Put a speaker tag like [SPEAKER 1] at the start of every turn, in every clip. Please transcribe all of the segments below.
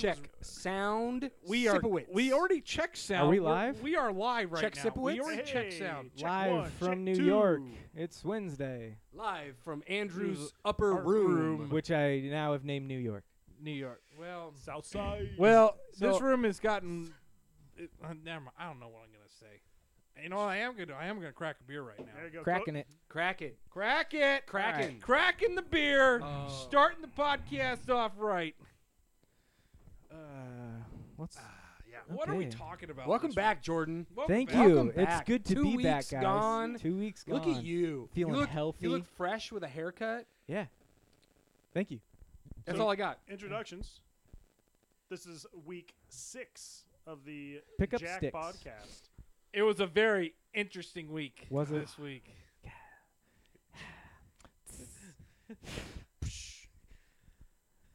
[SPEAKER 1] Check sound.
[SPEAKER 2] We are.
[SPEAKER 1] Sipowicz.
[SPEAKER 2] We already checked sound.
[SPEAKER 3] Are we
[SPEAKER 2] We're-
[SPEAKER 3] live?
[SPEAKER 2] we are live right
[SPEAKER 1] Check
[SPEAKER 2] now.
[SPEAKER 1] Sipowicz?
[SPEAKER 2] We already checked
[SPEAKER 4] Hey.
[SPEAKER 2] sound.
[SPEAKER 4] Check
[SPEAKER 3] Live
[SPEAKER 4] one, check
[SPEAKER 3] from New
[SPEAKER 4] two.
[SPEAKER 3] York. It's Wednesday,
[SPEAKER 1] live from
[SPEAKER 2] Who's
[SPEAKER 1] Andrew's upper
[SPEAKER 2] our
[SPEAKER 1] room.
[SPEAKER 2] room.
[SPEAKER 3] which I now have named New York.
[SPEAKER 2] New York. Well,
[SPEAKER 4] Southside.
[SPEAKER 2] well, this
[SPEAKER 3] So-
[SPEAKER 2] room has gotten. It, uh, never mind. I don't know what I'm gonna say. You know, what I am gonna. I am gonna crack a beer right now.
[SPEAKER 4] there you go.
[SPEAKER 3] Cracking it.
[SPEAKER 1] Crack it.
[SPEAKER 2] Crack it.
[SPEAKER 1] Cracking.
[SPEAKER 2] Cracking the beer.
[SPEAKER 1] Oh.
[SPEAKER 2] Starting the podcast off right.
[SPEAKER 3] Uh, what's
[SPEAKER 4] Ah,
[SPEAKER 2] Yeah. What are we
[SPEAKER 3] Okay.
[SPEAKER 2] talking about?
[SPEAKER 1] Welcome
[SPEAKER 2] this
[SPEAKER 1] back, Jordan.
[SPEAKER 2] week? Welcome
[SPEAKER 3] Thank
[SPEAKER 2] back.
[SPEAKER 3] you.
[SPEAKER 1] Welcome
[SPEAKER 3] It's
[SPEAKER 1] back.
[SPEAKER 3] good to
[SPEAKER 1] Two
[SPEAKER 3] be back,
[SPEAKER 1] weeks
[SPEAKER 3] guys.
[SPEAKER 1] gone.
[SPEAKER 3] Two weeks gone.
[SPEAKER 1] Look at you.
[SPEAKER 3] Feeling
[SPEAKER 1] you look,
[SPEAKER 3] healthy.
[SPEAKER 1] You look fresh with a haircut.
[SPEAKER 3] Yeah. Thank you.
[SPEAKER 1] That's
[SPEAKER 4] So-
[SPEAKER 1] all I got.
[SPEAKER 4] Introductions. This is week six of the
[SPEAKER 3] Pick up
[SPEAKER 4] Jack
[SPEAKER 3] sticks.
[SPEAKER 4] podcast.
[SPEAKER 2] It was a very interesting week.
[SPEAKER 3] Was it?
[SPEAKER 2] this week?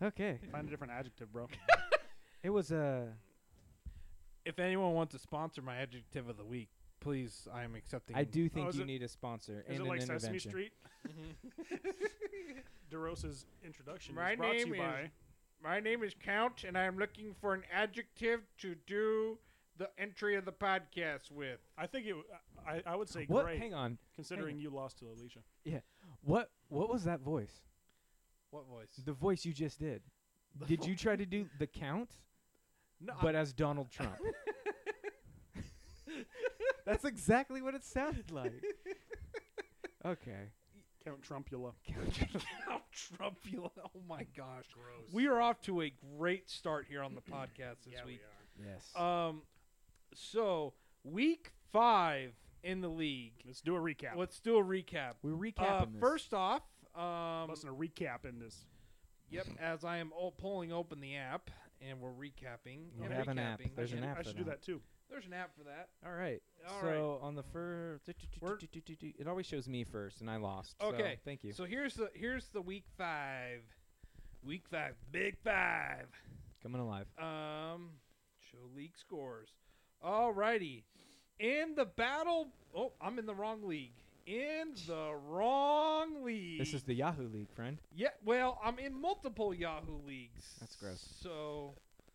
[SPEAKER 3] Okay.
[SPEAKER 4] Find a different adjective, bro.
[SPEAKER 3] It was uh, a.
[SPEAKER 2] If anyone wants to sponsor my adjective of the week, please, I am accepting.
[SPEAKER 3] I do think
[SPEAKER 4] Oh, is
[SPEAKER 3] you
[SPEAKER 4] it-
[SPEAKER 3] need a sponsor
[SPEAKER 4] Is
[SPEAKER 3] and
[SPEAKER 4] it
[SPEAKER 3] an
[SPEAKER 4] like
[SPEAKER 3] intervention.
[SPEAKER 4] Sesame Street? DeRosa's introduction
[SPEAKER 2] My
[SPEAKER 4] is brought
[SPEAKER 2] name
[SPEAKER 4] to you
[SPEAKER 2] is-
[SPEAKER 4] by.
[SPEAKER 2] My name is Count, and I am looking for an adjective to do the entry of the podcast with.
[SPEAKER 4] I think it. w- I, I would say
[SPEAKER 3] What?
[SPEAKER 4] great,
[SPEAKER 3] Hang on.
[SPEAKER 4] considering you lost to Alicia.
[SPEAKER 3] What? What was that voice?
[SPEAKER 2] What voice?
[SPEAKER 3] The voice you just did. Did you try to do the count,
[SPEAKER 2] No,
[SPEAKER 3] but as Donald Trump? That's exactly what it sounded like. Okay.
[SPEAKER 4] Count Trumpula.
[SPEAKER 2] Count Trumpula. Oh my gosh. We are off to a great start here on the podcast this
[SPEAKER 4] yeah,
[SPEAKER 2] week.
[SPEAKER 4] we
[SPEAKER 3] Yes.
[SPEAKER 2] Um, so week five in the league.
[SPEAKER 4] are. Let's do a recap.
[SPEAKER 2] Let's do a recap.
[SPEAKER 3] We're
[SPEAKER 2] Uh,
[SPEAKER 3] recapping this.
[SPEAKER 2] first off, um,
[SPEAKER 4] Listen, a recap in this.
[SPEAKER 2] yep. As I am o- pulling open the app, and we're recapping.
[SPEAKER 3] We
[SPEAKER 2] and
[SPEAKER 3] have an app.
[SPEAKER 2] recapping.
[SPEAKER 3] There's
[SPEAKER 2] I
[SPEAKER 3] an
[SPEAKER 2] should-
[SPEAKER 3] app
[SPEAKER 4] I
[SPEAKER 3] for
[SPEAKER 4] should do
[SPEAKER 3] that.
[SPEAKER 4] that too.
[SPEAKER 2] There's an app for that.
[SPEAKER 3] All right.
[SPEAKER 2] All
[SPEAKER 3] so
[SPEAKER 2] right.
[SPEAKER 3] on the first,
[SPEAKER 2] We're-
[SPEAKER 3] it always shows me first, and I lost. so
[SPEAKER 2] Okay.
[SPEAKER 3] thank you.
[SPEAKER 2] So here's the here's the week five, week five, big five.
[SPEAKER 3] Coming alive.
[SPEAKER 2] Um, show league scores. Alrighty, in the battle. Oh, I'm in the wrong league. In the wrong league.
[SPEAKER 3] This is the Yahoo League, friend.
[SPEAKER 2] yeah. Well, I'm in multiple Yahoo leagues.
[SPEAKER 3] That's gross.
[SPEAKER 2] So,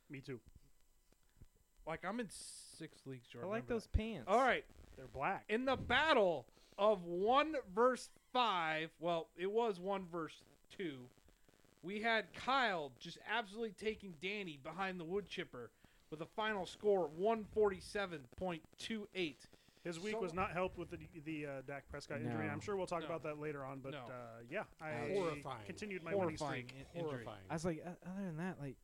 [SPEAKER 4] Me too.
[SPEAKER 2] like, I'm in six leagues.
[SPEAKER 3] I
[SPEAKER 2] Jordan,
[SPEAKER 3] like
[SPEAKER 2] remember
[SPEAKER 3] those pants.
[SPEAKER 2] that. All right.
[SPEAKER 4] They're black.
[SPEAKER 2] in the battle of one verse five, well, it was one verse two, we had Kyle just absolutely taking Danny behind the wood chipper with a final score of 147.28.
[SPEAKER 4] His week
[SPEAKER 2] So-
[SPEAKER 4] was not helped with the the uh, Dak Prescott injury.
[SPEAKER 3] No.
[SPEAKER 4] I'm sure we'll talk
[SPEAKER 2] No.
[SPEAKER 4] about that later on. But
[SPEAKER 2] No.
[SPEAKER 4] uh, yeah, I
[SPEAKER 1] Horrifying.
[SPEAKER 4] continued my winning
[SPEAKER 2] Horrifying
[SPEAKER 4] streak.
[SPEAKER 2] in- injury.
[SPEAKER 3] I was like, uh, other than that, like,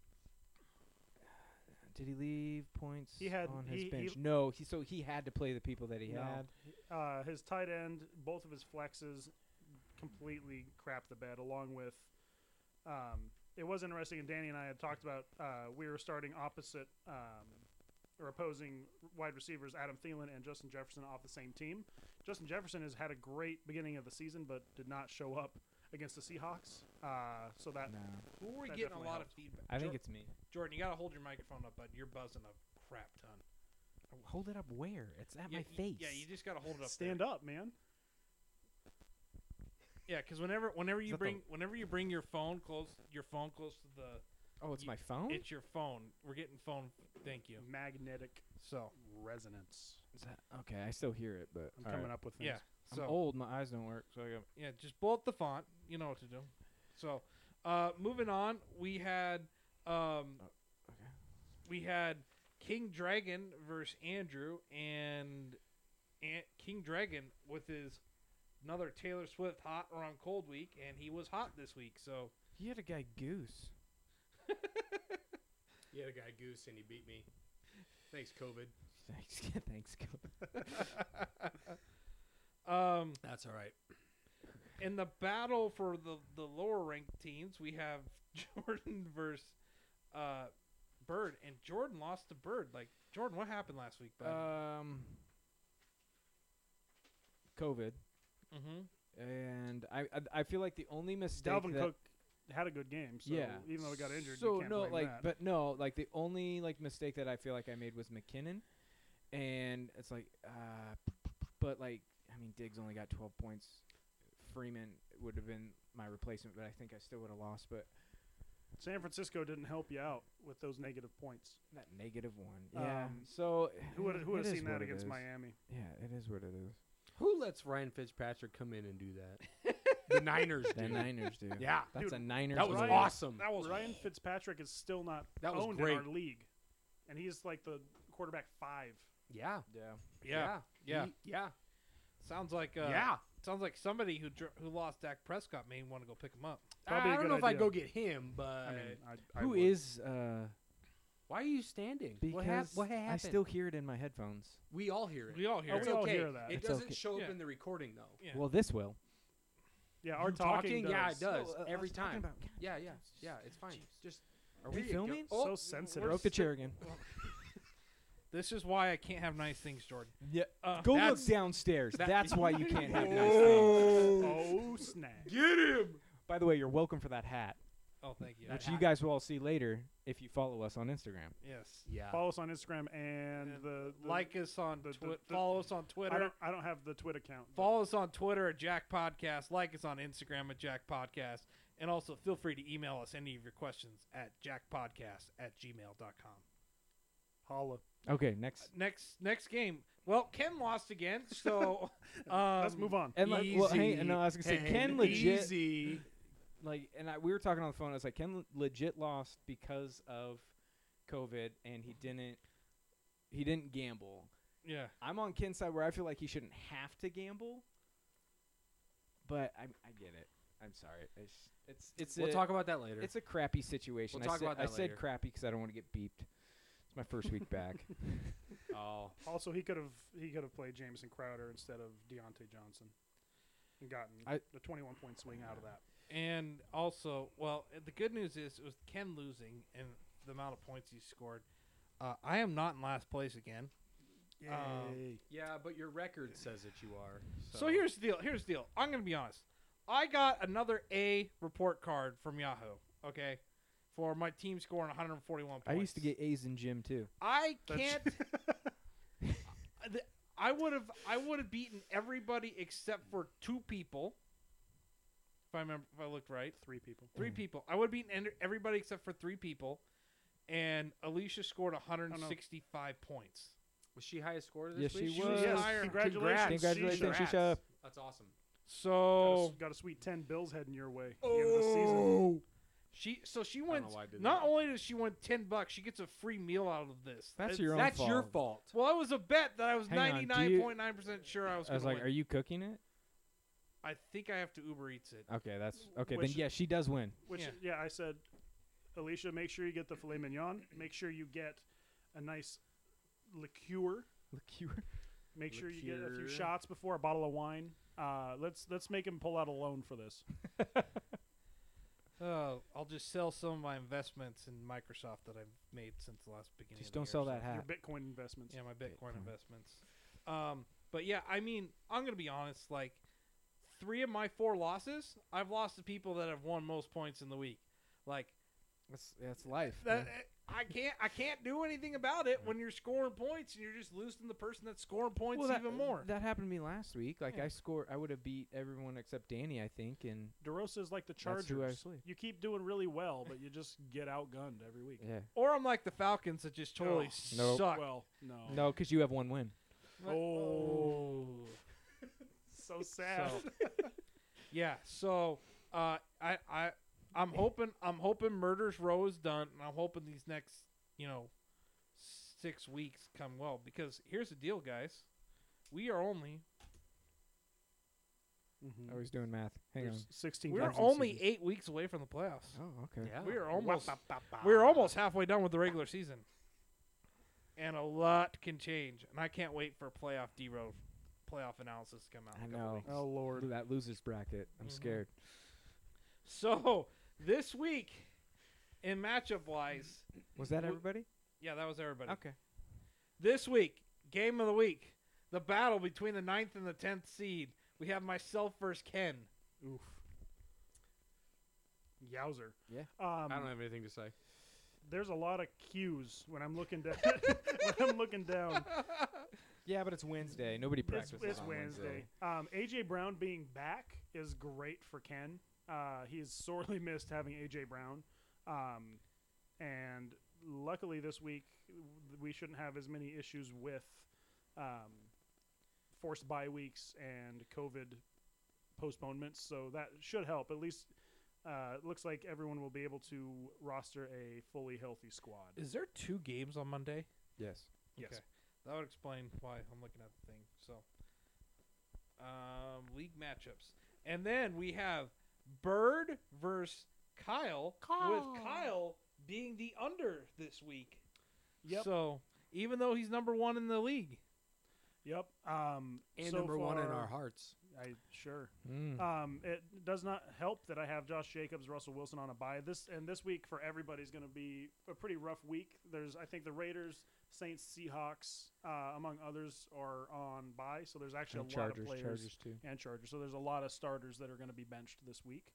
[SPEAKER 3] did he leave points
[SPEAKER 4] He had-
[SPEAKER 3] on his
[SPEAKER 4] he- he-
[SPEAKER 3] bench? no. He so he had to play the people that he
[SPEAKER 4] No.
[SPEAKER 3] had.
[SPEAKER 4] Uh, his tight end, both of his flexes, completely crapped the bed. Along with, um, it was interesting. And Danny and I had talked about uh, we were starting opposite um, or opposing wide receivers Adam Thielen and Justin Jefferson off the same team. Justin Jefferson has had a great beginning of the season, but did not show up against the Seahawks. Uh, so that
[SPEAKER 3] No,
[SPEAKER 2] Who were we
[SPEAKER 4] That
[SPEAKER 2] getting a
[SPEAKER 4] definitely
[SPEAKER 2] lot
[SPEAKER 4] helps.
[SPEAKER 2] of feedback?
[SPEAKER 3] I think
[SPEAKER 2] Jor-
[SPEAKER 3] it's me.
[SPEAKER 2] Jordan, you got to hold your microphone up, bud. You're buzzing a crap ton.
[SPEAKER 3] Hold it up where? It's at
[SPEAKER 2] yeah,
[SPEAKER 3] my
[SPEAKER 2] you-
[SPEAKER 3] face.
[SPEAKER 2] yeah, you just got to hold it up.
[SPEAKER 4] stand
[SPEAKER 2] there.
[SPEAKER 4] up, man.
[SPEAKER 2] Yeah, because whenever whenever you
[SPEAKER 3] that the-
[SPEAKER 2] bring whenever you bring your phone close your phone close to the
[SPEAKER 3] oh, it's
[SPEAKER 2] you-
[SPEAKER 3] my phone.
[SPEAKER 2] it's your phone. We're getting phone. Thank you.
[SPEAKER 4] Magnetic
[SPEAKER 2] So
[SPEAKER 4] resonance.
[SPEAKER 3] Is that- okay, I still hear it, but
[SPEAKER 4] I'm
[SPEAKER 3] all
[SPEAKER 4] coming
[SPEAKER 3] right.
[SPEAKER 4] up with things.
[SPEAKER 2] yeah. So
[SPEAKER 3] I'm old. My eyes don't work. So I got
[SPEAKER 2] Yeah, just blow up the font. You know what to do. So, uh, moving on, we had um,
[SPEAKER 3] Oh, okay.
[SPEAKER 2] we had King Dragon versus Andrew, and An- King Dragon with his another Taylor Swift hot or on cold week, and he was hot this week. So
[SPEAKER 3] You had a guy goose.
[SPEAKER 5] You had a guy goose and he beat me. Thanks, COVID.
[SPEAKER 3] Thanks, thanks. God.
[SPEAKER 2] um,
[SPEAKER 5] That's all right.
[SPEAKER 2] in the battle for the the lower ranked teams, we have Jordan versus uh, Bird, and Jordan lost to Bird. Like Jordan, what happened last week? Bud?
[SPEAKER 3] Um, COVID,
[SPEAKER 2] mm-hmm.
[SPEAKER 3] and I, I I feel like the only mistake
[SPEAKER 4] Dalvin
[SPEAKER 3] that
[SPEAKER 4] Cook had a good game, so
[SPEAKER 3] yeah,
[SPEAKER 4] even though he got injured,
[SPEAKER 3] so
[SPEAKER 4] you can't
[SPEAKER 3] no,
[SPEAKER 4] blame
[SPEAKER 3] like,
[SPEAKER 4] that.
[SPEAKER 3] but no, like the only like mistake that I feel like I made was McKinnon, and it's like, uh, but like I mean Diggs only got twelve points. Freeman would have been my replacement, but I think I still would have lost. But
[SPEAKER 4] San Francisco didn't help you out with those negative points.
[SPEAKER 3] That negative one. Yeah.
[SPEAKER 4] Um,
[SPEAKER 3] so
[SPEAKER 4] Who would who would
[SPEAKER 3] it
[SPEAKER 4] have
[SPEAKER 3] is
[SPEAKER 4] seen
[SPEAKER 3] what
[SPEAKER 4] that
[SPEAKER 3] it
[SPEAKER 4] against
[SPEAKER 3] is.
[SPEAKER 4] Miami?
[SPEAKER 3] Yeah, it is what it is.
[SPEAKER 1] Who lets Ryan Fitzpatrick come in and do that? the Niners
[SPEAKER 3] The
[SPEAKER 1] do.
[SPEAKER 3] Niners do.
[SPEAKER 1] Yeah,
[SPEAKER 3] That's
[SPEAKER 4] Dude,
[SPEAKER 3] a Niners.
[SPEAKER 1] that was
[SPEAKER 3] move.
[SPEAKER 4] Ryan-
[SPEAKER 1] awesome.
[SPEAKER 2] That was
[SPEAKER 4] Ryan Fitzpatrick is still not
[SPEAKER 1] That was
[SPEAKER 4] owned
[SPEAKER 1] great.
[SPEAKER 4] in our league, and he's like the quarterback five.
[SPEAKER 1] yeah,
[SPEAKER 3] Yeah.
[SPEAKER 2] Yeah, yeah.
[SPEAKER 1] Ye- yeah,
[SPEAKER 2] Sounds like uh,
[SPEAKER 1] yeah.
[SPEAKER 2] Sounds like somebody who dr- who lost Dak Prescott may want to go pick him up.
[SPEAKER 4] Probably
[SPEAKER 1] I
[SPEAKER 4] a
[SPEAKER 1] don't
[SPEAKER 4] good
[SPEAKER 1] know if I
[SPEAKER 4] idea.
[SPEAKER 1] go get him, but
[SPEAKER 4] I mean, I, I
[SPEAKER 3] Who
[SPEAKER 4] would.
[SPEAKER 3] is uh
[SPEAKER 1] why are you standing?
[SPEAKER 3] because
[SPEAKER 1] what, hap- what happened?
[SPEAKER 3] I still hear it in my headphones.
[SPEAKER 1] we all hear it.
[SPEAKER 2] We all hear
[SPEAKER 4] It's
[SPEAKER 2] it.
[SPEAKER 1] It's okay.
[SPEAKER 4] hear that.
[SPEAKER 1] It
[SPEAKER 3] It's
[SPEAKER 1] doesn't
[SPEAKER 3] okay.
[SPEAKER 1] show up
[SPEAKER 2] Yeah.
[SPEAKER 1] in the recording though.
[SPEAKER 2] Yeah.
[SPEAKER 3] Oh, Well, this will.
[SPEAKER 4] Yeah, our
[SPEAKER 1] You
[SPEAKER 4] talking.
[SPEAKER 1] yeah, it
[SPEAKER 4] does.
[SPEAKER 1] does
[SPEAKER 3] No, uh, I
[SPEAKER 1] every
[SPEAKER 3] was talking
[SPEAKER 1] time.
[SPEAKER 3] about- God,
[SPEAKER 1] Yeah, yeah, yeah. It's fine. Just are
[SPEAKER 3] Are we
[SPEAKER 1] go-
[SPEAKER 3] filming?
[SPEAKER 1] oh,
[SPEAKER 4] So sensitive.
[SPEAKER 3] Broke the chair again.
[SPEAKER 2] This is why I can't have nice things, Jordan.
[SPEAKER 3] Yeah.
[SPEAKER 2] Uh,
[SPEAKER 3] Go
[SPEAKER 1] That's-
[SPEAKER 3] look downstairs.
[SPEAKER 1] that-
[SPEAKER 3] That's why you can't have nice things.
[SPEAKER 1] oh,
[SPEAKER 4] Oh snap!
[SPEAKER 1] get him!
[SPEAKER 3] By the way, you're welcome for that hat,
[SPEAKER 2] oh, thank you.
[SPEAKER 3] which you guys will all see later if you follow us on Instagram.
[SPEAKER 2] yes.
[SPEAKER 1] Oh, Yeah.
[SPEAKER 4] Follow us on Instagram and
[SPEAKER 2] And
[SPEAKER 4] the, the
[SPEAKER 2] Like us on
[SPEAKER 4] the- the-
[SPEAKER 2] Twitter.
[SPEAKER 4] the-
[SPEAKER 2] Follow us on
[SPEAKER 4] I
[SPEAKER 2] Twitter.
[SPEAKER 4] don't I don't have the Twitter account. but
[SPEAKER 2] Follow us on Twitter at Jack Podcast. Like us on Instagram at Jack Podcast. And also feel free to email us any of your questions at jackpodcast at gmail.com.
[SPEAKER 4] Holla.
[SPEAKER 3] Okay, next.
[SPEAKER 2] Next next game. Well, Ken lost again, so um,
[SPEAKER 4] Let's move on.
[SPEAKER 3] And like, well, hey,
[SPEAKER 1] Easy
[SPEAKER 3] no, I was gonna say Ken
[SPEAKER 1] and
[SPEAKER 3] legit
[SPEAKER 1] Easy.
[SPEAKER 3] like, and I, we were talking on the phone. I was like, Ken le- legit lost because of COVID, and he didn't he didn't gamble.
[SPEAKER 2] Yeah.
[SPEAKER 3] I'm on Ken's side where I feel like he shouldn't have to gamble, but I, I get it. I'm sorry. It's it's it's
[SPEAKER 1] We'll
[SPEAKER 3] a,
[SPEAKER 1] talk about that later.
[SPEAKER 3] it's a crappy situation.
[SPEAKER 1] We'll talk
[SPEAKER 3] I said,
[SPEAKER 1] about
[SPEAKER 3] I
[SPEAKER 1] that later.
[SPEAKER 3] said crappy because I don't want to get beeped. It's my first week back.
[SPEAKER 1] oh,
[SPEAKER 4] Also, he could have he could have played Jameson Crowder instead of Deontay Johnson, and gotten
[SPEAKER 3] I-
[SPEAKER 4] the twenty one point swing out of that.
[SPEAKER 2] And also, well, the good news is it was Ken losing and the amount of points he scored. Uh, I am not in last place again.
[SPEAKER 4] Uh,
[SPEAKER 2] Um,
[SPEAKER 1] yeah, but your record says that you are. So,
[SPEAKER 2] So here's the deal. Here's the deal. I'm gonna be honest. I got another A report card from Yahoo. Okay, for my team scoring 141 points.
[SPEAKER 3] I used to get A's in gym too.
[SPEAKER 2] I
[SPEAKER 4] That's-
[SPEAKER 2] can't. th- I would have. I would have beaten everybody except for two people. If I remember, if I looked right.
[SPEAKER 4] Three people.
[SPEAKER 2] Three people. I would have beaten en- everybody except for three people, and Alicia scored 165 points.
[SPEAKER 1] was she highest scorer this
[SPEAKER 3] Yes,
[SPEAKER 1] week?
[SPEAKER 3] she
[SPEAKER 2] was.
[SPEAKER 3] was.
[SPEAKER 2] Yes.
[SPEAKER 4] Yes,
[SPEAKER 2] Higher.
[SPEAKER 4] congratulations.
[SPEAKER 3] Congratulations,
[SPEAKER 4] Shisha.
[SPEAKER 3] Shisha.
[SPEAKER 1] That's awesome.
[SPEAKER 4] Got, a,
[SPEAKER 2] So
[SPEAKER 4] s- got a sweet ten Bills heading your way. at the end
[SPEAKER 2] Oh.
[SPEAKER 4] of the season.
[SPEAKER 2] she. So she
[SPEAKER 1] know
[SPEAKER 2] wins.
[SPEAKER 1] why I did
[SPEAKER 2] Not
[SPEAKER 1] that.
[SPEAKER 2] only does she win 10 bucks, she gets a free meal out of this.
[SPEAKER 3] That's
[SPEAKER 2] It's-
[SPEAKER 3] your own
[SPEAKER 1] That's your
[SPEAKER 3] fault.
[SPEAKER 1] fault.
[SPEAKER 2] Well, it was a bet that I was
[SPEAKER 3] Hang on, do you-
[SPEAKER 2] 99.9 percent sure I was.
[SPEAKER 3] I was
[SPEAKER 2] gonna
[SPEAKER 3] like,
[SPEAKER 2] win.
[SPEAKER 3] "Are you cooking it?"
[SPEAKER 2] I think I have to Uber Eats it.
[SPEAKER 3] Okay, that's okay.
[SPEAKER 4] Which-
[SPEAKER 3] then yeah, she does win.
[SPEAKER 4] Which
[SPEAKER 2] Yeah.
[SPEAKER 4] yeah. I said, Alicia, make sure you get the filet mignon. Make sure you get a nice liqueur.
[SPEAKER 3] Liqueur.
[SPEAKER 4] Make sure you get a few
[SPEAKER 1] Liqueur.
[SPEAKER 4] shots before a bottle of wine. Uh, let's let's make him pull out a loan for this.
[SPEAKER 2] Oh, I'll just sell some of my investments in Microsoft that I've made since the last beginning.
[SPEAKER 3] Just
[SPEAKER 2] of the
[SPEAKER 3] don't
[SPEAKER 2] year,
[SPEAKER 3] sell
[SPEAKER 2] so-
[SPEAKER 3] that
[SPEAKER 4] Your
[SPEAKER 3] hat.
[SPEAKER 4] Bitcoin investments.
[SPEAKER 2] Yeah, my Bitcoin
[SPEAKER 3] Bitcoin.
[SPEAKER 2] investments. Um, but yeah, I mean, I'm gonna be honest. Like, three of my four losses, I've lost to people that have won most points in the week. Like,
[SPEAKER 3] That's that's life.
[SPEAKER 2] that, eh, I can't, I can't do anything about it when you're scoring points and you're just losing the person that's scoring points
[SPEAKER 3] that, eh,
[SPEAKER 2] even more.
[SPEAKER 3] That happened to me last week. Like
[SPEAKER 2] Yeah.
[SPEAKER 3] I scored, I would have beat everyone except Danny, I think, and
[SPEAKER 4] DeRosa is like the
[SPEAKER 3] That's who I
[SPEAKER 4] Chargers.
[SPEAKER 3] sleep.
[SPEAKER 4] You keep doing really well, but you just get outgunned every week.
[SPEAKER 3] yeah,
[SPEAKER 2] or I'm like the Falcons that just totally
[SPEAKER 3] Oh, nope.
[SPEAKER 2] suck.
[SPEAKER 4] Well, no.
[SPEAKER 3] no, because you have one win.
[SPEAKER 4] Oh. so sad.
[SPEAKER 2] So- Yeah. So uh, I I I'm hoping I'm hoping Murder's Row is done, and I'm hoping these next you know six weeks come well because here's the deal, guys. We are only
[SPEAKER 4] Mhm.
[SPEAKER 3] I was doing math. Hang
[SPEAKER 4] There's 16
[SPEAKER 2] we're
[SPEAKER 4] games in the
[SPEAKER 2] only
[SPEAKER 4] season.
[SPEAKER 2] eight weeks away from the playoffs.
[SPEAKER 3] on. Oh, okay.
[SPEAKER 1] Yeah.
[SPEAKER 2] We are almost
[SPEAKER 4] Ah.
[SPEAKER 2] we are almost halfway done with the regular season, and a lot can change. And I can't wait for playoff D row playoff analysis to come out.
[SPEAKER 3] I
[SPEAKER 2] in a couple
[SPEAKER 3] know.
[SPEAKER 2] weeks.
[SPEAKER 4] Oh
[SPEAKER 3] Ooh,
[SPEAKER 4] lord.
[SPEAKER 3] That losers bracket. I'm
[SPEAKER 2] Mhm.
[SPEAKER 3] scared.
[SPEAKER 2] So this week, in matchup wise,
[SPEAKER 3] Was that
[SPEAKER 2] Wh-
[SPEAKER 3] everybody?
[SPEAKER 2] yeah, that was everybody.
[SPEAKER 3] Okay.
[SPEAKER 2] This week, game of the week, the battle between the ninth and the tenth seed. We have myself versus Ken.
[SPEAKER 4] Oof. Yowzer.
[SPEAKER 3] Yeah.
[SPEAKER 4] Um,
[SPEAKER 1] I don't have anything to say.
[SPEAKER 4] There's a lot of cues when I'm looking down. when I'm looking down,
[SPEAKER 3] Yeah, but it's Wednesday. Nobody
[SPEAKER 4] it's,
[SPEAKER 3] practices
[SPEAKER 4] it's
[SPEAKER 3] on
[SPEAKER 4] Wednesday. Um, AJ Brown being back is great for Ken. Uh, he has sorely missed having AJ Brown. Um, and luckily this week we shouldn't have as many issues with um, forced bye weeks and COVID postponements, so that should help. At least uh, it looks like everyone will be able to roster a fully healthy squad.
[SPEAKER 2] Is there two games on Monday?
[SPEAKER 1] Yes.
[SPEAKER 4] Yes.
[SPEAKER 2] That would explain why I'm looking at the thing. So, um, league matchups. And then we have Bird versus Kyle, with Kyle being the under this week.
[SPEAKER 4] Yep.
[SPEAKER 2] So, even though he's number one in the league,
[SPEAKER 4] Yep. Um,
[SPEAKER 1] And
[SPEAKER 4] so
[SPEAKER 1] number one in
[SPEAKER 4] far-
[SPEAKER 1] our hearts.
[SPEAKER 4] I sure.
[SPEAKER 3] Mm.
[SPEAKER 1] Uh,
[SPEAKER 4] Um, it does not help that I have Josh Jacobs, Russell Wilson on a bye this, and this week for everybody is going to be a pretty rough week. There's, I think, the Raiders, Saints, Seahawks, uh, among others, are on bye. So there's actually a
[SPEAKER 1] Chargers,
[SPEAKER 4] lot of players
[SPEAKER 1] Chargers too.
[SPEAKER 4] and Chargers. So there's a lot of starters that are going to be benched this week.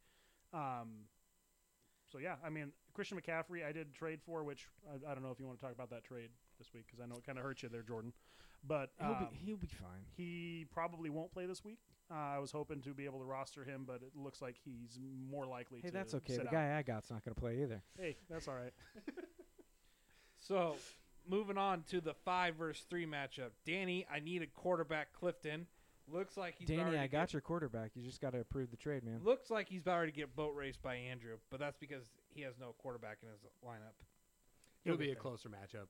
[SPEAKER 4] Um, so yeah, I mean Christian McCaffrey, I did trade for, which I, I don't know if you want to talk about that trade this week because I know it kind of hurt you there, Jordan. But
[SPEAKER 3] He'll
[SPEAKER 4] um,
[SPEAKER 3] be he'll be fine.
[SPEAKER 4] he probably won't play this week. Uh, I was hoping to be able to roster him, but it looks like he's more likely.
[SPEAKER 3] Hey,
[SPEAKER 4] to
[SPEAKER 3] that's okay.
[SPEAKER 4] sit
[SPEAKER 3] The
[SPEAKER 4] out.
[SPEAKER 3] guy I got's not gonna play either.
[SPEAKER 4] Hey, that's all right.
[SPEAKER 2] So, moving on to the five versus three matchup. Danny, I need a quarterback. Clifton looks like he's
[SPEAKER 3] Danny,
[SPEAKER 2] already
[SPEAKER 3] I got
[SPEAKER 2] get,
[SPEAKER 3] your quarterback. You just gotta approve the trade, man.
[SPEAKER 2] Looks like he's about to get boat raced by Andrew, but that's because he has no quarterback in his lineup.
[SPEAKER 1] It'll
[SPEAKER 2] He'll
[SPEAKER 1] be
[SPEAKER 2] get
[SPEAKER 1] a
[SPEAKER 2] there.
[SPEAKER 1] closer matchup.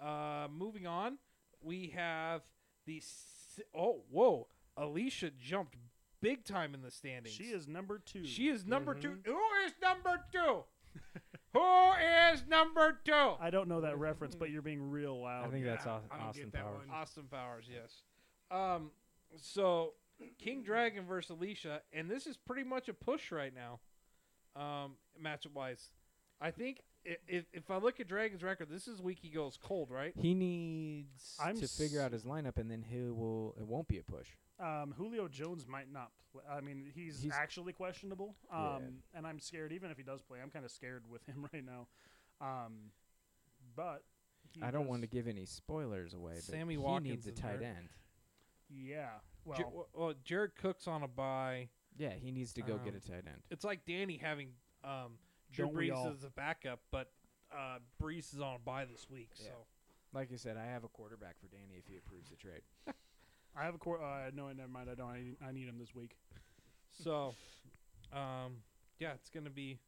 [SPEAKER 2] Uh, moving on, we have the s- oh whoa, Alicia jumped big time in the standings.
[SPEAKER 4] She is number two.
[SPEAKER 2] she is number
[SPEAKER 3] Mm-hmm.
[SPEAKER 2] two. Who is number two? Who is number two?
[SPEAKER 4] I don't know that reference, but you're being real loud.
[SPEAKER 3] I think that's
[SPEAKER 5] Yeah,
[SPEAKER 3] Aus-
[SPEAKER 5] I don't get
[SPEAKER 3] Austin
[SPEAKER 5] that
[SPEAKER 3] Powers.
[SPEAKER 5] one.
[SPEAKER 2] Austin Powers, yes. Um, so King Dragon versus Alicia, and this is pretty much a push right now, um, matchup wise. I think i- if if I look at Dragon's record, this is week he goes cold, right?
[SPEAKER 3] He needs
[SPEAKER 4] I'm
[SPEAKER 3] to figure
[SPEAKER 4] s-
[SPEAKER 3] out his lineup, and then he will. It won't be a push.
[SPEAKER 4] Um, Julio Jones might not play. I mean, he's,
[SPEAKER 3] He's-
[SPEAKER 4] actually questionable. Um,
[SPEAKER 3] Yeah.
[SPEAKER 4] And I'm scared, even if he does play, I'm kind of scared with him right now. Um, but. he
[SPEAKER 3] I don't want to
[SPEAKER 4] does-
[SPEAKER 3] give any spoilers away. But
[SPEAKER 2] Sammy
[SPEAKER 3] he
[SPEAKER 2] Watkins
[SPEAKER 3] needs a
[SPEAKER 2] is
[SPEAKER 3] tight
[SPEAKER 2] hurt.
[SPEAKER 3] end.
[SPEAKER 4] Yeah. Well,
[SPEAKER 2] Jer- well, Jared Cook's on a bye.
[SPEAKER 3] Yeah, he needs to go get
[SPEAKER 2] Um,
[SPEAKER 3] a tight end.
[SPEAKER 2] It's like Danny having um, Drew
[SPEAKER 4] Don't we
[SPEAKER 2] Brees
[SPEAKER 4] all?
[SPEAKER 2] as a backup, but uh, Brees is on a bye this week.
[SPEAKER 3] Yeah.
[SPEAKER 2] So
[SPEAKER 3] Like I said, I have a quarterback for Danny if he approves the trade.
[SPEAKER 4] I have a core. Uh, no, never mind. I don't. I need, I need him this week.
[SPEAKER 2] so, um, yeah, it's gonna be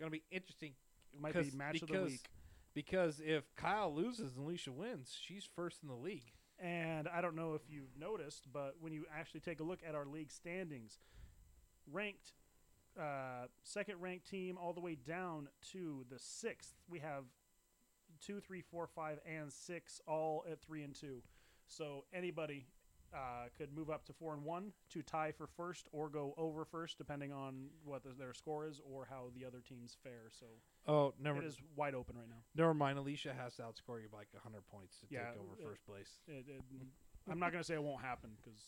[SPEAKER 2] gonna be interesting.
[SPEAKER 4] It might be
[SPEAKER 2] Because-
[SPEAKER 4] match of the
[SPEAKER 2] because-
[SPEAKER 4] week.
[SPEAKER 2] Because if Kyle loses and Alicia wins, she's first in the league.
[SPEAKER 4] And I don't know if you've noticed, but when you actually take a look at our league standings, ranked uh, second ranked team all the way down to the sixth, we have two, three, four, five, and six all at three and two. So anybody uh, could move up to four and one to tie for first or go over first, depending on what the, their score is or how the other teams fare. So
[SPEAKER 2] Oh, never,
[SPEAKER 4] it is wide open right now.
[SPEAKER 2] never mind. Alicia has to outscore you by like 100 points to
[SPEAKER 4] Yeah,
[SPEAKER 2] take over
[SPEAKER 4] uh,
[SPEAKER 2] first place.
[SPEAKER 4] It, it, I'm not going to say it won't happen because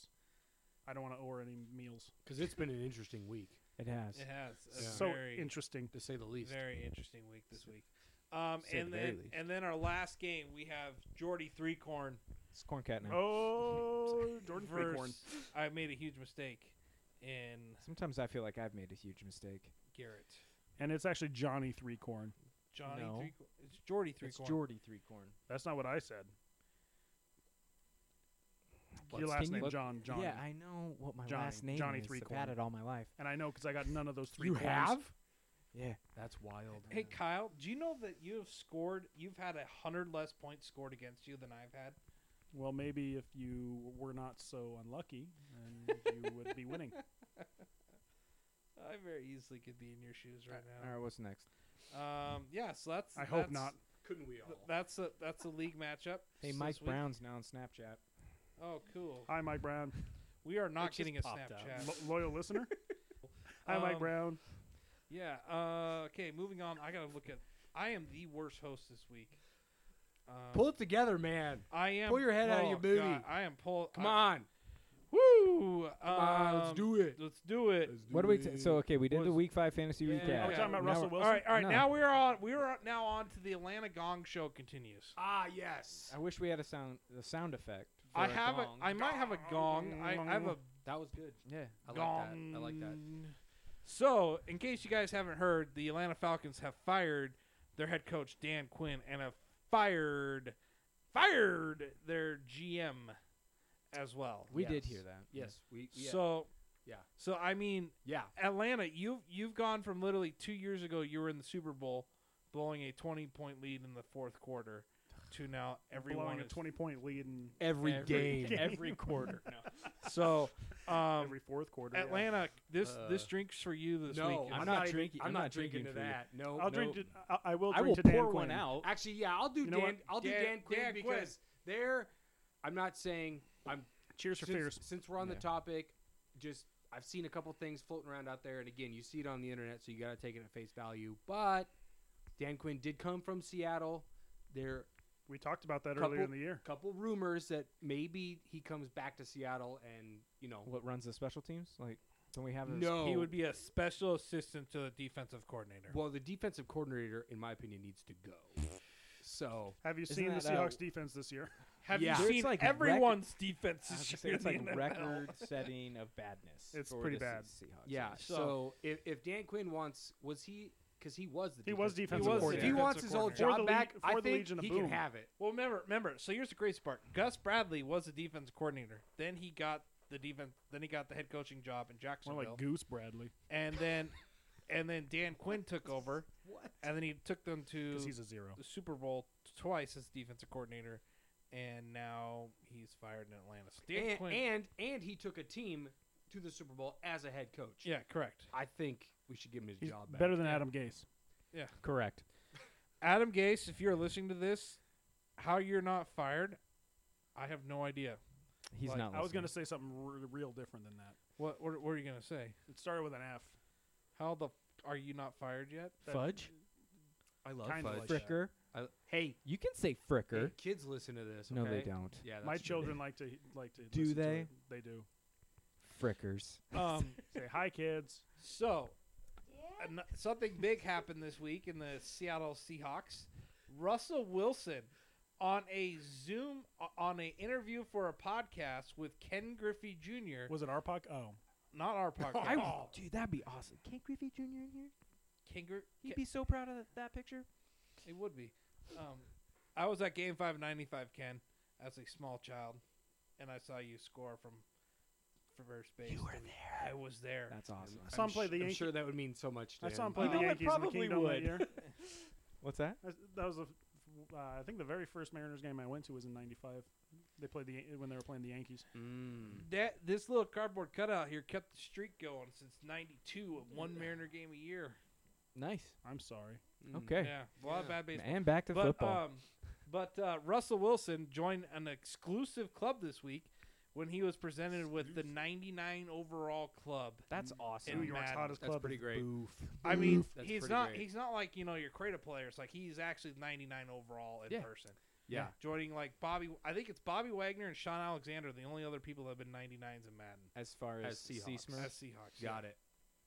[SPEAKER 4] I don't want to owe her any meals.
[SPEAKER 1] Because it's been an interesting week,
[SPEAKER 3] It has.
[SPEAKER 2] It has a
[SPEAKER 1] Yeah.
[SPEAKER 4] so
[SPEAKER 2] very,
[SPEAKER 4] interesting.
[SPEAKER 1] to say the least.
[SPEAKER 2] very interesting week this week. Um,
[SPEAKER 1] Say
[SPEAKER 2] and
[SPEAKER 1] the very
[SPEAKER 2] then
[SPEAKER 1] least.
[SPEAKER 2] and then our last game we have Jordy Three Corn
[SPEAKER 3] It's corn cat now.
[SPEAKER 4] Oh, Jordan Freecorn.
[SPEAKER 2] versus. I made a huge mistake in
[SPEAKER 3] Sometimes I feel like I've made a huge mistake.
[SPEAKER 2] Garrett.
[SPEAKER 4] And it's actually Johnny Threecorn.
[SPEAKER 2] Johnny
[SPEAKER 3] No.
[SPEAKER 2] Three. It's Jordy Three
[SPEAKER 3] it's
[SPEAKER 2] Corn.
[SPEAKER 3] Jordy three corn.
[SPEAKER 4] That's not what I said. Your
[SPEAKER 3] What's
[SPEAKER 4] last
[SPEAKER 3] King-
[SPEAKER 4] name,
[SPEAKER 3] what-
[SPEAKER 4] John. Johnny.
[SPEAKER 3] Yeah, I know what my
[SPEAKER 4] Johnny-
[SPEAKER 3] last name
[SPEAKER 4] Johnny
[SPEAKER 3] is.
[SPEAKER 4] Three
[SPEAKER 3] I've had it
[SPEAKER 4] Corn.
[SPEAKER 3] all my life.
[SPEAKER 4] and I know because I got none of those three.
[SPEAKER 1] You
[SPEAKER 4] corns.
[SPEAKER 1] have?
[SPEAKER 3] Yeah.
[SPEAKER 1] That's wild.
[SPEAKER 2] Hey Kyle, do you know that you have scored? You've had a hundred less points scored against you than I've had.
[SPEAKER 4] Well, maybe if you were not so unlucky, then you would be winning.
[SPEAKER 2] I very easily could be in your shoes right
[SPEAKER 3] All
[SPEAKER 2] now.
[SPEAKER 3] right, what's next?
[SPEAKER 2] Um, yeah, so that's.
[SPEAKER 4] I hope
[SPEAKER 2] that's-
[SPEAKER 4] not.
[SPEAKER 5] Couldn't we
[SPEAKER 2] th-
[SPEAKER 5] all?
[SPEAKER 2] That's a that's a league matchup.
[SPEAKER 3] Hey,
[SPEAKER 2] this
[SPEAKER 3] Mike
[SPEAKER 2] week.
[SPEAKER 3] Brown's now on Snapchat.
[SPEAKER 2] Oh, cool.
[SPEAKER 4] Hi, Mike Brown.
[SPEAKER 2] We are not
[SPEAKER 1] just
[SPEAKER 2] getting a
[SPEAKER 1] popped up.
[SPEAKER 2] Snapchat.
[SPEAKER 4] Lo- loyal listener. Hi, Mike
[SPEAKER 2] Um,
[SPEAKER 4] Brown.
[SPEAKER 2] Yeah. Uh, okay, moving on. I gotta look at. I am the worst host this week. Um,
[SPEAKER 1] Pull it together, man.
[SPEAKER 2] I am.
[SPEAKER 1] pull your head out of
[SPEAKER 2] oh,
[SPEAKER 1] your booty.
[SPEAKER 2] God, I am pull.
[SPEAKER 1] Come
[SPEAKER 2] I-
[SPEAKER 1] on.
[SPEAKER 2] Woo.
[SPEAKER 1] Come on. Let's
[SPEAKER 2] um,
[SPEAKER 1] do it.
[SPEAKER 2] Let's do it.
[SPEAKER 1] Let's
[SPEAKER 3] What do
[SPEAKER 1] do
[SPEAKER 3] we? T-
[SPEAKER 1] it.
[SPEAKER 3] so okay, we did
[SPEAKER 1] What
[SPEAKER 3] the
[SPEAKER 1] is-
[SPEAKER 3] Week Five Fantasy
[SPEAKER 1] Yeah,
[SPEAKER 3] Recap.
[SPEAKER 1] yeah,
[SPEAKER 4] Oh, we're talking
[SPEAKER 1] now
[SPEAKER 4] about
[SPEAKER 3] we're-
[SPEAKER 4] Russell
[SPEAKER 2] All
[SPEAKER 4] Wilson.
[SPEAKER 2] right, all right.
[SPEAKER 3] No.
[SPEAKER 2] Now we're on. We are now on to the Atlanta Gong Show continues.
[SPEAKER 1] Ah, yes.
[SPEAKER 3] I wish we had a sound, the sound effect.
[SPEAKER 2] I
[SPEAKER 3] for
[SPEAKER 2] have a.
[SPEAKER 3] gong.
[SPEAKER 2] I might have a gong. I, I have a
[SPEAKER 1] That was good.
[SPEAKER 3] yeah.
[SPEAKER 1] I like
[SPEAKER 2] gong.
[SPEAKER 1] that. I like that.
[SPEAKER 2] So, in case you guys haven't heard, the Atlanta Falcons have fired their head coach Dan Quinn and have fired fired their GM as well.
[SPEAKER 3] We did
[SPEAKER 5] Yes.
[SPEAKER 3] hear that.
[SPEAKER 5] Yes, we. Yeah.
[SPEAKER 2] So,
[SPEAKER 5] Yeah.
[SPEAKER 2] So I mean,
[SPEAKER 5] yeah.
[SPEAKER 2] Atlanta, you've you've gone from literally two years ago you were in the Super Bowl, blowing a twenty point lead in the fourth quarter, to now everyone
[SPEAKER 4] blowing a
[SPEAKER 2] is-
[SPEAKER 4] twenty point lead in
[SPEAKER 1] Every,
[SPEAKER 2] Every-
[SPEAKER 1] game.
[SPEAKER 3] every quarter. No.
[SPEAKER 2] So, um,
[SPEAKER 4] every fourth quarter. yeah.
[SPEAKER 2] Atlanta, this this
[SPEAKER 5] Uh,
[SPEAKER 2] drinks for you this
[SPEAKER 5] no,
[SPEAKER 2] week.
[SPEAKER 5] I'm
[SPEAKER 3] I'm
[SPEAKER 5] not,
[SPEAKER 3] not
[SPEAKER 5] even-
[SPEAKER 3] drinking-
[SPEAKER 5] I'm
[SPEAKER 3] I'm
[SPEAKER 5] not,
[SPEAKER 3] not
[SPEAKER 5] drinking,
[SPEAKER 3] drinking
[SPEAKER 5] to
[SPEAKER 3] for you.
[SPEAKER 5] that. No, no.
[SPEAKER 4] I'll drink. To, I, I will.
[SPEAKER 3] I
[SPEAKER 4] Drink
[SPEAKER 3] will
[SPEAKER 4] to Dan
[SPEAKER 3] pour
[SPEAKER 4] Quinn.
[SPEAKER 3] one out.
[SPEAKER 5] Actually, yeah, I'll do
[SPEAKER 4] You know
[SPEAKER 5] Dan.
[SPEAKER 4] what?
[SPEAKER 5] I'll do
[SPEAKER 2] Dan-
[SPEAKER 5] Dan Quinn
[SPEAKER 2] Dan Quinn.
[SPEAKER 5] because there. I'm not saying I'm
[SPEAKER 4] Cheers for
[SPEAKER 5] since,
[SPEAKER 4] fears.
[SPEAKER 5] since we're on
[SPEAKER 3] Yeah.
[SPEAKER 5] the topic. Just I've seen a couple things floating around out there, and again, you see it on the internet, so you got to take it at face value. But Dan Quinn did come from Seattle. There
[SPEAKER 4] We talked about that
[SPEAKER 5] Couple-
[SPEAKER 4] earlier in the year.
[SPEAKER 5] a couple rumors that maybe he comes back to Seattle, and you know,
[SPEAKER 3] What runs the special teams? Like, don't we have a
[SPEAKER 5] no,
[SPEAKER 2] He would be a special assistant to the defensive coordinator.
[SPEAKER 5] Well, the defensive coordinator, in my opinion, needs to go. So
[SPEAKER 4] Have you
[SPEAKER 3] Isn't
[SPEAKER 4] seen the
[SPEAKER 3] that, uh,
[SPEAKER 4] Seahawks defense this year?
[SPEAKER 2] Have
[SPEAKER 5] yeah.
[SPEAKER 2] you
[SPEAKER 3] There's
[SPEAKER 2] seen
[SPEAKER 3] like rec-
[SPEAKER 2] everyone's
[SPEAKER 3] I was
[SPEAKER 2] defenses?
[SPEAKER 3] gonna
[SPEAKER 2] this
[SPEAKER 3] say,
[SPEAKER 2] year
[SPEAKER 3] it's
[SPEAKER 2] in
[SPEAKER 3] like
[SPEAKER 2] the NFL?
[SPEAKER 3] record setting of badness.
[SPEAKER 4] It's
[SPEAKER 3] for
[SPEAKER 4] pretty
[SPEAKER 3] the Se-
[SPEAKER 4] bad.
[SPEAKER 3] Seahawks.
[SPEAKER 5] yeah,
[SPEAKER 2] So-
[SPEAKER 5] so, if, if Dan Quinn wants, was he? Because he was the
[SPEAKER 4] He was
[SPEAKER 5] defensive
[SPEAKER 4] defensive
[SPEAKER 2] He was
[SPEAKER 5] coordinator. If he
[SPEAKER 2] defensive
[SPEAKER 5] wants his old
[SPEAKER 4] coordinator. For
[SPEAKER 5] job
[SPEAKER 4] the
[SPEAKER 5] back,
[SPEAKER 4] Leg-
[SPEAKER 5] I
[SPEAKER 4] for the
[SPEAKER 5] think
[SPEAKER 4] Legion of
[SPEAKER 5] he
[SPEAKER 4] Boom.
[SPEAKER 5] can have it.
[SPEAKER 2] Well, remember, remember. So here's the crazy part: Gus Bradley was the defense coordinator. Then he got the defense. Then he got the head coaching job
[SPEAKER 5] Oh
[SPEAKER 2] in
[SPEAKER 4] More
[SPEAKER 2] Jacksonville,
[SPEAKER 4] like Goose Bradley
[SPEAKER 2] and then, and then Dan Quinn took over,
[SPEAKER 5] What?
[SPEAKER 2] and then he took them to
[SPEAKER 4] because he's a zero.
[SPEAKER 2] the Super Bowl twice as defensive coordinator, and now he's fired in Atlanta. So Dan
[SPEAKER 5] And,
[SPEAKER 2] Quinn,
[SPEAKER 5] and and he took a team to the Super Bowl as a head coach.
[SPEAKER 2] yeah, correct.
[SPEAKER 5] I think we should give him his
[SPEAKER 4] He's
[SPEAKER 5] job back.
[SPEAKER 4] better than
[SPEAKER 2] Yeah.
[SPEAKER 4] Adam Gase.
[SPEAKER 3] Correct.
[SPEAKER 2] Adam Gase, if you're listening to this, how you're not fired, I have no idea.
[SPEAKER 3] He's
[SPEAKER 2] Like,
[SPEAKER 3] not.
[SPEAKER 4] I was
[SPEAKER 3] listening.
[SPEAKER 4] gonna say something re- real different than that.
[SPEAKER 2] What, what, what are you gonna say?
[SPEAKER 4] It started with an F.
[SPEAKER 2] How the f- are you not fired yet?
[SPEAKER 4] that-
[SPEAKER 3] fudge,
[SPEAKER 5] I love
[SPEAKER 4] Kinda
[SPEAKER 5] fudge.
[SPEAKER 4] like that.
[SPEAKER 3] fricker.
[SPEAKER 5] I, hey,
[SPEAKER 3] You can say fricker.
[SPEAKER 5] hey, kids, listen to this.
[SPEAKER 3] No, they
[SPEAKER 5] okay?
[SPEAKER 3] don't.
[SPEAKER 5] Yeah, that's
[SPEAKER 4] My
[SPEAKER 5] true.
[SPEAKER 4] children like to like to.
[SPEAKER 3] Do
[SPEAKER 4] listen to
[SPEAKER 3] they?
[SPEAKER 4] it. They do.
[SPEAKER 3] Frickers.
[SPEAKER 2] Um,
[SPEAKER 4] Say hi, kids.
[SPEAKER 2] so an- something big happened this week in the Seattle Seahawks. Russell Wilson on a Zoom o- on a interview for a podcast with Ken Griffey Jr.
[SPEAKER 4] Was it our puck? Oh,
[SPEAKER 2] not our podcast.
[SPEAKER 3] Oh, I w- dude, that'd be awesome. Ken Griffey Jr. in here.
[SPEAKER 2] Ken Gr-
[SPEAKER 3] He'd be so proud of that, that picture.
[SPEAKER 2] It would be. Um, I was at Game Five ninety five, Ken, as a small child, and I saw you score from from first base.
[SPEAKER 3] were
[SPEAKER 2] and I was there.
[SPEAKER 3] That's awesome.
[SPEAKER 4] I saw him play the
[SPEAKER 5] I'm
[SPEAKER 4] Yankees.
[SPEAKER 5] sure that would mean so much to
[SPEAKER 4] I
[SPEAKER 5] him.
[SPEAKER 4] saw him play
[SPEAKER 3] You
[SPEAKER 4] the
[SPEAKER 3] know what?
[SPEAKER 4] Yankees in the
[SPEAKER 3] Probably
[SPEAKER 4] Kingdom that
[SPEAKER 3] would.
[SPEAKER 4] year.
[SPEAKER 3] What's that?
[SPEAKER 4] That's- That was a, uh, I think the very first Mariners game I went to was in '95. They played the Yan- when they were playing the Yankees.
[SPEAKER 5] Mm.
[SPEAKER 2] That this little cardboard cutout here kept the streak going since '92 of one Mariner game a year.
[SPEAKER 3] Nice.
[SPEAKER 4] I'm sorry.
[SPEAKER 5] Mm.
[SPEAKER 3] Okay.
[SPEAKER 2] Yeah, a lot of
[SPEAKER 5] Yeah.
[SPEAKER 2] bad baseball.
[SPEAKER 3] And back to
[SPEAKER 2] but,
[SPEAKER 3] football.
[SPEAKER 2] Um, but uh, Russell Wilson joined an exclusive club this week when he was presented with the 99 overall club.
[SPEAKER 3] That's awesome.
[SPEAKER 4] New York's
[SPEAKER 2] Madden.
[SPEAKER 4] hottest
[SPEAKER 5] That's
[SPEAKER 4] club.
[SPEAKER 5] pretty
[SPEAKER 4] is
[SPEAKER 5] great.
[SPEAKER 4] Boof.
[SPEAKER 2] I mean,
[SPEAKER 5] That's
[SPEAKER 2] he's
[SPEAKER 5] pretty
[SPEAKER 2] not
[SPEAKER 5] great.
[SPEAKER 2] he's not like you know your Creta players. Like he's actually 99 overall in
[SPEAKER 5] Yeah.
[SPEAKER 2] person.
[SPEAKER 5] Yeah.
[SPEAKER 2] Joining like Bobby, I think it's Bobby Wagner and Sean Alexander, the only other people that have been 99s in Madden
[SPEAKER 3] as far
[SPEAKER 5] as
[SPEAKER 3] as
[SPEAKER 5] Seahawks.
[SPEAKER 3] Seasmer,
[SPEAKER 2] as Seahawks.
[SPEAKER 5] Got it.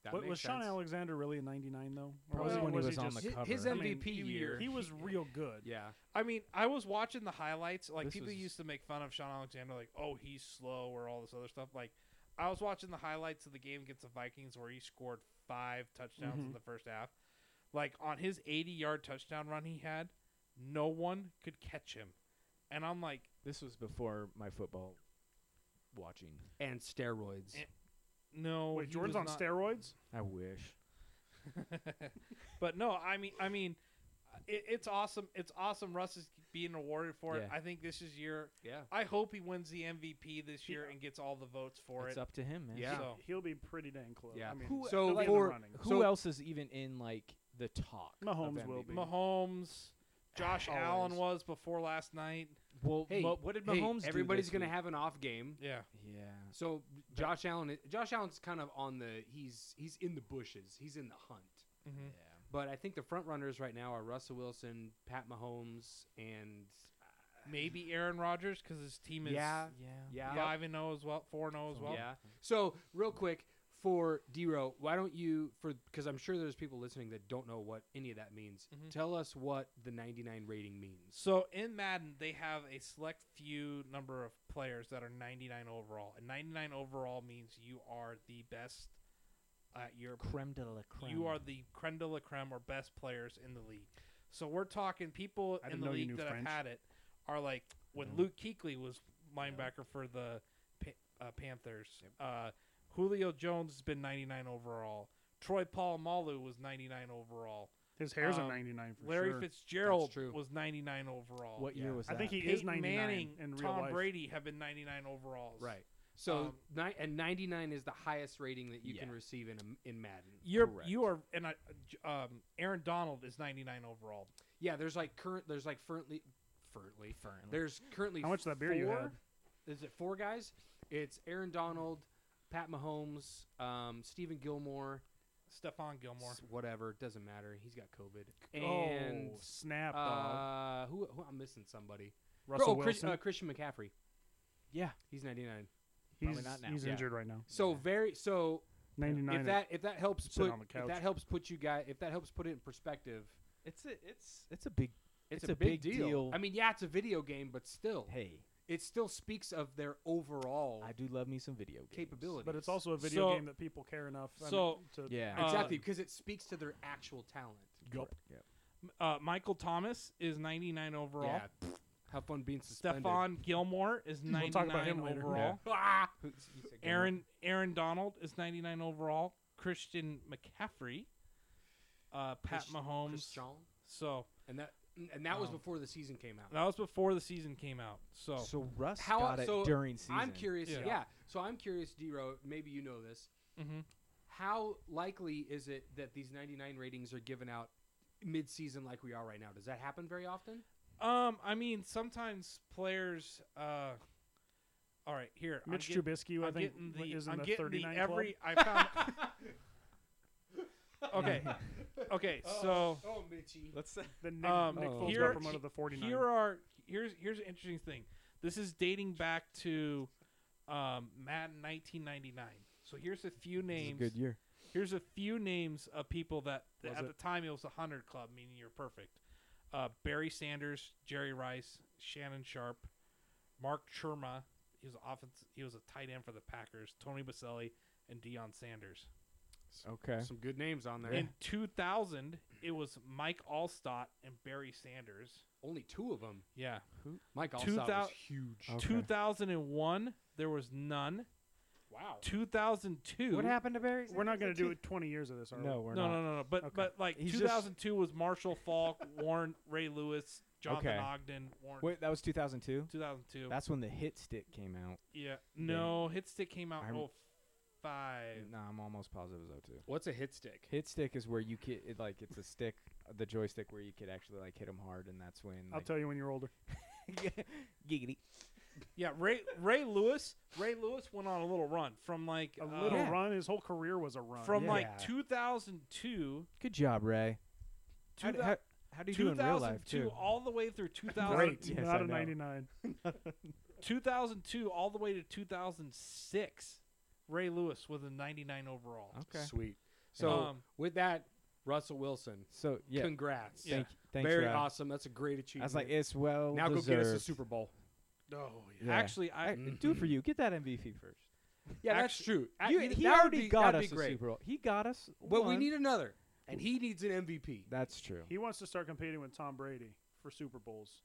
[SPEAKER 5] That
[SPEAKER 4] What,
[SPEAKER 5] makes
[SPEAKER 4] was Sean
[SPEAKER 5] sense.
[SPEAKER 4] Alexander really a 99 though?
[SPEAKER 3] Probably when he was on
[SPEAKER 4] just-
[SPEAKER 3] the cover.
[SPEAKER 5] His
[SPEAKER 4] I mean,
[SPEAKER 5] MVP
[SPEAKER 2] he-
[SPEAKER 5] year.
[SPEAKER 4] He was real good.
[SPEAKER 5] yeah.
[SPEAKER 2] I mean, I was watching the highlights. Like
[SPEAKER 5] This
[SPEAKER 2] people
[SPEAKER 5] was-
[SPEAKER 2] used to make fun of Sean Alexander, like, "Oh, he's slow" or all this other stuff. Like, I was watching the highlights of the game against the Vikings where he scored five touchdowns in
[SPEAKER 4] Mhm.
[SPEAKER 2] the first half. Like on his 80-yard touchdown run he had, no one could catch him, and I'm like,
[SPEAKER 3] this was before my football watching.
[SPEAKER 5] And steroids.
[SPEAKER 2] And- "No,
[SPEAKER 4] Wait,
[SPEAKER 2] he
[SPEAKER 4] Jordan's
[SPEAKER 2] was
[SPEAKER 4] on
[SPEAKER 2] not-
[SPEAKER 4] steroids.
[SPEAKER 3] I wish.
[SPEAKER 2] but no, I mean, I mean, it, it's awesome. It's awesome. Russ is being awarded for it.
[SPEAKER 3] Yeah.
[SPEAKER 2] I think this is year.
[SPEAKER 5] yeah.
[SPEAKER 2] I hope he wins the MVP this
[SPEAKER 4] He-
[SPEAKER 2] year and gets all the votes for
[SPEAKER 3] It's
[SPEAKER 2] it.
[SPEAKER 3] up to him, man.
[SPEAKER 5] Yeah.
[SPEAKER 2] So-
[SPEAKER 4] He'll be pretty dang close.
[SPEAKER 5] Yeah.
[SPEAKER 4] I mean,
[SPEAKER 3] Who-
[SPEAKER 5] So
[SPEAKER 4] he'll be in the
[SPEAKER 5] for-
[SPEAKER 4] running.
[SPEAKER 3] Who
[SPEAKER 5] So-
[SPEAKER 3] else is even in like the talk? of
[SPEAKER 4] Mahomes will
[SPEAKER 3] MVP?
[SPEAKER 4] be.
[SPEAKER 2] Mahomes, Josh
[SPEAKER 5] Always.
[SPEAKER 2] Allen was before last night.
[SPEAKER 3] Well,
[SPEAKER 5] Hey,
[SPEAKER 3] Mo- what did Mahomes? do
[SPEAKER 5] everybody's
[SPEAKER 3] this
[SPEAKER 5] gonna
[SPEAKER 3] week?
[SPEAKER 5] have an off game.
[SPEAKER 2] Yeah.
[SPEAKER 3] Yeah.
[SPEAKER 5] So Josh Allen, Josh Allen's kind of on the he's he's in the bushes. He's in the hunt.
[SPEAKER 2] Mm-hmm.
[SPEAKER 5] But I think the front runners right now are Russell Wilson, Pat Mahomes, and
[SPEAKER 2] Maybe Aaron Rodgers because his team is
[SPEAKER 5] yeah,
[SPEAKER 3] Yeah.
[SPEAKER 5] yeah,
[SPEAKER 2] five and zero as well, four and zero as well.
[SPEAKER 5] yeah. So real quick for Dero, why don't you for because I'm sure there's people listening that don't know what any of that means.
[SPEAKER 2] Mhm.
[SPEAKER 5] Tell us what the 99 rating means.
[SPEAKER 2] So in Madden, they have a select few number of players that are 99 overall, and 99 overall means you are the best uh, you're
[SPEAKER 3] creme de la creme.
[SPEAKER 2] you are the creme de la creme or best players in the league. So we're talking people
[SPEAKER 6] I
[SPEAKER 2] in
[SPEAKER 6] didn't
[SPEAKER 2] the
[SPEAKER 6] know you
[SPEAKER 2] league
[SPEAKER 6] knew
[SPEAKER 2] that
[SPEAKER 6] French.
[SPEAKER 2] have had it are like when Luke Kuechly was linebacker for the pa- uh, Panthers. Uh, Julio Jones has been 99 overall. Troy Polamalu was 99 overall.
[SPEAKER 4] His hair's
[SPEAKER 2] Um,
[SPEAKER 4] a 99 for
[SPEAKER 2] Larry
[SPEAKER 4] sure.
[SPEAKER 2] Fitzgerald
[SPEAKER 5] true.
[SPEAKER 2] was 99 overall.
[SPEAKER 3] What year was
[SPEAKER 4] I
[SPEAKER 3] that?
[SPEAKER 4] think he is
[SPEAKER 2] Peyton
[SPEAKER 4] 99
[SPEAKER 2] Manning,
[SPEAKER 4] in real
[SPEAKER 2] Tom
[SPEAKER 4] life.
[SPEAKER 2] Brady have been 99 overalls.
[SPEAKER 5] Right. So
[SPEAKER 2] Um,
[SPEAKER 5] ni- and 99 is the highest rating that you can
[SPEAKER 3] Yeah.
[SPEAKER 5] receive in a, in Madden.
[SPEAKER 2] You're
[SPEAKER 3] Correct.
[SPEAKER 2] you are and I, um, Aaron Donald is 99 overall.
[SPEAKER 5] Yeah, there's like current there's like currently currently there's currently
[SPEAKER 4] How much of that beer
[SPEAKER 5] four,
[SPEAKER 4] you had?
[SPEAKER 5] Is it four guys? It's Aaron Donald, Pat Mahomes, um, Stephen Gilmore,
[SPEAKER 2] Stephon Gilmore.
[SPEAKER 5] s- whatever, doesn't matter. He's got COVID.
[SPEAKER 4] oh,
[SPEAKER 5] And
[SPEAKER 4] snap, dog.
[SPEAKER 5] uh, who, who I'm missing somebody.
[SPEAKER 4] Russell
[SPEAKER 5] oh, Chris,
[SPEAKER 4] Wilson.
[SPEAKER 5] uh, Christian McCaffrey.
[SPEAKER 3] Yeah.
[SPEAKER 5] He's 99.
[SPEAKER 3] probably
[SPEAKER 4] he's
[SPEAKER 3] not now.
[SPEAKER 4] he's
[SPEAKER 5] Yeah.
[SPEAKER 4] injured right now.
[SPEAKER 5] So very so
[SPEAKER 4] 99.
[SPEAKER 5] if that if that helps
[SPEAKER 4] Sit
[SPEAKER 5] put
[SPEAKER 4] on the
[SPEAKER 5] if
[SPEAKER 4] couch.
[SPEAKER 5] that helps put you guys if that helps put it in perspective.
[SPEAKER 3] It's a it's it's a big
[SPEAKER 5] It's,
[SPEAKER 3] It's
[SPEAKER 5] a,
[SPEAKER 3] a
[SPEAKER 5] big,
[SPEAKER 3] big
[SPEAKER 5] deal.
[SPEAKER 3] deal.
[SPEAKER 5] I mean, yeah, it's a video game, but still,
[SPEAKER 3] hey.
[SPEAKER 5] it still speaks of their overall
[SPEAKER 3] I do love me some video games.
[SPEAKER 5] capability.
[SPEAKER 4] but it's also a video
[SPEAKER 2] So-
[SPEAKER 4] game that people care enough I mean,
[SPEAKER 2] so,
[SPEAKER 4] to
[SPEAKER 3] Yeah.
[SPEAKER 2] Uh,
[SPEAKER 5] exactly because it speaks to their actual talent.
[SPEAKER 2] Uh, Michael Thomas is 99 overall.
[SPEAKER 5] Yeah. Have fun being suspended.
[SPEAKER 2] Stephon Gilmore is 99
[SPEAKER 4] We'll talk about him later.
[SPEAKER 2] overall.
[SPEAKER 5] Ah! You said Gilmore.
[SPEAKER 2] Aaron Aaron Donald is 99 overall. Christian McCaffrey, uh, Pat
[SPEAKER 5] Chris- Oh.
[SPEAKER 2] Mahomes.
[SPEAKER 5] Christian.
[SPEAKER 2] So
[SPEAKER 5] and that and that was
[SPEAKER 2] Um,
[SPEAKER 5] before the season came out.
[SPEAKER 2] that was before the season came out. So,
[SPEAKER 3] So Russ
[SPEAKER 5] How-
[SPEAKER 3] got it
[SPEAKER 5] so
[SPEAKER 3] during season.
[SPEAKER 5] I'm curious. Yeah.
[SPEAKER 2] Yeah.
[SPEAKER 5] So I'm curious, Dero. Maybe you know this.
[SPEAKER 2] Mhm.
[SPEAKER 5] How likely is it that these 99 ratings are given out mid-season like we are right now? Does that happen very often?
[SPEAKER 2] um, I mean, sometimes players. Uh, all right, here. I'm
[SPEAKER 4] Mitch
[SPEAKER 2] getting-
[SPEAKER 4] Trubisky, I
[SPEAKER 2] I'm
[SPEAKER 4] think,
[SPEAKER 2] getting
[SPEAKER 4] w-
[SPEAKER 2] the,
[SPEAKER 4] is in
[SPEAKER 2] I'm
[SPEAKER 4] the
[SPEAKER 2] getting
[SPEAKER 4] 39
[SPEAKER 2] the every.
[SPEAKER 4] club.
[SPEAKER 2] I found. okay, okay. So
[SPEAKER 5] oh, Mitchy.
[SPEAKER 3] Let's
[SPEAKER 4] Then Nick,
[SPEAKER 2] um,
[SPEAKER 4] Nick Foles
[SPEAKER 2] here-
[SPEAKER 4] got promoted to the 49.
[SPEAKER 2] here are here's here's an interesting thing. This is dating back to um, Madden 1999. So here's a few names.
[SPEAKER 3] good year.
[SPEAKER 2] Here's a few names of people that
[SPEAKER 4] Was
[SPEAKER 2] at
[SPEAKER 4] it?
[SPEAKER 2] the time it was a hundred club, meaning you're perfect. Uh, Barry Sanders, Jerry Rice, Shannon Sharp, Mark Churma. He was offense. He was a tight end for the Packers. Tony Baselli and Deion Sanders.
[SPEAKER 3] Okay.
[SPEAKER 5] Some good names on there.
[SPEAKER 2] In 2000, it was Mike Allstott and Barry Sanders.
[SPEAKER 5] Only two of them.
[SPEAKER 2] Yeah.
[SPEAKER 5] Mike
[SPEAKER 2] Two
[SPEAKER 5] Allstott was
[SPEAKER 2] thou-
[SPEAKER 5] huge.
[SPEAKER 3] Okay.
[SPEAKER 2] 2001, there was none.
[SPEAKER 5] Wow.
[SPEAKER 2] 2002.
[SPEAKER 3] happened to Barry?
[SPEAKER 4] We're not going to do 20 years of this, are
[SPEAKER 3] No, we're
[SPEAKER 2] No,
[SPEAKER 3] not.
[SPEAKER 2] no, no, no. But
[SPEAKER 4] Okay.
[SPEAKER 2] but like
[SPEAKER 3] He's just-
[SPEAKER 2] 2002 was Marshall Falk, Warren, Ray Lewis, Jonathan
[SPEAKER 3] Okay.
[SPEAKER 2] Ogden, Warren.
[SPEAKER 3] Wait, that was 2002.
[SPEAKER 2] 2002.
[SPEAKER 3] That's when the hit stick came out.
[SPEAKER 2] yeah. No, Hit Stick came out oh in
[SPEAKER 3] I'm-
[SPEAKER 2] 05.
[SPEAKER 3] No, I'm almost positive it was 02.
[SPEAKER 5] What's a hit stick?
[SPEAKER 3] Hit stick is where you could it, like it's a stick, the joystick where you could actually like hit them hard, and that's when.
[SPEAKER 4] I'll
[SPEAKER 3] Like,
[SPEAKER 4] tell you when you're older.
[SPEAKER 3] giggity.
[SPEAKER 2] Yeah, Ray Ray Lewis, Ray Lewis went on a little run from like
[SPEAKER 4] A
[SPEAKER 2] uh,
[SPEAKER 4] little
[SPEAKER 3] Yeah.
[SPEAKER 4] run. His whole career was a run.
[SPEAKER 2] from like
[SPEAKER 3] Yeah.
[SPEAKER 2] 2002
[SPEAKER 3] Good job, Ray. How,
[SPEAKER 2] two
[SPEAKER 3] how, how do you do in real life
[SPEAKER 2] 2002
[SPEAKER 3] too?
[SPEAKER 2] all the way through 2000
[SPEAKER 4] Great.
[SPEAKER 3] Yes,
[SPEAKER 4] not
[SPEAKER 3] I
[SPEAKER 4] a
[SPEAKER 3] know.
[SPEAKER 4] 99.
[SPEAKER 2] 2002 all the way to 2006 ray lewis with a 99 overall
[SPEAKER 3] Okay.
[SPEAKER 5] Sweet. So
[SPEAKER 2] Um,
[SPEAKER 5] with that, Russell Wilson.
[SPEAKER 3] So yeah,
[SPEAKER 5] Congrats.
[SPEAKER 2] Yeah.
[SPEAKER 3] thank, thanks,
[SPEAKER 5] Very
[SPEAKER 3] Ray.
[SPEAKER 5] awesome. That's a great
[SPEAKER 3] I
[SPEAKER 5] achievement.
[SPEAKER 3] was like, it's well
[SPEAKER 5] now
[SPEAKER 3] deserved.
[SPEAKER 5] go get us a Super Bowl. Mm-hmm.
[SPEAKER 2] oh,
[SPEAKER 3] yeah.
[SPEAKER 2] actually i
[SPEAKER 3] Hey, Do it for you. Get that MVP first.
[SPEAKER 5] Yeah,
[SPEAKER 2] Actu-
[SPEAKER 5] that's true. A-
[SPEAKER 3] You,
[SPEAKER 5] you-
[SPEAKER 3] he
[SPEAKER 5] that would
[SPEAKER 3] already
[SPEAKER 5] be-
[SPEAKER 3] got
[SPEAKER 5] that'd
[SPEAKER 3] us
[SPEAKER 5] be
[SPEAKER 3] a
[SPEAKER 5] great.
[SPEAKER 3] Super Bowl. He got us.
[SPEAKER 5] But we
[SPEAKER 3] one.
[SPEAKER 5] need another, and he needs an MVP.
[SPEAKER 3] That's true.
[SPEAKER 4] He wants to start competing with Tom Brady for Super Bowls.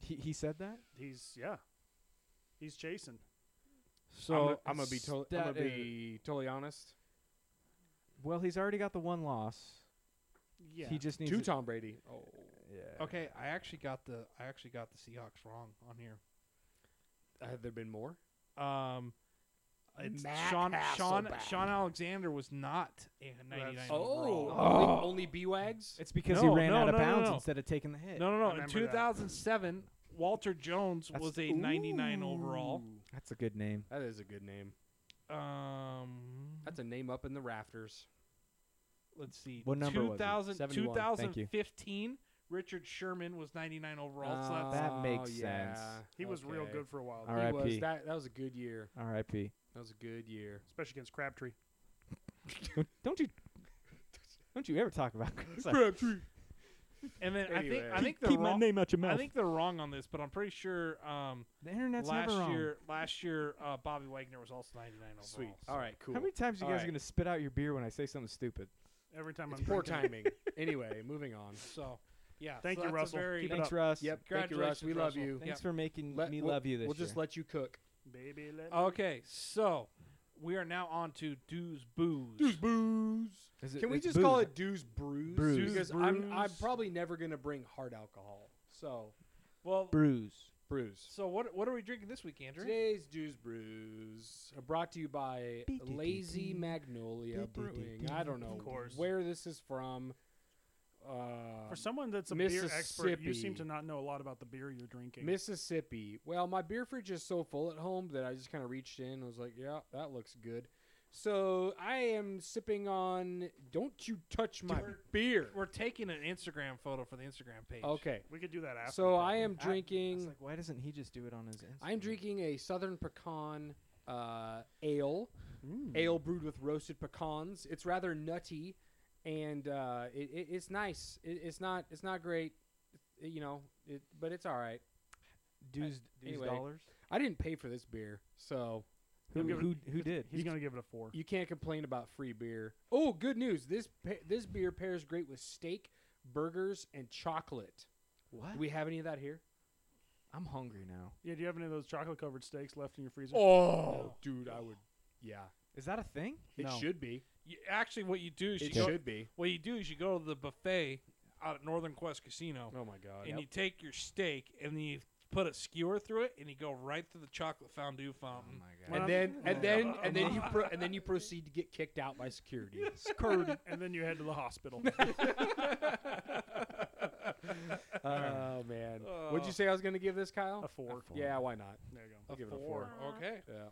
[SPEAKER 3] He, he said that.
[SPEAKER 4] He's, yeah. He's chasing.
[SPEAKER 2] so
[SPEAKER 5] I'm gonna be totally. I'm
[SPEAKER 3] that
[SPEAKER 5] gonna be totally honest.
[SPEAKER 3] Well, he's already got the one loss.
[SPEAKER 4] Yeah.
[SPEAKER 3] He just needs
[SPEAKER 5] To
[SPEAKER 3] it-
[SPEAKER 5] Tom Brady. Oh,
[SPEAKER 3] Yeah.
[SPEAKER 2] okay i actually got the i actually got the seahawks wrong on here
[SPEAKER 5] have there been more?
[SPEAKER 2] um it's
[SPEAKER 5] Matt
[SPEAKER 2] sean sean
[SPEAKER 5] Hasselbeck.
[SPEAKER 2] sean alexander was not a 99
[SPEAKER 4] That's-
[SPEAKER 5] Oh,
[SPEAKER 2] overall.
[SPEAKER 3] Oh.
[SPEAKER 5] only, only B-Wags.
[SPEAKER 3] It's because
[SPEAKER 2] No,
[SPEAKER 3] he ran
[SPEAKER 2] no,
[SPEAKER 3] out of
[SPEAKER 2] no, no,
[SPEAKER 3] bounds
[SPEAKER 2] no.
[SPEAKER 3] instead of taking the hit.
[SPEAKER 2] no
[SPEAKER 4] I
[SPEAKER 2] no no in
[SPEAKER 4] remember that.
[SPEAKER 2] 2007 walter jones
[SPEAKER 3] That's-
[SPEAKER 2] was a 99 overall
[SPEAKER 5] Ooh.
[SPEAKER 3] That's a good name.
[SPEAKER 5] That is a good name.
[SPEAKER 2] um
[SPEAKER 5] That's a name up in the rafters.
[SPEAKER 2] let's see.
[SPEAKER 3] What number was it?
[SPEAKER 2] 2000,
[SPEAKER 3] 71. Thank you.
[SPEAKER 2] 2015, Richard Sherman was 99 overall. so that's,
[SPEAKER 3] That makes
[SPEAKER 5] Oh,
[SPEAKER 3] sense.
[SPEAKER 5] yeah.
[SPEAKER 4] He was real
[SPEAKER 5] Okay.
[SPEAKER 4] good for a while,
[SPEAKER 5] He
[SPEAKER 3] Ah. All right.
[SPEAKER 5] was.
[SPEAKER 3] R.I.P..
[SPEAKER 5] That that was a good year.
[SPEAKER 3] R.I.P.
[SPEAKER 5] That was a good year.
[SPEAKER 4] especially against Crabtree.
[SPEAKER 3] don't you, don't you ever talk about Chris?
[SPEAKER 2] And then I think I
[SPEAKER 5] Anyway.
[SPEAKER 2] think they're
[SPEAKER 6] Keep my
[SPEAKER 2] wrong.
[SPEAKER 6] name out your mouth.
[SPEAKER 2] I think they're wrong on this, but I'm pretty sure um,
[SPEAKER 3] The internet's
[SPEAKER 2] last
[SPEAKER 3] never wrong.
[SPEAKER 2] year last year uh, Bobby Wagner was also 99 overall.
[SPEAKER 1] Sweet.
[SPEAKER 2] so-
[SPEAKER 5] All right, cool.
[SPEAKER 3] How many times you
[SPEAKER 5] All
[SPEAKER 3] guys
[SPEAKER 5] right.
[SPEAKER 3] are gonna spit out your beer when I say something stupid?
[SPEAKER 4] Every time
[SPEAKER 5] It's
[SPEAKER 4] I'm
[SPEAKER 5] poor
[SPEAKER 4] drinking.
[SPEAKER 5] timing. anyway, moving on.
[SPEAKER 2] So yeah.
[SPEAKER 4] Thank
[SPEAKER 2] so
[SPEAKER 4] you,
[SPEAKER 2] that's a
[SPEAKER 4] Russell.
[SPEAKER 2] very-
[SPEAKER 4] Keep it
[SPEAKER 3] Thanks,
[SPEAKER 4] up.
[SPEAKER 3] Russ.
[SPEAKER 5] Yep. Thank you, Russ.
[SPEAKER 2] Congratulations,
[SPEAKER 5] We love
[SPEAKER 2] Russell.
[SPEAKER 5] you.
[SPEAKER 3] Thanks for making
[SPEAKER 5] Let-
[SPEAKER 3] me
[SPEAKER 5] we'll,
[SPEAKER 3] love you this
[SPEAKER 5] We'll
[SPEAKER 3] year.
[SPEAKER 5] just let you cook.
[SPEAKER 4] Baby, let me-
[SPEAKER 2] Okay, so we are now on to Do's booze.
[SPEAKER 5] booze.
[SPEAKER 3] Is it-
[SPEAKER 5] Can we
[SPEAKER 3] it's
[SPEAKER 5] just call
[SPEAKER 3] booze.
[SPEAKER 5] it Dew's brews?
[SPEAKER 3] Brews. Dew's
[SPEAKER 5] Because I'm, I'm
[SPEAKER 2] brews.
[SPEAKER 5] probably never gonna bring hard alcohol. So
[SPEAKER 2] Well,
[SPEAKER 3] bruise?
[SPEAKER 5] brews.
[SPEAKER 2] so what what are we drinking this week, Andrew?
[SPEAKER 5] Today's Dew's brews are brought to you by Lazy Magnolia Brewing. I don't know
[SPEAKER 4] Of course.
[SPEAKER 5] where this is from. Uh,
[SPEAKER 4] For someone that's a beer expert, you seem
[SPEAKER 5] Mississippi.
[SPEAKER 4] to not know a lot about the beer you're drinking.
[SPEAKER 5] Mississippi. Well, my beer fridge is so full at home that I just kind of reached in and was like, yeah, that looks good. So I am sipping on Don't You Touch My
[SPEAKER 2] We're-
[SPEAKER 5] Beer.
[SPEAKER 2] We're taking an Instagram photo for the Instagram page.
[SPEAKER 5] Okay.
[SPEAKER 4] we could do that after.
[SPEAKER 5] So I
[SPEAKER 4] probably.
[SPEAKER 5] am
[SPEAKER 3] I- It's
[SPEAKER 5] drinking
[SPEAKER 3] like, why doesn't he just do it on his Instagram?
[SPEAKER 5] I'm drinking a southern pecan uh, ale.
[SPEAKER 4] Mm.
[SPEAKER 5] Ale brewed with roasted pecans. It's rather nutty, and uh, it, it, it's nice. It, it's not it's not great, it- you know, it, but it's all right.
[SPEAKER 3] dues, dues
[SPEAKER 5] anyway.
[SPEAKER 3] dollars.
[SPEAKER 5] I didn't pay for this beer, so
[SPEAKER 3] Who,
[SPEAKER 4] I'm giving-
[SPEAKER 3] who, who did?
[SPEAKER 4] He's gonna give it a four.
[SPEAKER 5] you can't complain about free beer. Oh, good news! This pa- this beer pairs great with steak, burgers, and chocolate.
[SPEAKER 3] what?
[SPEAKER 5] Do we have any of that here?
[SPEAKER 3] I'm hungry now.
[SPEAKER 4] Yeah, do you have any of those chocolate covered steaks left in your freezer?
[SPEAKER 5] Oh, dude, I would. Yeah,
[SPEAKER 3] Is that a thing?
[SPEAKER 5] it
[SPEAKER 4] No.
[SPEAKER 5] should be.
[SPEAKER 2] You, actually, what you do is you
[SPEAKER 5] It
[SPEAKER 2] go,
[SPEAKER 5] should be.
[SPEAKER 2] what you do is you go to the buffet out at Northern Quest Casino,
[SPEAKER 5] Oh my god!
[SPEAKER 2] and you take your steak and then you put a skewer through it, and you go right through the chocolate fondue fountain.
[SPEAKER 4] Well,
[SPEAKER 3] Oh,
[SPEAKER 5] and
[SPEAKER 4] I'm-
[SPEAKER 5] then and then
[SPEAKER 2] Yeah.
[SPEAKER 5] and then you pro- and then you proceed to get kicked out by security.
[SPEAKER 4] and then you head to the hospital.
[SPEAKER 5] oh man, what'd
[SPEAKER 2] Oh.
[SPEAKER 5] you say I was gonna give this, Kyle?
[SPEAKER 4] a four.
[SPEAKER 5] Yeah, why not?
[SPEAKER 4] There you
[SPEAKER 5] I'll
[SPEAKER 4] go.
[SPEAKER 5] give it a four.
[SPEAKER 2] Okay.
[SPEAKER 5] Yeah.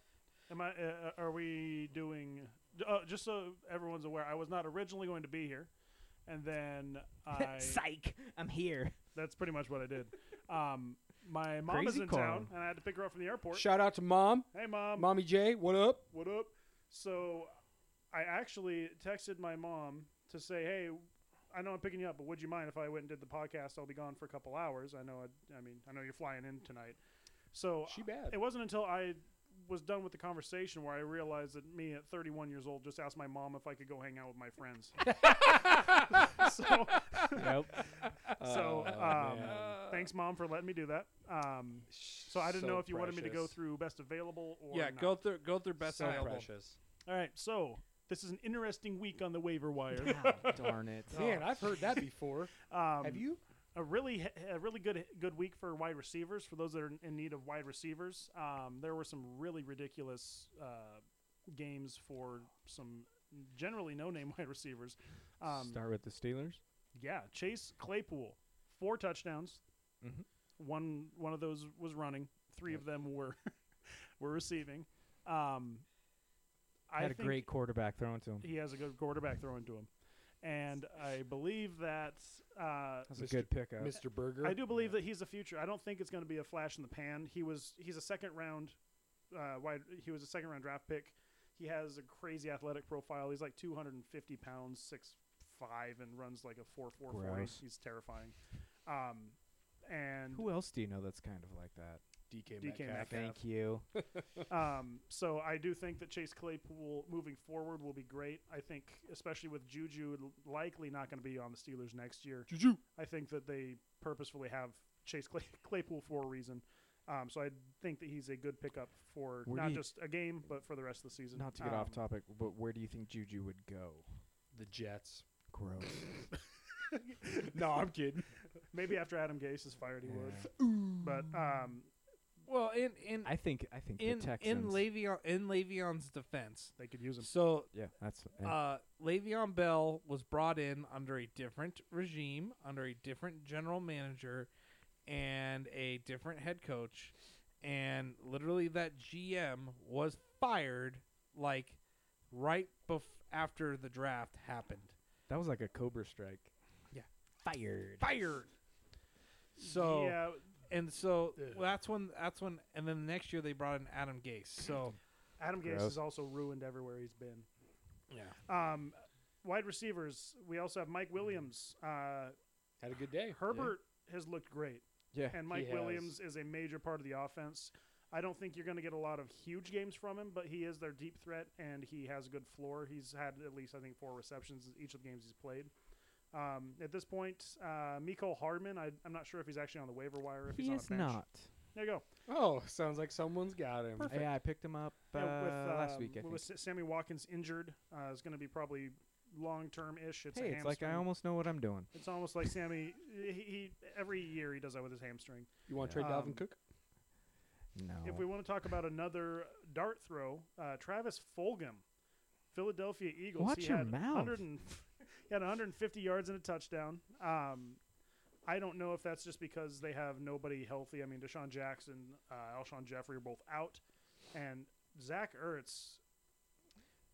[SPEAKER 4] Am I? Uh, are we doing? Uh, just so everyone's aware, I was not originally going to be here, and then I.
[SPEAKER 3] Psych. I'm here.
[SPEAKER 4] that's pretty much what I did. Um, my mom is
[SPEAKER 3] Crazy
[SPEAKER 4] in
[SPEAKER 3] call.
[SPEAKER 4] town, and I had to pick her up from the airport.
[SPEAKER 5] Shout out to mom,
[SPEAKER 4] hey, mom.
[SPEAKER 5] mommy J. What up?
[SPEAKER 4] What up? So I actually texted my mom to say, hey, I know I'm picking you up, but would you mind if I went and did the podcast? I'll be gone for a couple hours. I know, I, I mean, I know you're flying in tonight. So
[SPEAKER 5] She bad.
[SPEAKER 4] it wasn't until I was done with the conversation where I realized that me at 31 years old just asked my mom if I could go hang out with my friends. so
[SPEAKER 3] Yep.
[SPEAKER 4] so,
[SPEAKER 5] Oh,
[SPEAKER 4] um,
[SPEAKER 5] man.
[SPEAKER 4] thanks, mom, for letting me do that. Um, so I didn't know if you wanted me to go
[SPEAKER 5] precious.
[SPEAKER 4] through best available or
[SPEAKER 2] Yeah,
[SPEAKER 4] not.
[SPEAKER 2] go through go through best
[SPEAKER 5] So
[SPEAKER 2] available.
[SPEAKER 5] precious.
[SPEAKER 4] All right, so this is an interesting week on the waiver wire.
[SPEAKER 3] God darn it.
[SPEAKER 5] Man, I've heard that before.
[SPEAKER 4] Um,
[SPEAKER 5] Have you?
[SPEAKER 4] A really, he- a really good, good week for wide receivers. For those that are in- in need of wide receivers, um, there were some really ridiculous uh, games for some generally no-name wide receivers. Um,
[SPEAKER 3] Start with the Steelers.
[SPEAKER 4] Yeah, Chase Claypool, four touchdowns.
[SPEAKER 3] Mhm.
[SPEAKER 4] One one of those was running. Three of them were were receiving. Um, I
[SPEAKER 3] had a
[SPEAKER 4] think
[SPEAKER 3] great quarterback thrown to him.
[SPEAKER 4] he has a good quarterback throwing to him, and I believe that uh,
[SPEAKER 3] That's a good pickup.
[SPEAKER 5] Mr. Burger.
[SPEAKER 4] I do believe that he's the future. I don't think it's going to be a flash in the pan. He was he's a second round uh, wide. He was a second round draft pick. He has a crazy athletic profile. He's like 250 pounds, six five, and runs like a four four forty.
[SPEAKER 3] Gross.
[SPEAKER 4] He's terrifying. Um, and
[SPEAKER 3] Who else do you know that's kind of like that?
[SPEAKER 5] DK,
[SPEAKER 4] DK
[SPEAKER 5] Metcalf.
[SPEAKER 4] Metcalf.
[SPEAKER 3] Thank you.
[SPEAKER 4] um, so I do think that Chase Claypool moving forward will be great. I think especially with Juju likely not going to be on the Steelers next year.
[SPEAKER 5] Juju.
[SPEAKER 4] I think that they purposefully have Chase Clay- Claypool for a reason. Um, so I think that he's a good pickup for
[SPEAKER 3] Where do
[SPEAKER 4] not
[SPEAKER 3] you-
[SPEAKER 4] just a game, but for the rest of the season.
[SPEAKER 3] Not to get off
[SPEAKER 4] Um,
[SPEAKER 3] topic, but where do you think Juju would go?
[SPEAKER 5] The Jets.
[SPEAKER 3] Gross.
[SPEAKER 5] no, I'm kidding.
[SPEAKER 4] Maybe after Adam Gase is fired, he would.
[SPEAKER 3] Yeah.
[SPEAKER 4] But um,
[SPEAKER 2] Well, in in
[SPEAKER 3] I think I think
[SPEAKER 2] in
[SPEAKER 3] the Texans.
[SPEAKER 2] in Le'Veon in Le'Veon's defense,
[SPEAKER 4] they could use him.
[SPEAKER 2] so
[SPEAKER 3] yeah, that's and
[SPEAKER 2] Uh, Le'Veon Bell was brought in under a different regime, under a different general manager, and a different head coach, and literally that GM was fired like right bef- after the draft happened.
[SPEAKER 3] that was like a Cobra strike.
[SPEAKER 2] Yeah.
[SPEAKER 3] Fired.
[SPEAKER 2] Fired. So
[SPEAKER 4] yeah,
[SPEAKER 2] and so
[SPEAKER 4] Ugh.
[SPEAKER 2] well, that's when that's when and then the next year they brought in Adam Gase. So
[SPEAKER 4] Adam Gase
[SPEAKER 3] Gross.
[SPEAKER 4] is also ruined everywhere he's been.
[SPEAKER 2] yeah,
[SPEAKER 4] Um, wide receivers, we also have Mike Williams. Uh,
[SPEAKER 1] Had a good day.
[SPEAKER 4] Herbert has looked great,
[SPEAKER 3] Yeah.
[SPEAKER 4] and Mike
[SPEAKER 5] has.
[SPEAKER 4] Williams is a major part of the offense. I don't think you're going to get a lot of huge games from him, but he is their deep threat, and he has a good floor. He's had at least, I think, four receptions in each of the games he's played. Um, at this point, uh, Miko Hardman, I, I'm not sure if he's actually on the waiver wire. or If he's
[SPEAKER 3] He
[SPEAKER 4] on a
[SPEAKER 3] is
[SPEAKER 4] bench.
[SPEAKER 3] not.
[SPEAKER 4] There you go.
[SPEAKER 1] Oh, sounds like someone's got him.
[SPEAKER 3] Yeah, I picked him up uh,
[SPEAKER 4] Yeah, with,
[SPEAKER 3] last
[SPEAKER 4] um,
[SPEAKER 3] week. I
[SPEAKER 4] with
[SPEAKER 3] think.
[SPEAKER 4] Sa- Sammy Watkins injured, uh, is going to be probably long term ish. It's
[SPEAKER 3] hey,
[SPEAKER 4] a
[SPEAKER 3] it's like I
[SPEAKER 4] hamstring.
[SPEAKER 3] almost know what I'm doing.
[SPEAKER 4] It's almost like Sammy. He, he every year he does that with his hamstring.
[SPEAKER 1] You want to
[SPEAKER 4] Yeah.
[SPEAKER 1] trade
[SPEAKER 4] Um,
[SPEAKER 1] Dalvin Cook?
[SPEAKER 3] No.
[SPEAKER 4] If we want to talk about another dart throw, uh, Travis Fulgham, Philadelphia Eagles.
[SPEAKER 3] Watch
[SPEAKER 4] he
[SPEAKER 3] your
[SPEAKER 4] had
[SPEAKER 3] mouth.
[SPEAKER 4] 100 and, he had 150 yards and a touchdown. Um, I don't know if that's just because they have nobody healthy. I mean, Deshaun Jackson, uh, Alshon Jeffrey are both out, and Zach Ertz.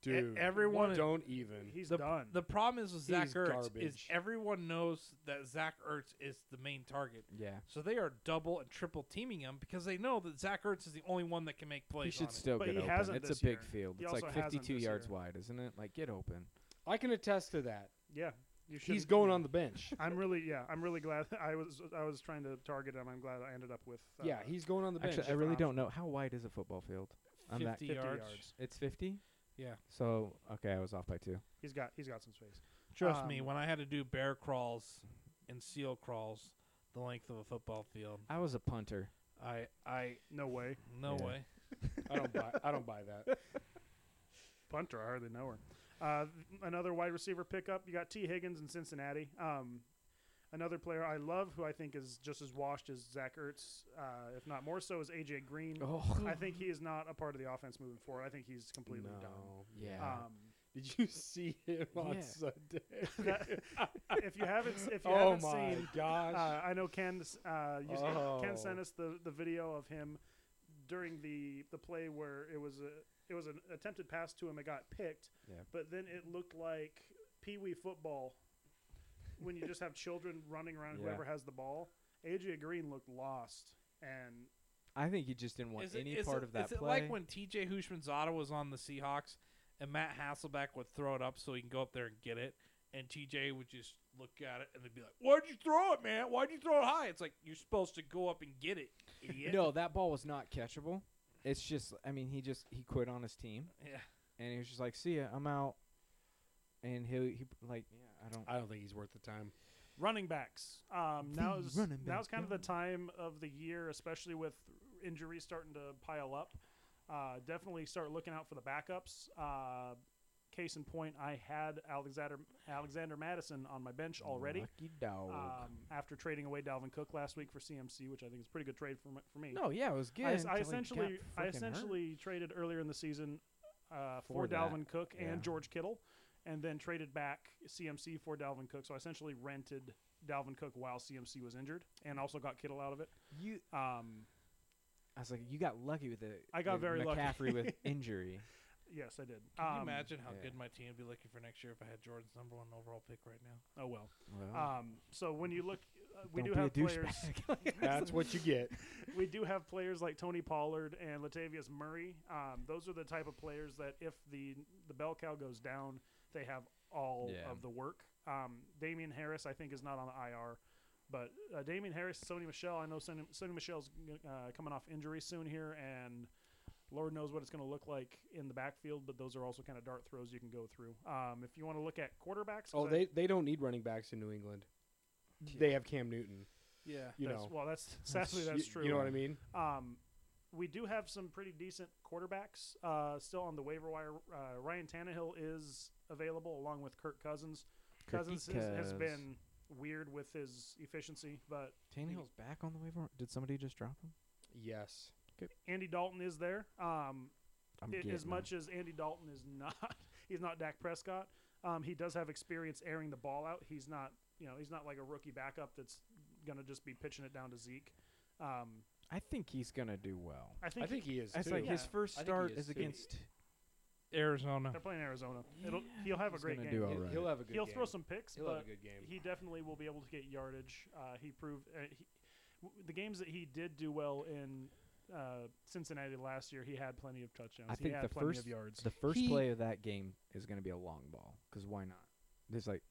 [SPEAKER 2] E-
[SPEAKER 1] Dude,
[SPEAKER 2] everyone-
[SPEAKER 1] don't even.
[SPEAKER 4] He's
[SPEAKER 2] the,
[SPEAKER 4] done.
[SPEAKER 2] The problem is with Zach
[SPEAKER 1] He's
[SPEAKER 2] Ertz is
[SPEAKER 1] garbage.
[SPEAKER 2] everyone knows that Zach Ertz is the main target.
[SPEAKER 3] yeah.
[SPEAKER 2] So they are double and triple teaming him because they know that Zach Ertz is the only one that can make plays.
[SPEAKER 3] He
[SPEAKER 2] on
[SPEAKER 3] should
[SPEAKER 2] it.
[SPEAKER 3] still
[SPEAKER 4] But
[SPEAKER 3] get
[SPEAKER 4] he
[SPEAKER 3] open.
[SPEAKER 4] hasn't
[SPEAKER 3] It's
[SPEAKER 4] this
[SPEAKER 3] a big
[SPEAKER 4] year.
[SPEAKER 3] field.
[SPEAKER 4] He
[SPEAKER 3] it's
[SPEAKER 4] also
[SPEAKER 3] like
[SPEAKER 4] hasn't
[SPEAKER 3] 52
[SPEAKER 4] this
[SPEAKER 3] yards
[SPEAKER 4] year.
[SPEAKER 3] wide, isn't it? Like, get open.
[SPEAKER 1] I can attest to that.
[SPEAKER 4] yeah, you
[SPEAKER 1] He's
[SPEAKER 4] shouldn't-
[SPEAKER 1] going
[SPEAKER 4] yeah.
[SPEAKER 1] on the bench.
[SPEAKER 4] I'm really yeah. I'm really glad I was I was trying to target him. I'm glad I ended up with uh,
[SPEAKER 1] yeah, he's going on the bench.
[SPEAKER 3] Actually, I really don't know how wide is a football field. I'm that.
[SPEAKER 2] 50
[SPEAKER 4] 50
[SPEAKER 2] yards.
[SPEAKER 4] yards.
[SPEAKER 3] It's 50.
[SPEAKER 2] Yeah.
[SPEAKER 3] So okay, I was off by two.
[SPEAKER 4] He's got he's got some space.
[SPEAKER 2] Trust me,
[SPEAKER 4] Um,
[SPEAKER 2] when I had to do bear crawls and seal crawls the length of a football field,
[SPEAKER 3] I was a punter.
[SPEAKER 2] I I
[SPEAKER 4] No way,
[SPEAKER 2] no
[SPEAKER 3] Yeah.
[SPEAKER 2] way.
[SPEAKER 1] I don't buy. I don't buy that.
[SPEAKER 4] punter. I hardly know her. Uh, another wide receiver pickup. You got T Higgins in Cincinnati. Um, another player I love who I think is just as washed as Zach Ertz, uh, if not more so, is AJ Green.
[SPEAKER 3] Oh
[SPEAKER 4] I think he is not a part of the offense moving forward. I think he's completely
[SPEAKER 1] No.
[SPEAKER 3] yeah.
[SPEAKER 4] done. Um,
[SPEAKER 1] Uh, Did you see him on
[SPEAKER 3] Yeah.
[SPEAKER 1] Sunday?
[SPEAKER 4] That- if you haven't if you
[SPEAKER 1] oh
[SPEAKER 4] haven't
[SPEAKER 1] my
[SPEAKER 4] seen
[SPEAKER 1] gosh!
[SPEAKER 4] Uh, I know Ken. s- Uh, used,
[SPEAKER 1] Oh.
[SPEAKER 4] Ken sent us the, the video of him during the the play where it was a it was an attempted pass to him. It got picked,
[SPEAKER 1] Yeah.
[SPEAKER 4] but then it looked like Pee Wee football when you just have children running around.
[SPEAKER 3] Yeah.
[SPEAKER 4] Whoever has the ball, AJ Green looked lost, and
[SPEAKER 3] I think he just didn't want
[SPEAKER 2] Is it-
[SPEAKER 3] any
[SPEAKER 2] is
[SPEAKER 3] part
[SPEAKER 2] it-
[SPEAKER 3] of that
[SPEAKER 2] is it
[SPEAKER 3] play.
[SPEAKER 2] like when T.J. Hushmanzada was on the Seahawks and Matt Hasselbeck would throw it up so he can go up there and get it, and T.J. would just look at it and they'd be like, "Why'd you throw it, man? Why'd you throw it high?" It's like you're supposed to go up and get it, idiot.
[SPEAKER 3] No, that ball was not catchable. It's just, I mean, he just he quit on his team,
[SPEAKER 2] Yeah.
[SPEAKER 3] and he was just like, "See ya, I'm out." And he he like, yeah, I don't.
[SPEAKER 1] I don't think he's worth the time.
[SPEAKER 4] running backs. Um, now
[SPEAKER 3] The
[SPEAKER 4] is
[SPEAKER 3] running
[SPEAKER 4] now
[SPEAKER 3] back,
[SPEAKER 4] is kind of
[SPEAKER 3] yeah.
[SPEAKER 4] the time of the year, especially with injuries starting to pile up. Uh, definitely start looking out for the backups. Uh, case in point, I had Alexander Alexander Madison on my bench already.
[SPEAKER 3] Lucky dog.
[SPEAKER 4] Um, after trading away Dalvin Cook last week for CMC, which I think is a pretty good trade for, m- for me.
[SPEAKER 3] no, yeah, it was good.
[SPEAKER 4] I, es-
[SPEAKER 3] until
[SPEAKER 4] I
[SPEAKER 3] he got
[SPEAKER 4] essentially I
[SPEAKER 3] freaking hurt.
[SPEAKER 4] essentially traded earlier in the season uh, for,
[SPEAKER 3] For that,
[SPEAKER 4] Dalvin Cook
[SPEAKER 3] yeah.
[SPEAKER 4] and George Kittle, and then traded back CMC for Dalvin Cook. So I essentially rented Dalvin Cook while CMC was injured, and also got Kittle out of it.
[SPEAKER 3] you.
[SPEAKER 4] Um,
[SPEAKER 3] I was like, you got lucky with it.
[SPEAKER 4] I got very lucky.
[SPEAKER 3] McCaffrey with injury.
[SPEAKER 4] yes, I did.
[SPEAKER 2] Can you
[SPEAKER 4] Um,
[SPEAKER 2] imagine how
[SPEAKER 3] yeah.
[SPEAKER 2] good my team would be looking for next year if I had Jordan's number one overall pick right now?
[SPEAKER 4] Oh well.
[SPEAKER 3] Well,
[SPEAKER 4] Um, so when you look, uh, we
[SPEAKER 3] don't
[SPEAKER 4] do
[SPEAKER 3] be a
[SPEAKER 4] have players.
[SPEAKER 3] douchebag.
[SPEAKER 1] That's what you get.
[SPEAKER 4] we do have players like Tony Pollard and Latavius Murray. Um, those are the type of players that if the the bell cow goes down, they have all
[SPEAKER 3] Yeah.
[SPEAKER 4] of the work. Um, Damian Harris, I think, is not on the IR, but uh, Damian Harris, Sony Michelle. I know Sony, Sony Michelle's uh, coming off injury soon here, and Lord knows what it's going to look like in the backfield. But those are also kind of dart throws you can go through. Um, if you want to look at quarterbacks, 'cause
[SPEAKER 1] Oh,
[SPEAKER 4] I-
[SPEAKER 1] they they don't need running backs in New England. They have Cam Newton.
[SPEAKER 2] Yeah.
[SPEAKER 1] You
[SPEAKER 4] that's-
[SPEAKER 1] know,
[SPEAKER 4] well, that's sadly that's
[SPEAKER 1] You-
[SPEAKER 4] true.
[SPEAKER 1] You know what I mean?
[SPEAKER 4] Um, we do have some pretty decent quarterbacks uh, still on the waiver wire. Uh, Ryan Tannehill is available along with Kirk Cousins. Cousins has, has
[SPEAKER 3] Cuz.
[SPEAKER 4] been weird with his efficiency, but
[SPEAKER 3] Tannehill's back on the waiver. wire? Did somebody just drop him?
[SPEAKER 1] Yes.
[SPEAKER 4] Andy Dalton is there. Um,
[SPEAKER 3] I'm
[SPEAKER 4] i-
[SPEAKER 3] getting
[SPEAKER 4] as
[SPEAKER 3] him.
[SPEAKER 4] much as Andy Dalton is not, he's not Dak Prescott. Um, he does have experience airing the ball out. He's not, you know, he's not like a rookie backup that's gonna just be pitching it down to Zeke. Um,
[SPEAKER 3] I think he's gonna do well.
[SPEAKER 4] I
[SPEAKER 1] I
[SPEAKER 4] think,
[SPEAKER 1] think he is
[SPEAKER 3] That's
[SPEAKER 1] too.
[SPEAKER 3] like his
[SPEAKER 4] Yeah.
[SPEAKER 3] first
[SPEAKER 1] I think he
[SPEAKER 3] start
[SPEAKER 1] is
[SPEAKER 3] is
[SPEAKER 1] too.
[SPEAKER 3] against.
[SPEAKER 2] Arizona.
[SPEAKER 4] they're playing Arizona. It'll,
[SPEAKER 3] Yeah,
[SPEAKER 4] he'll have a
[SPEAKER 3] he's
[SPEAKER 4] great
[SPEAKER 3] gonna
[SPEAKER 4] game.
[SPEAKER 3] do
[SPEAKER 1] He'll,
[SPEAKER 3] Alright.
[SPEAKER 1] he'll have a good
[SPEAKER 4] he'll
[SPEAKER 1] game.
[SPEAKER 4] throw some picks,
[SPEAKER 1] He'll have
[SPEAKER 4] but
[SPEAKER 1] a good game.
[SPEAKER 4] he definitely will be able to get yardage. Uh, he proved uh, he, w- the games that he did do well in uh, Cincinnati last year. He had plenty of touchdowns.
[SPEAKER 3] I
[SPEAKER 4] he
[SPEAKER 3] think
[SPEAKER 4] had
[SPEAKER 3] the
[SPEAKER 4] plenty
[SPEAKER 3] first
[SPEAKER 4] of yards.
[SPEAKER 3] The first
[SPEAKER 5] He-
[SPEAKER 3] play of that game is gonna be a long ball because why not? There's like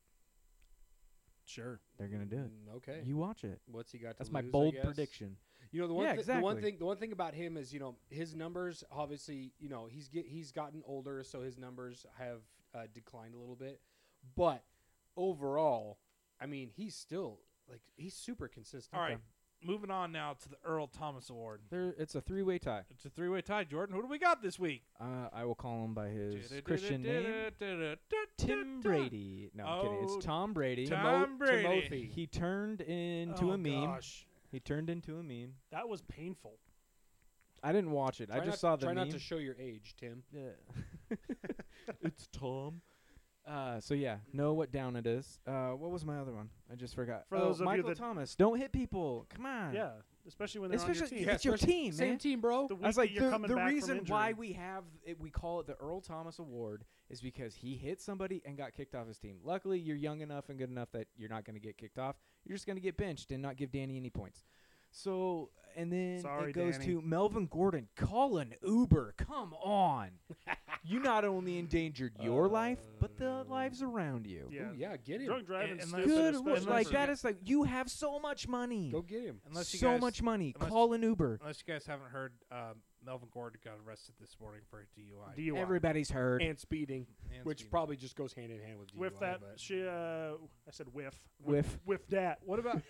[SPEAKER 4] Sure.
[SPEAKER 3] They're gonna do it.
[SPEAKER 5] Mm, Okay.
[SPEAKER 3] You watch it.
[SPEAKER 5] What's he got?
[SPEAKER 3] That's
[SPEAKER 5] to
[SPEAKER 3] my
[SPEAKER 5] lose, I
[SPEAKER 3] bold
[SPEAKER 5] guess?
[SPEAKER 3] prediction.
[SPEAKER 5] You know the one,
[SPEAKER 3] Yeah,
[SPEAKER 5] thi- the one
[SPEAKER 3] exactly.
[SPEAKER 5] thing the one thing about him is you know his numbers obviously you know he's get he's gotten older so his numbers have uh, declined a little bit, but overall, I mean he's still like he's super consistent.
[SPEAKER 2] All right. Moving on now to the Earl Thomas Award.
[SPEAKER 3] There, it's a three-way tie.
[SPEAKER 2] It's a three way tie, Jordan. Who do we got this week?
[SPEAKER 3] Uh, I will call him by his Christian name, Tim Brady. No, I'm kidding.
[SPEAKER 2] Oh,
[SPEAKER 3] It's Tom Brady.
[SPEAKER 2] Tom
[SPEAKER 5] Timo-
[SPEAKER 2] Brady.
[SPEAKER 5] Timothy.
[SPEAKER 3] He turned into
[SPEAKER 4] oh,
[SPEAKER 3] a meme.
[SPEAKER 4] Gosh.
[SPEAKER 3] He turned into a meme.
[SPEAKER 4] That was painful.
[SPEAKER 3] I didn't watch it. I
[SPEAKER 5] Try
[SPEAKER 3] just
[SPEAKER 5] not-
[SPEAKER 3] saw the
[SPEAKER 5] try
[SPEAKER 3] meme.
[SPEAKER 5] not to show your age, Tim.
[SPEAKER 3] it's Tom. Uh, so yeah, know what down it is. Uh, what was my other one? I just forgot.
[SPEAKER 4] For
[SPEAKER 3] oh,
[SPEAKER 4] those of you
[SPEAKER 3] Michael
[SPEAKER 4] that-
[SPEAKER 3] Thomas, don't hit people. Come on.
[SPEAKER 4] Yeah, especially when they're on
[SPEAKER 3] especially
[SPEAKER 4] your team.
[SPEAKER 3] it's your
[SPEAKER 5] especially-
[SPEAKER 3] team,
[SPEAKER 5] Same
[SPEAKER 3] man.
[SPEAKER 5] team, bro.
[SPEAKER 4] The
[SPEAKER 3] I was
[SPEAKER 4] week that
[SPEAKER 3] like,
[SPEAKER 4] you're
[SPEAKER 3] the,
[SPEAKER 4] coming
[SPEAKER 3] the
[SPEAKER 4] back from
[SPEAKER 3] reason why
[SPEAKER 4] injury.
[SPEAKER 3] we have it, we call it the Earl Thomas Award is because he hit somebody and got kicked off his team. Luckily, you're young enough and good enough that you're not going to get kicked off. You're just going to get benched and not give Danny any points. So, and then
[SPEAKER 4] Sorry,
[SPEAKER 3] it goes
[SPEAKER 4] Danny.
[SPEAKER 3] to Melvin Gordon. Call an Uber. Come on. you not only endangered your life, but the lives around you.
[SPEAKER 5] Ooh,
[SPEAKER 4] Uh, Yeah.
[SPEAKER 5] yeah, get him.
[SPEAKER 4] Drunk driving.
[SPEAKER 6] Unless-
[SPEAKER 3] Good
[SPEAKER 6] Especially
[SPEAKER 3] lord,
[SPEAKER 6] for-
[SPEAKER 3] like that
[SPEAKER 6] yeah.
[SPEAKER 3] is like you have so much money,
[SPEAKER 5] Go get him.
[SPEAKER 6] Unless you
[SPEAKER 3] so
[SPEAKER 6] guys,
[SPEAKER 3] much money.
[SPEAKER 6] unless-
[SPEAKER 3] Call an Uber.
[SPEAKER 6] Unless you guys haven't heard, um, Melvin Gordon got arrested this morning for a DUI.
[SPEAKER 4] DUI.
[SPEAKER 3] Everybody's heard.
[SPEAKER 5] And speeding,
[SPEAKER 6] And
[SPEAKER 5] which
[SPEAKER 6] speeding.
[SPEAKER 5] probably just goes hand in hand with DUI.
[SPEAKER 4] whiff that.
[SPEAKER 5] but-
[SPEAKER 4] She, uh, I said whiff.
[SPEAKER 3] Whiff.
[SPEAKER 4] Whiff that.
[SPEAKER 2] What about.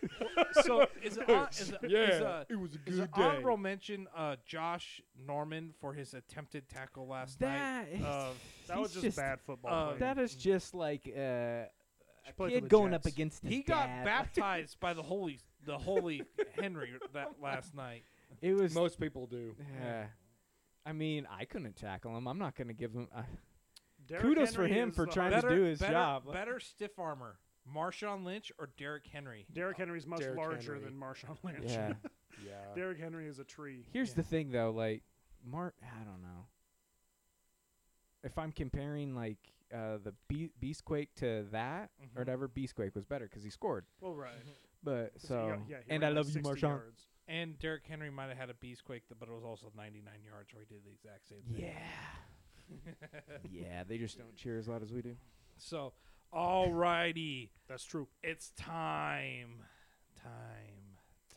[SPEAKER 2] so, is it, on, is it, is
[SPEAKER 5] yeah,
[SPEAKER 2] a,
[SPEAKER 5] it was a
[SPEAKER 2] is an
[SPEAKER 5] good day.
[SPEAKER 2] honorable mention uh, Josh Norman for his attempted tackle last night?
[SPEAKER 3] That
[SPEAKER 2] Uh,
[SPEAKER 4] Um,
[SPEAKER 3] he's
[SPEAKER 4] That
[SPEAKER 3] um,
[SPEAKER 4] was just, bad football.
[SPEAKER 2] uh,
[SPEAKER 4] playing.
[SPEAKER 3] That is just like uh, a
[SPEAKER 4] She played for the
[SPEAKER 3] kid going up
[SPEAKER 4] Jets.
[SPEAKER 3] against his
[SPEAKER 2] He got
[SPEAKER 3] dad.
[SPEAKER 2] baptized by the holy the holy Henry that last night.
[SPEAKER 3] it was.
[SPEAKER 5] Most people do.
[SPEAKER 3] uh, I mean, I couldn't tackle him. I'm not going to give him. Uh,
[SPEAKER 4] Derrick
[SPEAKER 3] kudos for
[SPEAKER 4] Henry
[SPEAKER 3] him
[SPEAKER 4] is
[SPEAKER 3] for
[SPEAKER 4] the
[SPEAKER 3] trying
[SPEAKER 4] highest-
[SPEAKER 3] to do his
[SPEAKER 2] better,
[SPEAKER 3] job.
[SPEAKER 2] Better stiff armor, Marshawn Lynch or Derrick Henry.
[SPEAKER 4] Derrick Henry's much
[SPEAKER 5] Derrick
[SPEAKER 4] larger
[SPEAKER 5] Henry.
[SPEAKER 4] than Marshawn Lynch.
[SPEAKER 3] yeah. Uh,
[SPEAKER 5] Yeah.
[SPEAKER 4] Derrick Henry is a tree.
[SPEAKER 3] Here's
[SPEAKER 2] Yeah.
[SPEAKER 3] the thing, though. Like, Mart, I don't know. If I'm comparing like uh, the Be- Beastquake to that
[SPEAKER 2] Mhm.
[SPEAKER 4] Mm-hmm.
[SPEAKER 3] or whatever, Beastquake was better because he scored.
[SPEAKER 4] Well, right.
[SPEAKER 3] But
[SPEAKER 4] So
[SPEAKER 3] so,
[SPEAKER 4] he got- yeah, he
[SPEAKER 3] and I
[SPEAKER 4] ran like
[SPEAKER 3] love you,
[SPEAKER 4] 60
[SPEAKER 3] Marshawn.
[SPEAKER 4] yards.
[SPEAKER 2] And Derrick Henry might have had a beast quake, but it was also 99 yards where he did the exact same thing.
[SPEAKER 3] Yeah. yeah, they just don't cheer as loud as we do.
[SPEAKER 2] So, alrighty,
[SPEAKER 4] That's true.
[SPEAKER 2] it's time, time,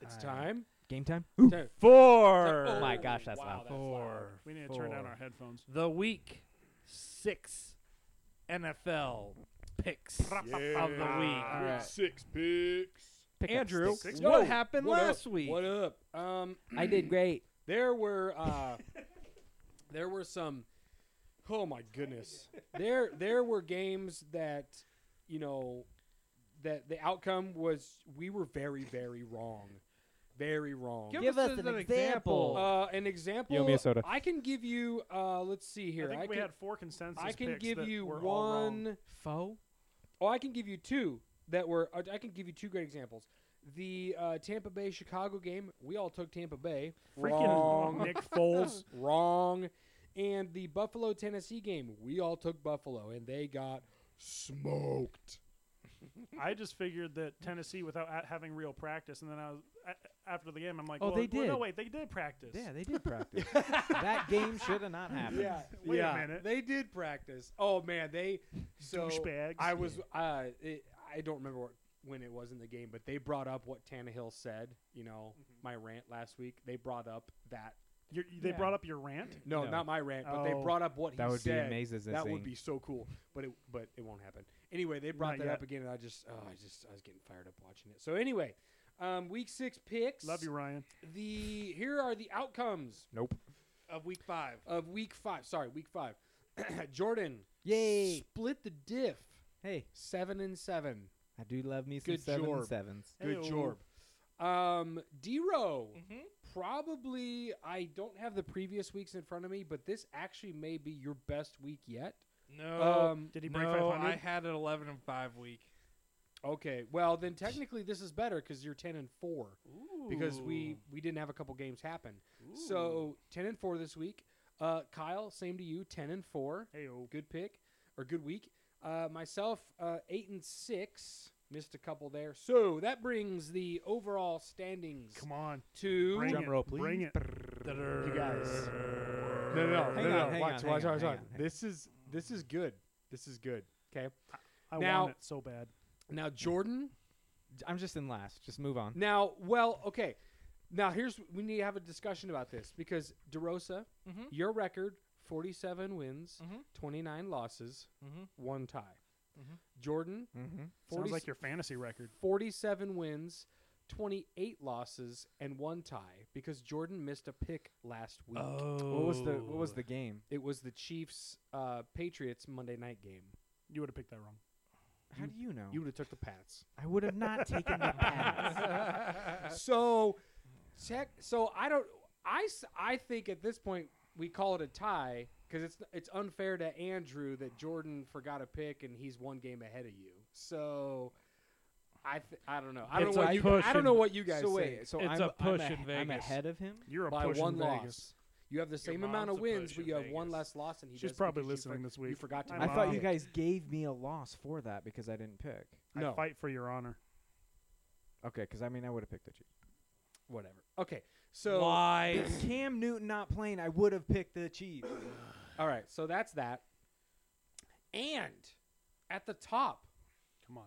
[SPEAKER 5] It's time.
[SPEAKER 3] Game time.
[SPEAKER 5] Time.
[SPEAKER 2] for
[SPEAKER 5] Oh
[SPEAKER 3] my gosh, that's loud.
[SPEAKER 2] for
[SPEAKER 4] We need to turn down
[SPEAKER 2] Four.
[SPEAKER 4] our headphones.
[SPEAKER 2] the week six NFL picks of the week.
[SPEAKER 3] All right.
[SPEAKER 5] Six picks.
[SPEAKER 3] Pick up
[SPEAKER 2] Andrew,
[SPEAKER 3] sticks.
[SPEAKER 4] Six
[SPEAKER 2] what
[SPEAKER 5] Yo,
[SPEAKER 2] happened
[SPEAKER 5] what
[SPEAKER 2] last
[SPEAKER 5] up?
[SPEAKER 2] week?
[SPEAKER 5] What up? Um,
[SPEAKER 3] I did great.
[SPEAKER 5] there were uh, there were some. Oh my goodness. There there were games that you know that the outcome was we were very very wrong, very wrong.
[SPEAKER 2] Give,
[SPEAKER 3] Give
[SPEAKER 2] us,
[SPEAKER 3] us
[SPEAKER 2] an,
[SPEAKER 3] an
[SPEAKER 2] example.
[SPEAKER 3] example.
[SPEAKER 5] Uh, an example.
[SPEAKER 3] You owe me a soda.
[SPEAKER 5] I can give you. Uh, let's see here.
[SPEAKER 4] I think we
[SPEAKER 5] can,
[SPEAKER 4] had four consensus.
[SPEAKER 5] I can
[SPEAKER 4] picks
[SPEAKER 5] give
[SPEAKER 4] that
[SPEAKER 5] you
[SPEAKER 4] were all wrong.
[SPEAKER 5] one.
[SPEAKER 3] Foe.
[SPEAKER 5] Oh, I can give you two that were. uh, I I can give you two great examples. The uh, Tampa Bay Chicago game, we all took Tampa Bay.
[SPEAKER 4] Freaking
[SPEAKER 5] wrong.
[SPEAKER 4] Nick Foles.
[SPEAKER 5] wrong. And the Buffalo Tennessee game, we all took Buffalo, and they got smoked.
[SPEAKER 4] I just figured that Tennessee without a- having real practice, and then I was a- after the game, I'm like,
[SPEAKER 3] Oh,
[SPEAKER 4] well,
[SPEAKER 3] they
[SPEAKER 4] well, no,
[SPEAKER 3] did.
[SPEAKER 4] wait, they did practice.
[SPEAKER 3] Yeah, they did practice. that game should have not happened.
[SPEAKER 5] Yeah,
[SPEAKER 4] Wait a
[SPEAKER 5] yeah,
[SPEAKER 4] minute.
[SPEAKER 5] They did practice. Oh man, they so
[SPEAKER 4] Douchebags.
[SPEAKER 5] I was uh, it, I don't remember what, when it was in the game, but they brought up what Tannehill said. You know,
[SPEAKER 4] Mm-hmm.
[SPEAKER 5] my rant last week. They brought up that
[SPEAKER 4] You're, they
[SPEAKER 3] Yeah.
[SPEAKER 4] brought up your rant.
[SPEAKER 5] no,
[SPEAKER 3] No.
[SPEAKER 5] not my rant, but they
[SPEAKER 4] Oh.
[SPEAKER 5] brought up what he
[SPEAKER 3] That would
[SPEAKER 5] said.
[SPEAKER 3] be amazing.
[SPEAKER 5] That would be so cool, but it but it won't happen. Anyway, they brought
[SPEAKER 4] Not
[SPEAKER 5] that
[SPEAKER 4] yet.
[SPEAKER 5] up again, and I just oh, I just I was getting fired up watching it. So anyway, um, week six picks.
[SPEAKER 4] Love you, Ryan.
[SPEAKER 5] The here are the outcomes
[SPEAKER 3] Nope.
[SPEAKER 2] of week five.
[SPEAKER 5] of week five. Sorry, week five. Jordan
[SPEAKER 3] Yay.
[SPEAKER 5] split the diff
[SPEAKER 3] Hey,
[SPEAKER 5] seven and seven.
[SPEAKER 3] I do love me some
[SPEAKER 5] Good
[SPEAKER 3] seven
[SPEAKER 5] jorb.
[SPEAKER 3] sevens.
[SPEAKER 5] Good
[SPEAKER 4] Ayo.
[SPEAKER 5] job. Um, Dero
[SPEAKER 4] Mm.
[SPEAKER 2] Mhm.
[SPEAKER 5] probably I don't have the previous weeks in front of me, but this actually may be your best week yet.
[SPEAKER 2] No,
[SPEAKER 4] Oh,
[SPEAKER 5] um,
[SPEAKER 4] Did he break
[SPEAKER 2] no, I
[SPEAKER 4] 500?
[SPEAKER 2] had an 11 and five week.
[SPEAKER 5] okay, well then technically this is better because you're ten and four because we we didn't have a couple games happen. So ten and four this week. Uh, Kyle, same to you, ten and four.
[SPEAKER 4] Ayo.
[SPEAKER 5] Good pick or good week. Uh, myself, uh, eight and six. Missed a couple there. So that brings the overall standings
[SPEAKER 4] Come on,
[SPEAKER 5] to
[SPEAKER 4] bring
[SPEAKER 3] Drum
[SPEAKER 4] it,
[SPEAKER 3] roll, please.
[SPEAKER 4] Bring it.
[SPEAKER 5] you guys. No,
[SPEAKER 2] No,
[SPEAKER 5] no, no,
[SPEAKER 3] Hang
[SPEAKER 5] no,
[SPEAKER 3] on,
[SPEAKER 5] no. watch, watch,
[SPEAKER 3] hang on, hang on,
[SPEAKER 5] watch,
[SPEAKER 3] hang
[SPEAKER 5] watch.
[SPEAKER 3] on, hang
[SPEAKER 5] This is this is good. This is good. Okay.
[SPEAKER 4] I
[SPEAKER 5] Now-
[SPEAKER 4] want it so bad.
[SPEAKER 5] Now Jordan
[SPEAKER 3] I'm just in last. Just move on.
[SPEAKER 5] Now, well, okay. Now here's we need to have a discussion about this because DeRosa,
[SPEAKER 4] Mm-hmm.
[SPEAKER 3] Mhm.
[SPEAKER 5] your record 47 wins,
[SPEAKER 3] Mhm.
[SPEAKER 5] 29 losses,
[SPEAKER 2] Mm-hmm.
[SPEAKER 3] Mhm.
[SPEAKER 5] one tie.
[SPEAKER 3] Mhm.
[SPEAKER 5] Jordan,
[SPEAKER 3] Mm-hmm.
[SPEAKER 5] 40
[SPEAKER 4] Sounds like your fantasy record.
[SPEAKER 5] 47 wins, 28 losses, and one tie because Jordan missed a pick last week.
[SPEAKER 4] Oh.
[SPEAKER 3] What was the What was the game?
[SPEAKER 5] It was the Chiefs uh, Patriots Monday night game.
[SPEAKER 4] You would have picked that wrong.
[SPEAKER 3] How do you know?
[SPEAKER 5] You would have took the Pats.
[SPEAKER 3] I would have not taken the
[SPEAKER 2] Oh.
[SPEAKER 3] pass.
[SPEAKER 2] Uh,
[SPEAKER 5] so check so i don't I, s- I think at this point we call it a tie because it's it's unfair to andrew that jordan forgot a pick and he's one game ahead of you so i th- i don't know i don't
[SPEAKER 2] It's
[SPEAKER 5] know
[SPEAKER 2] a
[SPEAKER 5] what you,
[SPEAKER 2] push
[SPEAKER 5] I don't know
[SPEAKER 2] in-
[SPEAKER 5] what you guys
[SPEAKER 3] so
[SPEAKER 5] say
[SPEAKER 3] wait, so
[SPEAKER 2] It's
[SPEAKER 3] I'm,
[SPEAKER 2] a
[SPEAKER 3] I'm
[SPEAKER 2] push
[SPEAKER 3] ahe-
[SPEAKER 2] in
[SPEAKER 3] I'm
[SPEAKER 2] Vegas.
[SPEAKER 3] ahead of him.
[SPEAKER 4] You're a
[SPEAKER 5] by
[SPEAKER 4] push
[SPEAKER 5] one
[SPEAKER 4] in
[SPEAKER 5] loss
[SPEAKER 4] Vegas.
[SPEAKER 5] you have the same amount
[SPEAKER 2] mom's
[SPEAKER 5] of
[SPEAKER 2] a
[SPEAKER 5] wins
[SPEAKER 2] push
[SPEAKER 5] but
[SPEAKER 2] in
[SPEAKER 5] you have one
[SPEAKER 2] Vegas.
[SPEAKER 5] less loss and he
[SPEAKER 4] She's
[SPEAKER 5] does
[SPEAKER 4] probably
[SPEAKER 5] because you
[SPEAKER 4] listening
[SPEAKER 5] for-
[SPEAKER 4] this week.
[SPEAKER 5] you forgot to
[SPEAKER 4] I'm
[SPEAKER 3] I
[SPEAKER 5] make a
[SPEAKER 3] thought you
[SPEAKER 5] pick.
[SPEAKER 3] guys gave me a loss for that because I didn't pick.
[SPEAKER 5] No.
[SPEAKER 4] I fight for your honor.
[SPEAKER 3] Okay, because I mean I would have picked the Chiefs.
[SPEAKER 5] whatever okay so
[SPEAKER 3] With Cam Newton not playing, I would have picked the Chiefs.
[SPEAKER 5] all right so that's that and at the top
[SPEAKER 4] Come on.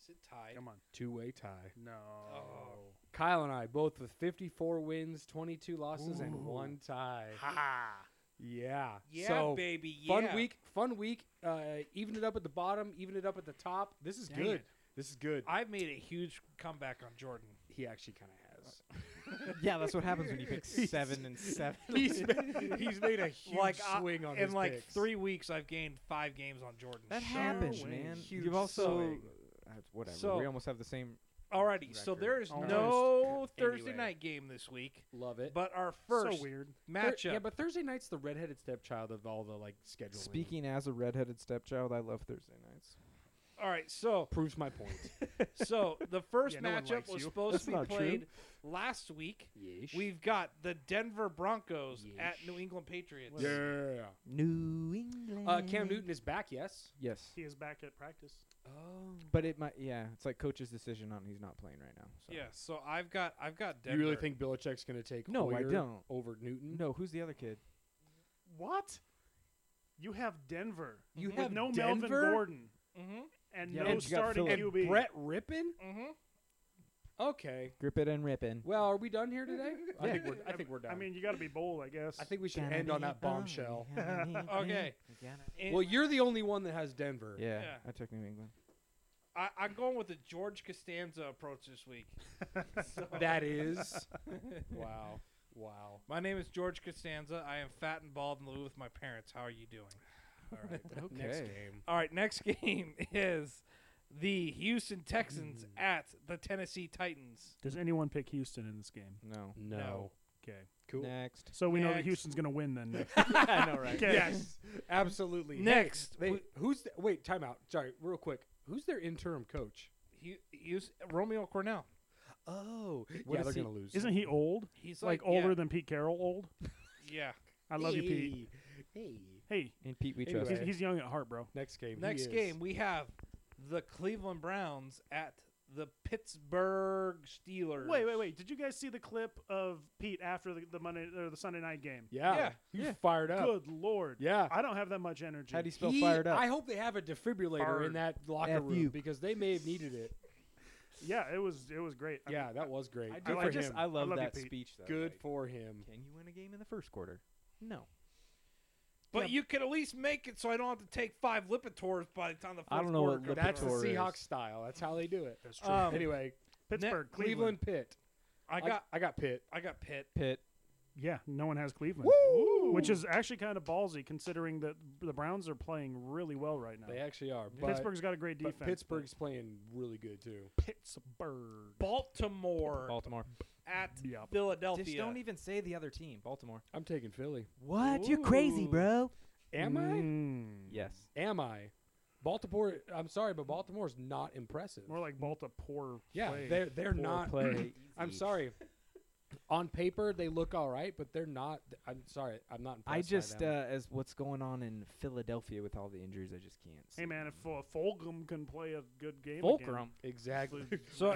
[SPEAKER 6] Is it tied?
[SPEAKER 4] Come on.
[SPEAKER 5] two-way tie
[SPEAKER 4] No.
[SPEAKER 2] Oh.
[SPEAKER 5] Kyle and I both with 54 wins, 22 losses, and
[SPEAKER 4] Ooh.
[SPEAKER 5] one tie.
[SPEAKER 2] Ha.
[SPEAKER 5] Yeah.
[SPEAKER 2] Yeah,
[SPEAKER 5] so
[SPEAKER 2] baby. Yeah.
[SPEAKER 5] fun week. Fun week. Uh, even it up at the bottom. Even it up at the top. This is
[SPEAKER 4] Dang
[SPEAKER 5] good.
[SPEAKER 4] it.
[SPEAKER 5] This is good.
[SPEAKER 2] I've made a huge comeback on Jordan.
[SPEAKER 5] he actually kind of has.
[SPEAKER 3] yeah, that's what happens when you pick seven and seven.
[SPEAKER 5] he's, made, he's made a huge
[SPEAKER 2] Like, I-
[SPEAKER 5] swing on
[SPEAKER 2] In
[SPEAKER 5] his
[SPEAKER 2] like
[SPEAKER 5] picks.
[SPEAKER 2] three weeks, I've gained five games on Jordan.
[SPEAKER 3] That
[SPEAKER 2] So-
[SPEAKER 3] happens,
[SPEAKER 4] way.
[SPEAKER 3] man.
[SPEAKER 5] Huge
[SPEAKER 3] You've also
[SPEAKER 5] swing.
[SPEAKER 3] uh, whatever.
[SPEAKER 2] So-
[SPEAKER 3] we almost have the same.
[SPEAKER 2] Alrighty, so
[SPEAKER 3] Record.
[SPEAKER 2] there is
[SPEAKER 4] Almost.
[SPEAKER 2] no Thursday
[SPEAKER 5] Anyway.
[SPEAKER 2] night game this week,
[SPEAKER 5] Love it.
[SPEAKER 2] but our
[SPEAKER 4] So
[SPEAKER 2] first
[SPEAKER 4] weird.
[SPEAKER 5] Thur-
[SPEAKER 2] matchup.
[SPEAKER 5] yeah, but Thursday night's the redheaded stepchild of all the like scheduling.
[SPEAKER 3] Speaking as a redheaded stepchild, I love Thursday nights.
[SPEAKER 2] All right, so
[SPEAKER 5] proves my point.
[SPEAKER 2] so the first
[SPEAKER 4] Yeah, no one
[SPEAKER 2] matchup
[SPEAKER 4] likes
[SPEAKER 2] was
[SPEAKER 4] you.
[SPEAKER 2] supposed
[SPEAKER 3] That's
[SPEAKER 2] to be
[SPEAKER 3] not true.
[SPEAKER 2] played last week.
[SPEAKER 5] Yeesh.
[SPEAKER 2] We've got the Denver Broncos at
[SPEAKER 5] Yeesh.
[SPEAKER 2] New England Patriots.
[SPEAKER 5] yeah.
[SPEAKER 3] New England.
[SPEAKER 5] Uh, Cam Newton is back. Yes.
[SPEAKER 3] Yes,
[SPEAKER 4] He is back at practice.
[SPEAKER 5] Oh.
[SPEAKER 3] but it might. Yeah, it's like coach's decision on he's not playing right now. So.
[SPEAKER 2] Yeah, so I've got I've got
[SPEAKER 5] You
[SPEAKER 2] Denver.
[SPEAKER 5] really think Belichick's going to take
[SPEAKER 3] No, I
[SPEAKER 5] Hoyer
[SPEAKER 3] don't.
[SPEAKER 5] over Newton?
[SPEAKER 3] No, who's the other kid?
[SPEAKER 4] What? You have Denver.
[SPEAKER 5] You
[SPEAKER 4] with
[SPEAKER 5] have
[SPEAKER 4] no
[SPEAKER 5] Denver?
[SPEAKER 4] Melvin Gordon
[SPEAKER 2] Mm-hmm.
[SPEAKER 4] and
[SPEAKER 3] Yeah,
[SPEAKER 4] no
[SPEAKER 3] but you got
[SPEAKER 4] starting
[SPEAKER 3] Phillip.
[SPEAKER 5] and
[SPEAKER 4] QB.
[SPEAKER 5] Brett Rippin.
[SPEAKER 2] Mm-hmm.
[SPEAKER 5] Okay.
[SPEAKER 3] Grip it and rip it.
[SPEAKER 5] Well, are we done here today? I
[SPEAKER 3] Yeah.
[SPEAKER 5] think we're. I think we're done.
[SPEAKER 4] I mean, you got to be bold, I guess.
[SPEAKER 5] I think we should end on that bombshell.
[SPEAKER 3] Mm-hmm.
[SPEAKER 2] Okay.
[SPEAKER 5] Well, you're the only one that has Denver.
[SPEAKER 3] Yeah,
[SPEAKER 2] Yeah.
[SPEAKER 3] I took New England.
[SPEAKER 2] I, I'm going with the George Costanza approach this week. So-
[SPEAKER 5] That is. wow. Wow.
[SPEAKER 2] My name is George Costanza. I am fat and bald and live with my parents. How are you doing?
[SPEAKER 5] All right. Next
[SPEAKER 3] Okay.
[SPEAKER 5] game.
[SPEAKER 2] All right, next game is the Houston Texans at the Tennessee Titans.
[SPEAKER 4] Does anyone pick Houston in this game?
[SPEAKER 3] No.
[SPEAKER 5] No.
[SPEAKER 2] No.
[SPEAKER 4] Okay.
[SPEAKER 5] Cool.
[SPEAKER 3] Next.
[SPEAKER 4] So we know that
[SPEAKER 2] Next.
[SPEAKER 4] Houston's going to win then. Nick.
[SPEAKER 5] I know, right?
[SPEAKER 4] Okay.
[SPEAKER 5] Yes. Absolutely.
[SPEAKER 2] Next,
[SPEAKER 5] They,
[SPEAKER 2] we-
[SPEAKER 5] who's the, wait? Timeout. Sorry, real quick. Who's their interim coach?
[SPEAKER 2] Hu- Hous- Romeo Cornell.
[SPEAKER 5] Oh,
[SPEAKER 3] What
[SPEAKER 5] yeah,
[SPEAKER 3] is
[SPEAKER 5] they're
[SPEAKER 3] he-
[SPEAKER 5] gonna lose.
[SPEAKER 4] Isn't he old?
[SPEAKER 2] He's
[SPEAKER 4] Like,
[SPEAKER 2] like,
[SPEAKER 4] older
[SPEAKER 2] yeah,
[SPEAKER 4] than Pete Carroll old?
[SPEAKER 2] yeah.
[SPEAKER 4] I love you, Pete.
[SPEAKER 5] Hey.
[SPEAKER 4] Hey,
[SPEAKER 3] And Pete, we
[SPEAKER 5] Anyway.
[SPEAKER 3] trust.
[SPEAKER 4] he's,
[SPEAKER 5] Right.
[SPEAKER 4] he's young at heart, bro.
[SPEAKER 5] Next game. he
[SPEAKER 2] Next
[SPEAKER 5] is.
[SPEAKER 2] game, we have the Cleveland Browns at the Pittsburgh Steelers.
[SPEAKER 4] Wait, wait, wait. Did you guys see the clip of Pete after the, the Monday or the Sunday night game?
[SPEAKER 5] Yeah.
[SPEAKER 2] Yeah.
[SPEAKER 5] He's
[SPEAKER 3] Yeah.
[SPEAKER 5] fired up.
[SPEAKER 4] Good lord.
[SPEAKER 5] Yeah.
[SPEAKER 4] I don't have that much energy.
[SPEAKER 3] How do you spell
[SPEAKER 5] He-
[SPEAKER 3] fired up?
[SPEAKER 5] I hope they have a defibrillator in
[SPEAKER 4] Fired.
[SPEAKER 5] that locker
[SPEAKER 3] F
[SPEAKER 5] room
[SPEAKER 3] you.
[SPEAKER 5] because they may have needed it.
[SPEAKER 4] yeah, it was it was great. I
[SPEAKER 5] Yeah,
[SPEAKER 4] mean,
[SPEAKER 5] that was great.
[SPEAKER 3] I
[SPEAKER 5] Good
[SPEAKER 3] do-
[SPEAKER 5] for
[SPEAKER 3] I just
[SPEAKER 5] him.
[SPEAKER 3] I love,
[SPEAKER 4] love you,
[SPEAKER 3] that
[SPEAKER 4] Pete.
[SPEAKER 3] speech though.
[SPEAKER 5] Good
[SPEAKER 3] like,
[SPEAKER 5] for him.
[SPEAKER 3] Can you win a game in the first quarter? No.
[SPEAKER 2] But you can at least make it so I don't have to take five Lipitors by the time the first
[SPEAKER 3] I don't know
[SPEAKER 2] quarter
[SPEAKER 3] what
[SPEAKER 2] comes
[SPEAKER 3] Lipitor-
[SPEAKER 5] That's
[SPEAKER 2] around.
[SPEAKER 5] the
[SPEAKER 3] Torres.
[SPEAKER 5] Seahawks style. That's how they do it.
[SPEAKER 4] That's true.
[SPEAKER 5] Um, anyway,
[SPEAKER 4] Pittsburgh,
[SPEAKER 5] ne- Cleveland, Pitt.
[SPEAKER 2] I got
[SPEAKER 5] I got Pitt.
[SPEAKER 2] I got Pitt.
[SPEAKER 3] Pitt.
[SPEAKER 4] Yeah, no one has Cleveland. Which is actually kind of ballsy considering that the Browns are playing really well right now.
[SPEAKER 5] They actually are. But,
[SPEAKER 4] Pittsburgh's got a great
[SPEAKER 5] but
[SPEAKER 4] defense. but
[SPEAKER 5] Pittsburgh's playing really good too.
[SPEAKER 4] Pittsburgh.
[SPEAKER 2] Baltimore
[SPEAKER 3] Baltimore.
[SPEAKER 2] at
[SPEAKER 4] Yep.
[SPEAKER 2] Philadelphia.
[SPEAKER 3] Just don't even say the other team. Baltimore.
[SPEAKER 5] I'm taking Philly.
[SPEAKER 3] What?
[SPEAKER 2] You're crazy, Ooh.
[SPEAKER 3] bro.
[SPEAKER 5] Am
[SPEAKER 4] Mm.
[SPEAKER 3] Yes.
[SPEAKER 5] I? Am I? Baltimore. I'm sorry, but Baltimore's not impressive.
[SPEAKER 4] More like Balta poor
[SPEAKER 5] yeah,
[SPEAKER 4] play.
[SPEAKER 5] they're they're not.
[SPEAKER 3] play.
[SPEAKER 5] I'm sorry. On paper, they look all right, but they're not. I'm sorry. I'm not.
[SPEAKER 3] I
[SPEAKER 5] impressed by
[SPEAKER 3] just uh,
[SPEAKER 5] them.
[SPEAKER 3] as what's going on in Philadelphia with all the injuries, I just can't.
[SPEAKER 4] Hey
[SPEAKER 3] see
[SPEAKER 4] man, if
[SPEAKER 3] them.
[SPEAKER 4] uh, Fulgham can play a good game, again,
[SPEAKER 3] Fulcrum.
[SPEAKER 5] exactly.
[SPEAKER 2] So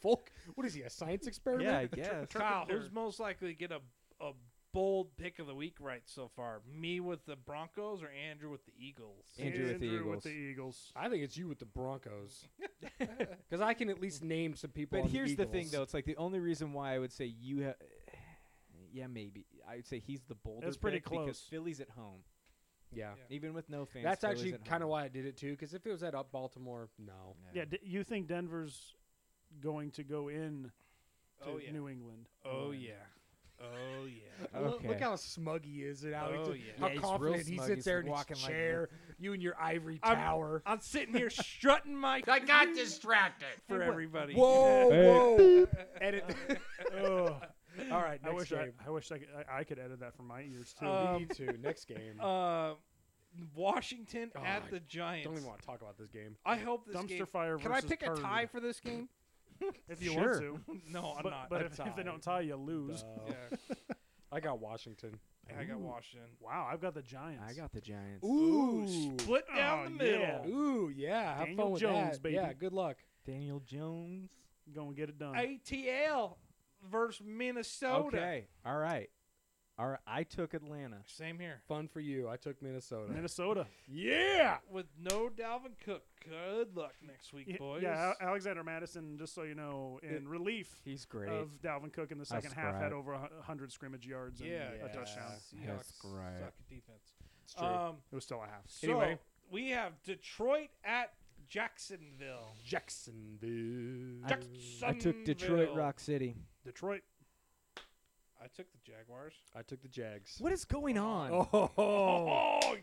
[SPEAKER 5] Folk, what is he? A science experiment?
[SPEAKER 3] Yeah, I guess.
[SPEAKER 2] Kyle,
[SPEAKER 4] Turpin-
[SPEAKER 2] who's most likely to get a a bold pick of the week right so far. Me with the Broncos or Andrew with the Eagles?
[SPEAKER 3] Andrew with the Eagles.
[SPEAKER 4] Eagles.
[SPEAKER 5] I think it's you with the Broncos, because I can at least name some people.
[SPEAKER 3] But
[SPEAKER 5] on
[SPEAKER 3] here's the, thing,
[SPEAKER 5] Eagles.
[SPEAKER 3] though. It's like the only reason why I would say you have. Yeah, maybe. I would say he's the bolder.
[SPEAKER 4] That's pretty
[SPEAKER 3] pick Because
[SPEAKER 4] close.
[SPEAKER 3] Philly's at home,
[SPEAKER 5] Yeah,
[SPEAKER 2] Yeah.
[SPEAKER 3] even with no fans.
[SPEAKER 5] that's
[SPEAKER 3] Philly's
[SPEAKER 5] actually
[SPEAKER 3] at
[SPEAKER 5] kind of
[SPEAKER 3] home.
[SPEAKER 5] why I did it too. Because if it was at up Baltimore, no.
[SPEAKER 4] Yeah, d- you think Denver's going to go in to
[SPEAKER 2] Oh, yeah.
[SPEAKER 4] New England?
[SPEAKER 2] Oh yeah, oh yeah.
[SPEAKER 3] Lo- look Okay.
[SPEAKER 5] how smug he is and
[SPEAKER 2] how he Oh, just- yeah.
[SPEAKER 3] how Yeah, he's real confident he smug. sits He's there in his walking like- chair,
[SPEAKER 5] you and your ivory
[SPEAKER 2] I'm-
[SPEAKER 5] tower.
[SPEAKER 2] I'm sitting here strutting my. I got distracted for everybody.
[SPEAKER 5] Whoa, whoa! Edit.
[SPEAKER 4] Ugh.
[SPEAKER 5] All right,
[SPEAKER 4] I
[SPEAKER 5] next
[SPEAKER 4] wish I,
[SPEAKER 5] game. Um,
[SPEAKER 4] I wish I could, I, I could edit that from my ears too.
[SPEAKER 2] Uh,
[SPEAKER 5] Me too. Next game.
[SPEAKER 2] Uh, Washington
[SPEAKER 5] God,
[SPEAKER 2] at the Giants.
[SPEAKER 5] Don't even want to talk about this game.
[SPEAKER 2] I hope this
[SPEAKER 4] Dumpster
[SPEAKER 2] game.
[SPEAKER 4] fire.
[SPEAKER 2] Can I
[SPEAKER 4] versus
[SPEAKER 2] pick a
[SPEAKER 4] turd,
[SPEAKER 2] tie for this game?
[SPEAKER 4] if you
[SPEAKER 5] Sure.
[SPEAKER 4] want to?
[SPEAKER 2] no, I'm
[SPEAKER 4] but
[SPEAKER 2] not.
[SPEAKER 4] but
[SPEAKER 5] a
[SPEAKER 4] if, if
[SPEAKER 5] tie.
[SPEAKER 4] they don't tie, you lose.
[SPEAKER 5] No.
[SPEAKER 2] yeah,
[SPEAKER 5] Uh, I got Washington.
[SPEAKER 2] I got Washington.
[SPEAKER 4] Wow, I've got the Giants.
[SPEAKER 3] I got the Giants.
[SPEAKER 2] split down
[SPEAKER 4] Oh,
[SPEAKER 2] the middle.
[SPEAKER 4] yeah.
[SPEAKER 5] Ooh, yeah. Have
[SPEAKER 4] Daniel
[SPEAKER 5] fun with
[SPEAKER 4] Jones,
[SPEAKER 5] that.
[SPEAKER 4] baby.
[SPEAKER 5] Yeah, good luck.
[SPEAKER 3] Daniel Jones.
[SPEAKER 4] going to get it done.
[SPEAKER 2] ATL versus Minnesota.
[SPEAKER 3] Okay. All right. All right. I took Atlanta.
[SPEAKER 2] Same here.
[SPEAKER 5] Fun for you. I took Minnesota.
[SPEAKER 4] Minnesota.
[SPEAKER 5] yeah.
[SPEAKER 2] With no Dalvin Cook. Good luck next week,
[SPEAKER 4] Y-
[SPEAKER 2] boys.
[SPEAKER 4] Yeah, Al- Alexander Madison. Just so you know, in relief
[SPEAKER 3] He's great.
[SPEAKER 4] of Dalvin Cook in the second half,
[SPEAKER 3] right.
[SPEAKER 4] had over a hu- 100 scrimmage yards and
[SPEAKER 2] Yeah,
[SPEAKER 4] a touchdown.
[SPEAKER 2] Seahawks
[SPEAKER 3] That's great.
[SPEAKER 2] Suck at defense.
[SPEAKER 5] It's true.
[SPEAKER 2] Um,
[SPEAKER 4] It was still a half.
[SPEAKER 2] so
[SPEAKER 5] Anyway.
[SPEAKER 2] we have Detroit at Jacksonville.
[SPEAKER 5] Jacksonville.
[SPEAKER 3] I, I took Detroit
[SPEAKER 2] Jacksonville.
[SPEAKER 3] Rock City.
[SPEAKER 4] Detroit.
[SPEAKER 2] I took the Jaguars.
[SPEAKER 5] I took the Jags.
[SPEAKER 3] What is going on?
[SPEAKER 5] Oh.
[SPEAKER 2] Oh,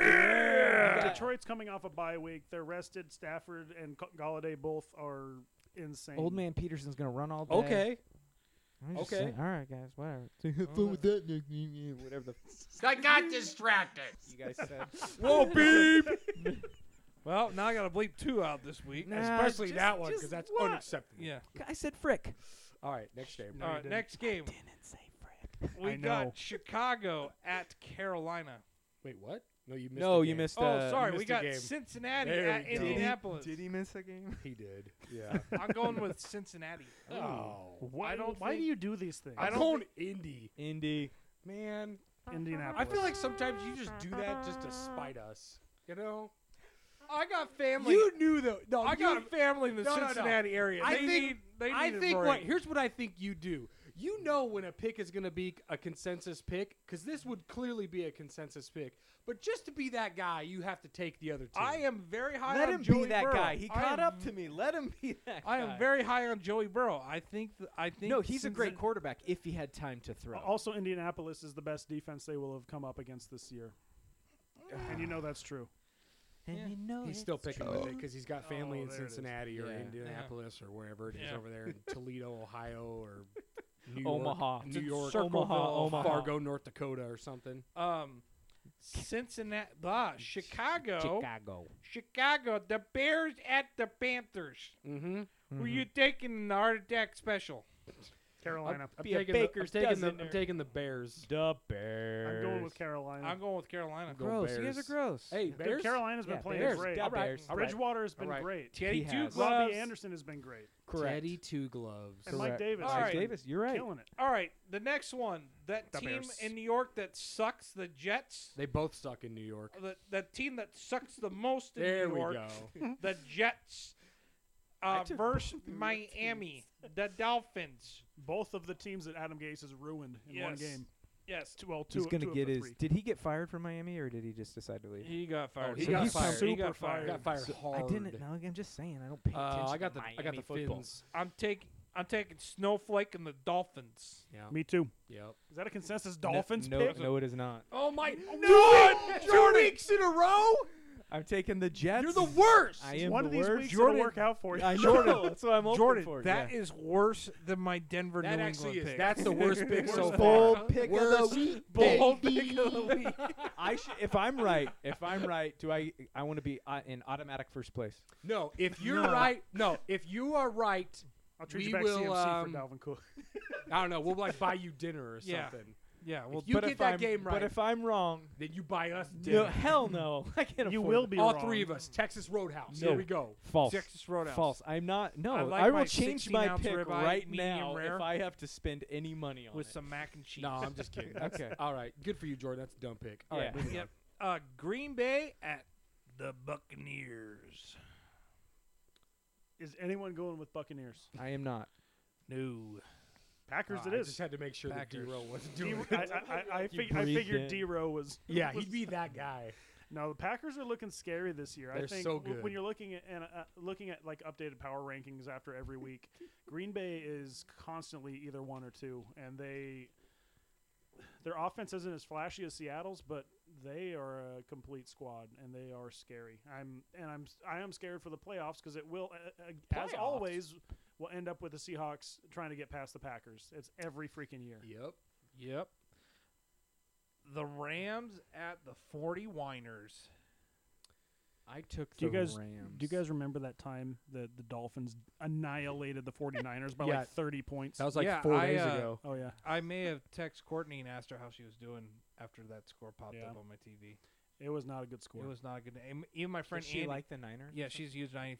[SPEAKER 3] Yeah.
[SPEAKER 2] yeah.
[SPEAKER 4] uh, Detroit's coming off a bye week. They're rested. Stafford and Co- Galladay both are insane.
[SPEAKER 3] Old man Peterson's gonna run all day.
[SPEAKER 5] Okay.
[SPEAKER 3] I'm just
[SPEAKER 5] okay.
[SPEAKER 3] saying, All right, guys. Whatever. Have fun with that. Whatever the.
[SPEAKER 7] I got distracted.
[SPEAKER 3] You guys said.
[SPEAKER 5] Whoa, beep.
[SPEAKER 2] Well, now I got to bleep two out this week.
[SPEAKER 3] Nah,
[SPEAKER 5] Especially
[SPEAKER 3] just-
[SPEAKER 5] that one because
[SPEAKER 3] just
[SPEAKER 5] that's
[SPEAKER 3] what?
[SPEAKER 5] unacceptable.
[SPEAKER 2] Yeah.
[SPEAKER 3] I said frick.
[SPEAKER 5] All right, next game.
[SPEAKER 2] All right, next game.
[SPEAKER 3] Didn't say frick.
[SPEAKER 2] We
[SPEAKER 4] I know.
[SPEAKER 2] got Chicago at Carolina.
[SPEAKER 5] Wait, what? No, you missed.
[SPEAKER 3] No,
[SPEAKER 5] the
[SPEAKER 3] you
[SPEAKER 5] game.
[SPEAKER 3] missed.
[SPEAKER 2] Oh,
[SPEAKER 3] uh,
[SPEAKER 2] sorry.
[SPEAKER 5] missed
[SPEAKER 2] We
[SPEAKER 5] a
[SPEAKER 2] got
[SPEAKER 5] game.
[SPEAKER 2] Cincinnati
[SPEAKER 5] There
[SPEAKER 2] at
[SPEAKER 5] you go.
[SPEAKER 2] Indianapolis.
[SPEAKER 3] he miss a game?
[SPEAKER 5] He did. Yeah.
[SPEAKER 2] I'm going with Cincinnati.
[SPEAKER 5] oh.
[SPEAKER 4] Why,
[SPEAKER 2] I don't
[SPEAKER 4] why
[SPEAKER 2] think-
[SPEAKER 4] do you do these things?
[SPEAKER 5] I don't Indy.
[SPEAKER 3] Indy.
[SPEAKER 5] Man, I
[SPEAKER 4] Indianapolis.
[SPEAKER 5] feel like sometimes you just do that just to spite us. You know?
[SPEAKER 2] I got family.
[SPEAKER 5] knew though. No,
[SPEAKER 2] I got a family in the
[SPEAKER 5] Oh, No, no, no.
[SPEAKER 2] Cincinnati area.
[SPEAKER 5] I
[SPEAKER 2] they
[SPEAKER 5] think-
[SPEAKER 2] need, they need
[SPEAKER 5] I
[SPEAKER 2] a
[SPEAKER 5] think
[SPEAKER 2] break.
[SPEAKER 5] what here's what I think you do. You know when a pick is going to be a consensus pick because this would clearly be a consensus pick. But just to be that guy, you have to take the other team.
[SPEAKER 2] I am very high
[SPEAKER 3] Let
[SPEAKER 2] on
[SPEAKER 3] him
[SPEAKER 2] Joey
[SPEAKER 3] be that
[SPEAKER 2] Burrow.
[SPEAKER 3] guy. He
[SPEAKER 2] I
[SPEAKER 3] caught
[SPEAKER 2] am-
[SPEAKER 3] up to me. Let him be that guy.
[SPEAKER 2] I am very high on Joey Burrow. I think th- I think
[SPEAKER 3] No, he's a great
[SPEAKER 2] Cincinnati-
[SPEAKER 3] quarterback if he had time to throw.
[SPEAKER 4] Also, Indianapolis is the best defense they will have come up against this year. and you know that's true.
[SPEAKER 3] and
[SPEAKER 2] yeah.
[SPEAKER 3] you know
[SPEAKER 5] He's
[SPEAKER 3] it's
[SPEAKER 5] still picking with
[SPEAKER 3] true.
[SPEAKER 5] it because he's got family
[SPEAKER 4] Oh,
[SPEAKER 5] in
[SPEAKER 4] there it is.
[SPEAKER 5] Cincinnati or
[SPEAKER 3] Yeah.
[SPEAKER 5] Indianapolis or wherever it is
[SPEAKER 2] Yeah.
[SPEAKER 5] over there in Toledo, Ohio, or New York,
[SPEAKER 3] Omaha.
[SPEAKER 5] New York,
[SPEAKER 3] Circleville, Omaha.
[SPEAKER 5] Fargo, North Dakota, or something.
[SPEAKER 2] um Cincinnati, ah, Chicago,
[SPEAKER 3] Chicago.
[SPEAKER 2] Chicago, the Bears at the Panthers.
[SPEAKER 5] Mm-hmm.
[SPEAKER 2] Were you taking an heart attack special?
[SPEAKER 4] Carolina.
[SPEAKER 5] I'm
[SPEAKER 3] Be a
[SPEAKER 5] taking, the, I'm,
[SPEAKER 3] baker's
[SPEAKER 5] taking the,
[SPEAKER 3] dozen
[SPEAKER 5] I'm
[SPEAKER 3] or-
[SPEAKER 5] taking the Bears.
[SPEAKER 3] The
[SPEAKER 4] I'm,
[SPEAKER 3] Bears.
[SPEAKER 4] going with Carolina.
[SPEAKER 2] I'm going with Carolina.
[SPEAKER 5] Go
[SPEAKER 3] Gross. You guys
[SPEAKER 5] Bears.
[SPEAKER 3] are gross.
[SPEAKER 5] Hey,
[SPEAKER 4] Bear-
[SPEAKER 5] Bears.
[SPEAKER 4] Carolina's been
[SPEAKER 3] Yeah,
[SPEAKER 4] playing
[SPEAKER 3] Bears.
[SPEAKER 4] great.
[SPEAKER 3] Da
[SPEAKER 2] All right,
[SPEAKER 3] Bears.
[SPEAKER 5] all right.
[SPEAKER 4] Bridgewater has been
[SPEAKER 5] All right.
[SPEAKER 4] great.
[SPEAKER 2] Teddy
[SPEAKER 3] He
[SPEAKER 2] two
[SPEAKER 3] has.
[SPEAKER 2] gloves.
[SPEAKER 4] Robbie Anderson has been great.
[SPEAKER 3] Correct.
[SPEAKER 5] Teddy Two Gloves.
[SPEAKER 4] And Mike
[SPEAKER 3] Correct.
[SPEAKER 4] Davis
[SPEAKER 2] All
[SPEAKER 4] has
[SPEAKER 2] right.
[SPEAKER 4] been
[SPEAKER 3] Davis, you're right.
[SPEAKER 4] killing it.
[SPEAKER 2] All right, the next one. That
[SPEAKER 4] The
[SPEAKER 2] team
[SPEAKER 4] Bears.
[SPEAKER 2] in New York that sucks the Jets.
[SPEAKER 5] They both suck in New York.
[SPEAKER 2] The, the team that sucks the most in
[SPEAKER 5] There
[SPEAKER 2] New
[SPEAKER 5] we
[SPEAKER 2] York.
[SPEAKER 5] go.
[SPEAKER 2] The Jets uh,
[SPEAKER 3] took
[SPEAKER 2] versus Miami. The Dolphins.
[SPEAKER 4] Both of the teams that Adam Gase has ruined in one
[SPEAKER 2] Yes.
[SPEAKER 4] game.
[SPEAKER 2] Yes.
[SPEAKER 4] Two, well, two,
[SPEAKER 3] He's going
[SPEAKER 4] two
[SPEAKER 3] to
[SPEAKER 4] of
[SPEAKER 3] get
[SPEAKER 4] the
[SPEAKER 3] his.
[SPEAKER 4] three.
[SPEAKER 3] Did he get fired from Miami or did he just decide to leave?
[SPEAKER 2] He got fired.
[SPEAKER 5] Oh, he
[SPEAKER 3] So got
[SPEAKER 2] he's
[SPEAKER 5] fired.
[SPEAKER 2] super
[SPEAKER 5] He
[SPEAKER 4] got
[SPEAKER 2] fired.
[SPEAKER 5] got fired hard.
[SPEAKER 3] I didn't. No, I'm just saying. I don't pay attention.
[SPEAKER 5] Uh, I got
[SPEAKER 3] to
[SPEAKER 5] the I got
[SPEAKER 3] Miami
[SPEAKER 5] the
[SPEAKER 3] football.
[SPEAKER 5] Fins.
[SPEAKER 2] I'm taking I'm taking Snowflake and the Dolphins.
[SPEAKER 5] Yeah.
[SPEAKER 4] Me too.
[SPEAKER 5] Yep.
[SPEAKER 4] Is that a consensus Dolphins
[SPEAKER 3] no,
[SPEAKER 4] pick?
[SPEAKER 3] No, it is not.
[SPEAKER 5] Oh my!
[SPEAKER 2] Jordan!
[SPEAKER 5] Two weeks in a row.
[SPEAKER 3] I'm taking the Jets.
[SPEAKER 2] You're the worst.
[SPEAKER 3] I am
[SPEAKER 4] One
[SPEAKER 3] the
[SPEAKER 4] of these
[SPEAKER 3] worst.
[SPEAKER 4] weeks
[SPEAKER 2] Jordan-
[SPEAKER 4] it'll work out for you.
[SPEAKER 3] I know. That's what I'm hoping
[SPEAKER 2] Jordan,
[SPEAKER 3] for.
[SPEAKER 2] that is worse than my Denver
[SPEAKER 5] That
[SPEAKER 2] New
[SPEAKER 5] actually
[SPEAKER 2] England
[SPEAKER 5] is.
[SPEAKER 2] pick.
[SPEAKER 5] That's the worst pick so
[SPEAKER 2] Worst
[SPEAKER 5] far.
[SPEAKER 3] bold pick of
[SPEAKER 5] Worst
[SPEAKER 3] the week.
[SPEAKER 2] bold pick of the week.
[SPEAKER 3] I should, if I'm right, if I'm right, do I? I want to be uh, in automatic first place.
[SPEAKER 5] No, if you're
[SPEAKER 3] No.
[SPEAKER 5] right, no, if you are right,
[SPEAKER 4] I'll treat
[SPEAKER 5] We
[SPEAKER 4] you back
[SPEAKER 5] will,
[SPEAKER 4] CMC
[SPEAKER 5] um,
[SPEAKER 4] for Dalvin Cook.
[SPEAKER 5] I don't know. We'll like buy you dinner or
[SPEAKER 2] Yeah.
[SPEAKER 5] something.
[SPEAKER 2] Yeah, well,
[SPEAKER 1] if you
[SPEAKER 3] but
[SPEAKER 1] get
[SPEAKER 3] if
[SPEAKER 1] that
[SPEAKER 3] I'm,
[SPEAKER 1] game right,
[SPEAKER 3] But if I'm wrong,
[SPEAKER 1] then you buy us dinner.
[SPEAKER 3] no, hell no. I can't
[SPEAKER 4] You
[SPEAKER 3] afford
[SPEAKER 4] will
[SPEAKER 3] it.
[SPEAKER 4] be
[SPEAKER 1] All
[SPEAKER 4] wrong.
[SPEAKER 1] three of us. Texas Roadhouse.
[SPEAKER 3] No.
[SPEAKER 1] Here we go.
[SPEAKER 3] false.
[SPEAKER 2] Texas Roadhouse.
[SPEAKER 3] False. I'm not. No,
[SPEAKER 2] I
[SPEAKER 3] I,
[SPEAKER 2] like my
[SPEAKER 3] will change
[SPEAKER 2] 16
[SPEAKER 3] my
[SPEAKER 2] ounce
[SPEAKER 3] pick
[SPEAKER 2] ribeye,
[SPEAKER 3] right
[SPEAKER 2] medium
[SPEAKER 3] now
[SPEAKER 2] rare.
[SPEAKER 3] if I have to spend any money on
[SPEAKER 2] with
[SPEAKER 3] it.
[SPEAKER 2] some mac and cheese.
[SPEAKER 5] No, I'm just kidding.
[SPEAKER 3] okay.
[SPEAKER 5] All right, good for you, Jordan. That's a dumb pick. All right,
[SPEAKER 3] Yeah.
[SPEAKER 5] moving
[SPEAKER 2] Yep. Uh, Green Bay at the Buccaneers.
[SPEAKER 4] Is anyone going with Buccaneers?
[SPEAKER 3] I am not.
[SPEAKER 2] No.
[SPEAKER 5] Uh,
[SPEAKER 4] Packers,
[SPEAKER 1] Ah,
[SPEAKER 4] it
[SPEAKER 1] I
[SPEAKER 4] is.
[SPEAKER 1] just had to make sure that
[SPEAKER 5] Packers.
[SPEAKER 1] D-Row wasn't
[SPEAKER 4] D-
[SPEAKER 1] doing
[SPEAKER 4] I,
[SPEAKER 1] it.
[SPEAKER 4] I- I- I
[SPEAKER 3] You
[SPEAKER 4] fig- I
[SPEAKER 3] breathed
[SPEAKER 4] figured
[SPEAKER 3] in.
[SPEAKER 4] D Row was.
[SPEAKER 1] yeah,
[SPEAKER 4] was-
[SPEAKER 1] he'd be that guy.
[SPEAKER 4] No, the Packers are looking scary this year. I
[SPEAKER 1] They're
[SPEAKER 4] think
[SPEAKER 1] so
[SPEAKER 4] w-
[SPEAKER 1] good.
[SPEAKER 4] when you're looking at and uh, looking at like updated power rankings after every week, Green Bay is constantly either one or two, and they their offense isn't as flashy as Seattle's, but they are a complete squad and they are scary. I'm and I'm s- I am scared for the playoffs because it will, uh, uh, as
[SPEAKER 5] Playoffs?
[SPEAKER 4] always, will end up with the Seahawks trying to get past the Packers. It's every freaking year.
[SPEAKER 1] Yep.
[SPEAKER 2] Yep. The Rams at the 40 Winers.
[SPEAKER 3] I took
[SPEAKER 4] Do you
[SPEAKER 3] the
[SPEAKER 4] guys-
[SPEAKER 3] Rams.
[SPEAKER 4] Do you guys remember that time that the Dolphins annihilated the 49ers by
[SPEAKER 5] Yeah.
[SPEAKER 4] like 30 points?
[SPEAKER 5] That was like
[SPEAKER 2] Yeah,
[SPEAKER 5] four
[SPEAKER 2] I,
[SPEAKER 5] days
[SPEAKER 2] uh,
[SPEAKER 5] ago.
[SPEAKER 4] oh, yeah.
[SPEAKER 2] I may have texted Courtney and asked her how she was doing after that score popped
[SPEAKER 4] Yeah.
[SPEAKER 2] up on my TV.
[SPEAKER 4] It was not a good score.
[SPEAKER 2] It was not a good. and Even my friend
[SPEAKER 3] Does she
[SPEAKER 2] Andy.
[SPEAKER 3] like the Niners?
[SPEAKER 2] yeah, she's used. I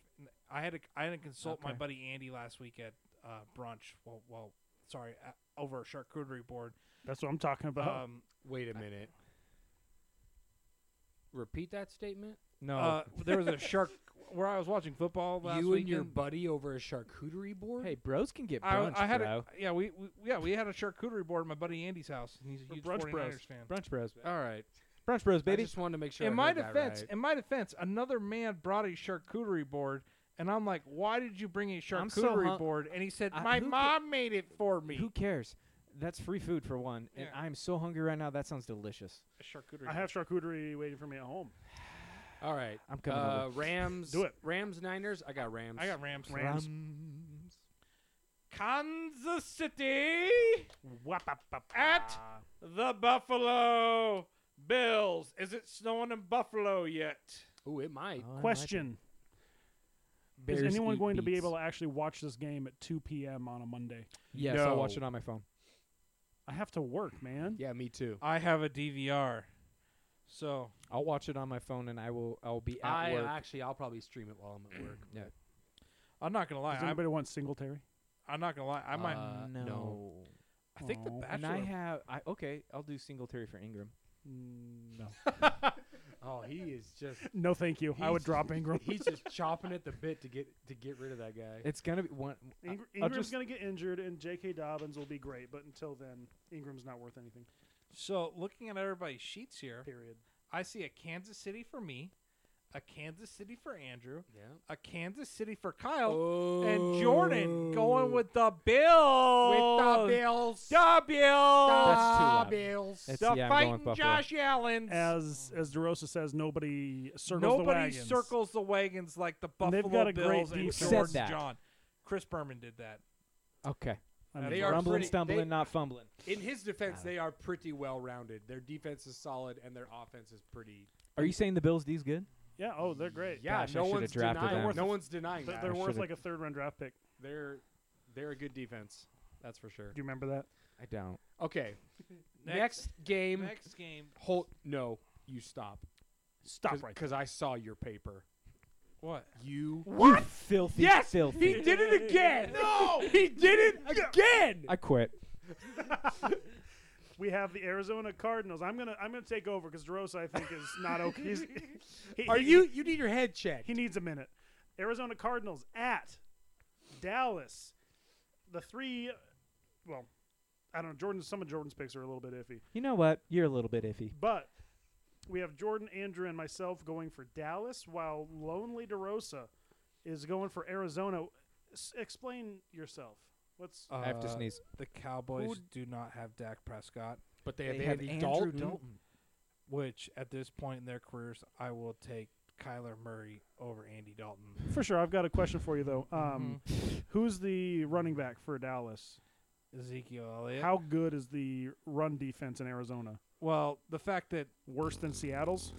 [SPEAKER 2] I had to I had to consult my
[SPEAKER 3] Okay.
[SPEAKER 2] buddy Andy last week at uh, brunch. Well, well, sorry, uh, over a charcuterie board.
[SPEAKER 4] That's what I'm talking about.
[SPEAKER 2] Um,
[SPEAKER 1] Wait a minute.
[SPEAKER 5] Repeat that statement.
[SPEAKER 3] No.
[SPEAKER 2] uh, there was a shark where I was watching football last
[SPEAKER 5] you and your
[SPEAKER 2] weekend.
[SPEAKER 5] buddy over a charcuterie board.
[SPEAKER 3] hey, bros can get
[SPEAKER 2] I,
[SPEAKER 3] brunch,
[SPEAKER 2] I had
[SPEAKER 3] bro.
[SPEAKER 2] a yeah we, we yeah we had a charcuterie board at my buddy Andy's house and he's a
[SPEAKER 4] We're
[SPEAKER 2] huge
[SPEAKER 4] brunch
[SPEAKER 2] 49ers
[SPEAKER 4] bros.
[SPEAKER 2] fan.
[SPEAKER 3] brunch bros.
[SPEAKER 5] All right,
[SPEAKER 3] Brunch bros,
[SPEAKER 5] I
[SPEAKER 3] baby.
[SPEAKER 5] just wanted to make sure. I
[SPEAKER 2] in my
[SPEAKER 5] heard that
[SPEAKER 2] defense,
[SPEAKER 5] right.
[SPEAKER 2] in my defense, another man brought a charcuterie board, and I'm like, "Why did you bring a
[SPEAKER 3] I'm so
[SPEAKER 2] charcuterie
[SPEAKER 3] hung-
[SPEAKER 2] board?" And he said,
[SPEAKER 3] I-
[SPEAKER 2] "My
[SPEAKER 3] who ca-
[SPEAKER 2] mom made it for me."
[SPEAKER 3] Who cares? That's free food for one, and
[SPEAKER 2] Yeah.
[SPEAKER 3] I'm so hungry right now. That sounds delicious.
[SPEAKER 2] A charcuterie.
[SPEAKER 4] I have charcuterie waiting for me at home.
[SPEAKER 5] all right.
[SPEAKER 3] I'm coming
[SPEAKER 5] Uh,
[SPEAKER 3] over.
[SPEAKER 5] Rams.
[SPEAKER 4] Do it.
[SPEAKER 5] Rams Niners. I got Rams.
[SPEAKER 2] board. I got
[SPEAKER 3] Uh,
[SPEAKER 2] Rams.
[SPEAKER 4] Rams.
[SPEAKER 2] Kansas City
[SPEAKER 4] Wap-a-pa-pa.
[SPEAKER 2] at the Buffalo Bills. Is it snowing in Buffalo yet?
[SPEAKER 5] Ooh, it might.
[SPEAKER 4] Question. Is
[SPEAKER 3] Bears
[SPEAKER 4] anyone
[SPEAKER 3] eat
[SPEAKER 4] going to be
[SPEAKER 3] beets.
[SPEAKER 4] able to actually watch this game at 2 p.m. on a Monday?
[SPEAKER 3] Yes, I'll watch it on my phone.
[SPEAKER 4] I have to work, man.
[SPEAKER 5] Yeah, me too.
[SPEAKER 2] I have a DVR, so
[SPEAKER 3] I'll watch it on my phone, and I will. I'll be at
[SPEAKER 1] I
[SPEAKER 3] work.
[SPEAKER 1] actually, I'll probably stream it while I'm at work.
[SPEAKER 3] Yeah.
[SPEAKER 2] I'm not gonna lie.
[SPEAKER 4] Does
[SPEAKER 2] I'm,
[SPEAKER 4] anybody want Singletary?
[SPEAKER 2] I'm not gonna lie. I might.
[SPEAKER 5] Uh,
[SPEAKER 3] no.
[SPEAKER 2] I think the
[SPEAKER 4] oh,
[SPEAKER 2] Bachelor.
[SPEAKER 3] And I have. I okay. I'll do Singletary for Ingram.
[SPEAKER 4] Mm, No.
[SPEAKER 1] Oh, he is just
[SPEAKER 4] no, thank you. I
[SPEAKER 1] He's-
[SPEAKER 4] would drop Ingram.
[SPEAKER 1] he's just chopping at the bit to get to get rid of that guy.
[SPEAKER 3] It's gonna be one. I-
[SPEAKER 4] Ingr-
[SPEAKER 3] I'll
[SPEAKER 4] Ingram's
[SPEAKER 3] just-
[SPEAKER 4] going to get injured, and J.K. Dobbins will be great. But until then, Ingram's not worth anything.
[SPEAKER 2] So looking at everybody's sheets here,
[SPEAKER 4] Period.
[SPEAKER 2] I see a Kansas City for me, a Kansas City for Andrew,
[SPEAKER 5] Yeah.
[SPEAKER 2] a Kansas City for Kyle,
[SPEAKER 1] Oh,
[SPEAKER 3] Oh.
[SPEAKER 2] and Jordan going with the Bills.
[SPEAKER 1] With the Bills.
[SPEAKER 2] The
[SPEAKER 3] Oh. That's too
[SPEAKER 2] Bills.
[SPEAKER 3] loud.
[SPEAKER 1] Bills.
[SPEAKER 3] It's,
[SPEAKER 2] The
[SPEAKER 3] yeah, I'm going with
[SPEAKER 2] fighting
[SPEAKER 3] Buffalo.
[SPEAKER 2] Josh Allen.
[SPEAKER 4] As as DeRosa says, nobody circles the
[SPEAKER 2] Nobody
[SPEAKER 4] wagons.
[SPEAKER 2] circles the wagons like the
[SPEAKER 4] And
[SPEAKER 2] Buffalo
[SPEAKER 4] they've got a great
[SPEAKER 2] Bills and
[SPEAKER 4] defense.
[SPEAKER 3] Said
[SPEAKER 2] Jordan
[SPEAKER 3] that.
[SPEAKER 2] John. Chris Berman did that.
[SPEAKER 3] uh, Okay.
[SPEAKER 4] I'm
[SPEAKER 1] They
[SPEAKER 4] sorry.
[SPEAKER 1] are
[SPEAKER 3] Rumbling,
[SPEAKER 1] pretty-
[SPEAKER 3] stumbling,
[SPEAKER 1] they-
[SPEAKER 3] not fumbling.
[SPEAKER 1] In his defense, they are pretty well rounded. Their defense is solid, and their offense is pretty.
[SPEAKER 3] Are you saying the Bills D's good?
[SPEAKER 4] Yeah. Oh, they're great.
[SPEAKER 1] Yeah,
[SPEAKER 3] Gosh, I
[SPEAKER 1] no
[SPEAKER 3] should've
[SPEAKER 1] one's
[SPEAKER 3] drafted
[SPEAKER 1] denying.
[SPEAKER 3] them.
[SPEAKER 1] No one's denying
[SPEAKER 4] They're,
[SPEAKER 1] that.
[SPEAKER 3] I
[SPEAKER 4] they're worth
[SPEAKER 3] should've-
[SPEAKER 4] like a third round draft pick.
[SPEAKER 1] They're they're a good defense. That's for sure.
[SPEAKER 4] Do you remember that?
[SPEAKER 3] I don't.
[SPEAKER 1] Okay.
[SPEAKER 2] Next-
[SPEAKER 1] Next, game.
[SPEAKER 2] Next game.
[SPEAKER 1] Hold no, you stop.
[SPEAKER 4] Stop right.
[SPEAKER 1] Because I saw your paper.
[SPEAKER 2] What?
[SPEAKER 1] You.
[SPEAKER 3] What? filthy,
[SPEAKER 1] Yes!
[SPEAKER 3] filthy.
[SPEAKER 1] did it again. no, he did it again.
[SPEAKER 3] I quit.
[SPEAKER 4] We have the Arizona Cardinals. I'm gonna I'm gonna take over because DeRosa I think is not okay. He's, he,
[SPEAKER 1] Are
[SPEAKER 4] he-
[SPEAKER 1] you? You need your head checked.
[SPEAKER 4] He needs a minute. Arizona Cardinals at Dallas. The three. Well, I don't know. Jordan. Some of Jordan's picks are a little bit iffy.
[SPEAKER 3] You know what? You're a little bit iffy.
[SPEAKER 4] But we have Jordan, Andrew, and myself going for Dallas, while Lonely DeRosa is going for Arizona. S- explain yourself. What's
[SPEAKER 3] I have to sneeze.
[SPEAKER 2] Uh, The Cowboys do not have Dak Prescott,
[SPEAKER 1] But they have
[SPEAKER 3] They have
[SPEAKER 1] Andy
[SPEAKER 3] Andrew
[SPEAKER 1] Dalton.
[SPEAKER 3] Dalton.
[SPEAKER 2] which at this point in their careers, I will take Kyler Murray over Andy Dalton.
[SPEAKER 4] for sure? I've got a question for you though. Um, Who's the running back for Dallas?
[SPEAKER 2] Ezekiel Elliott.
[SPEAKER 4] How good is the run defense in Arizona?
[SPEAKER 2] well, the fact that
[SPEAKER 4] Worse than Seattle's?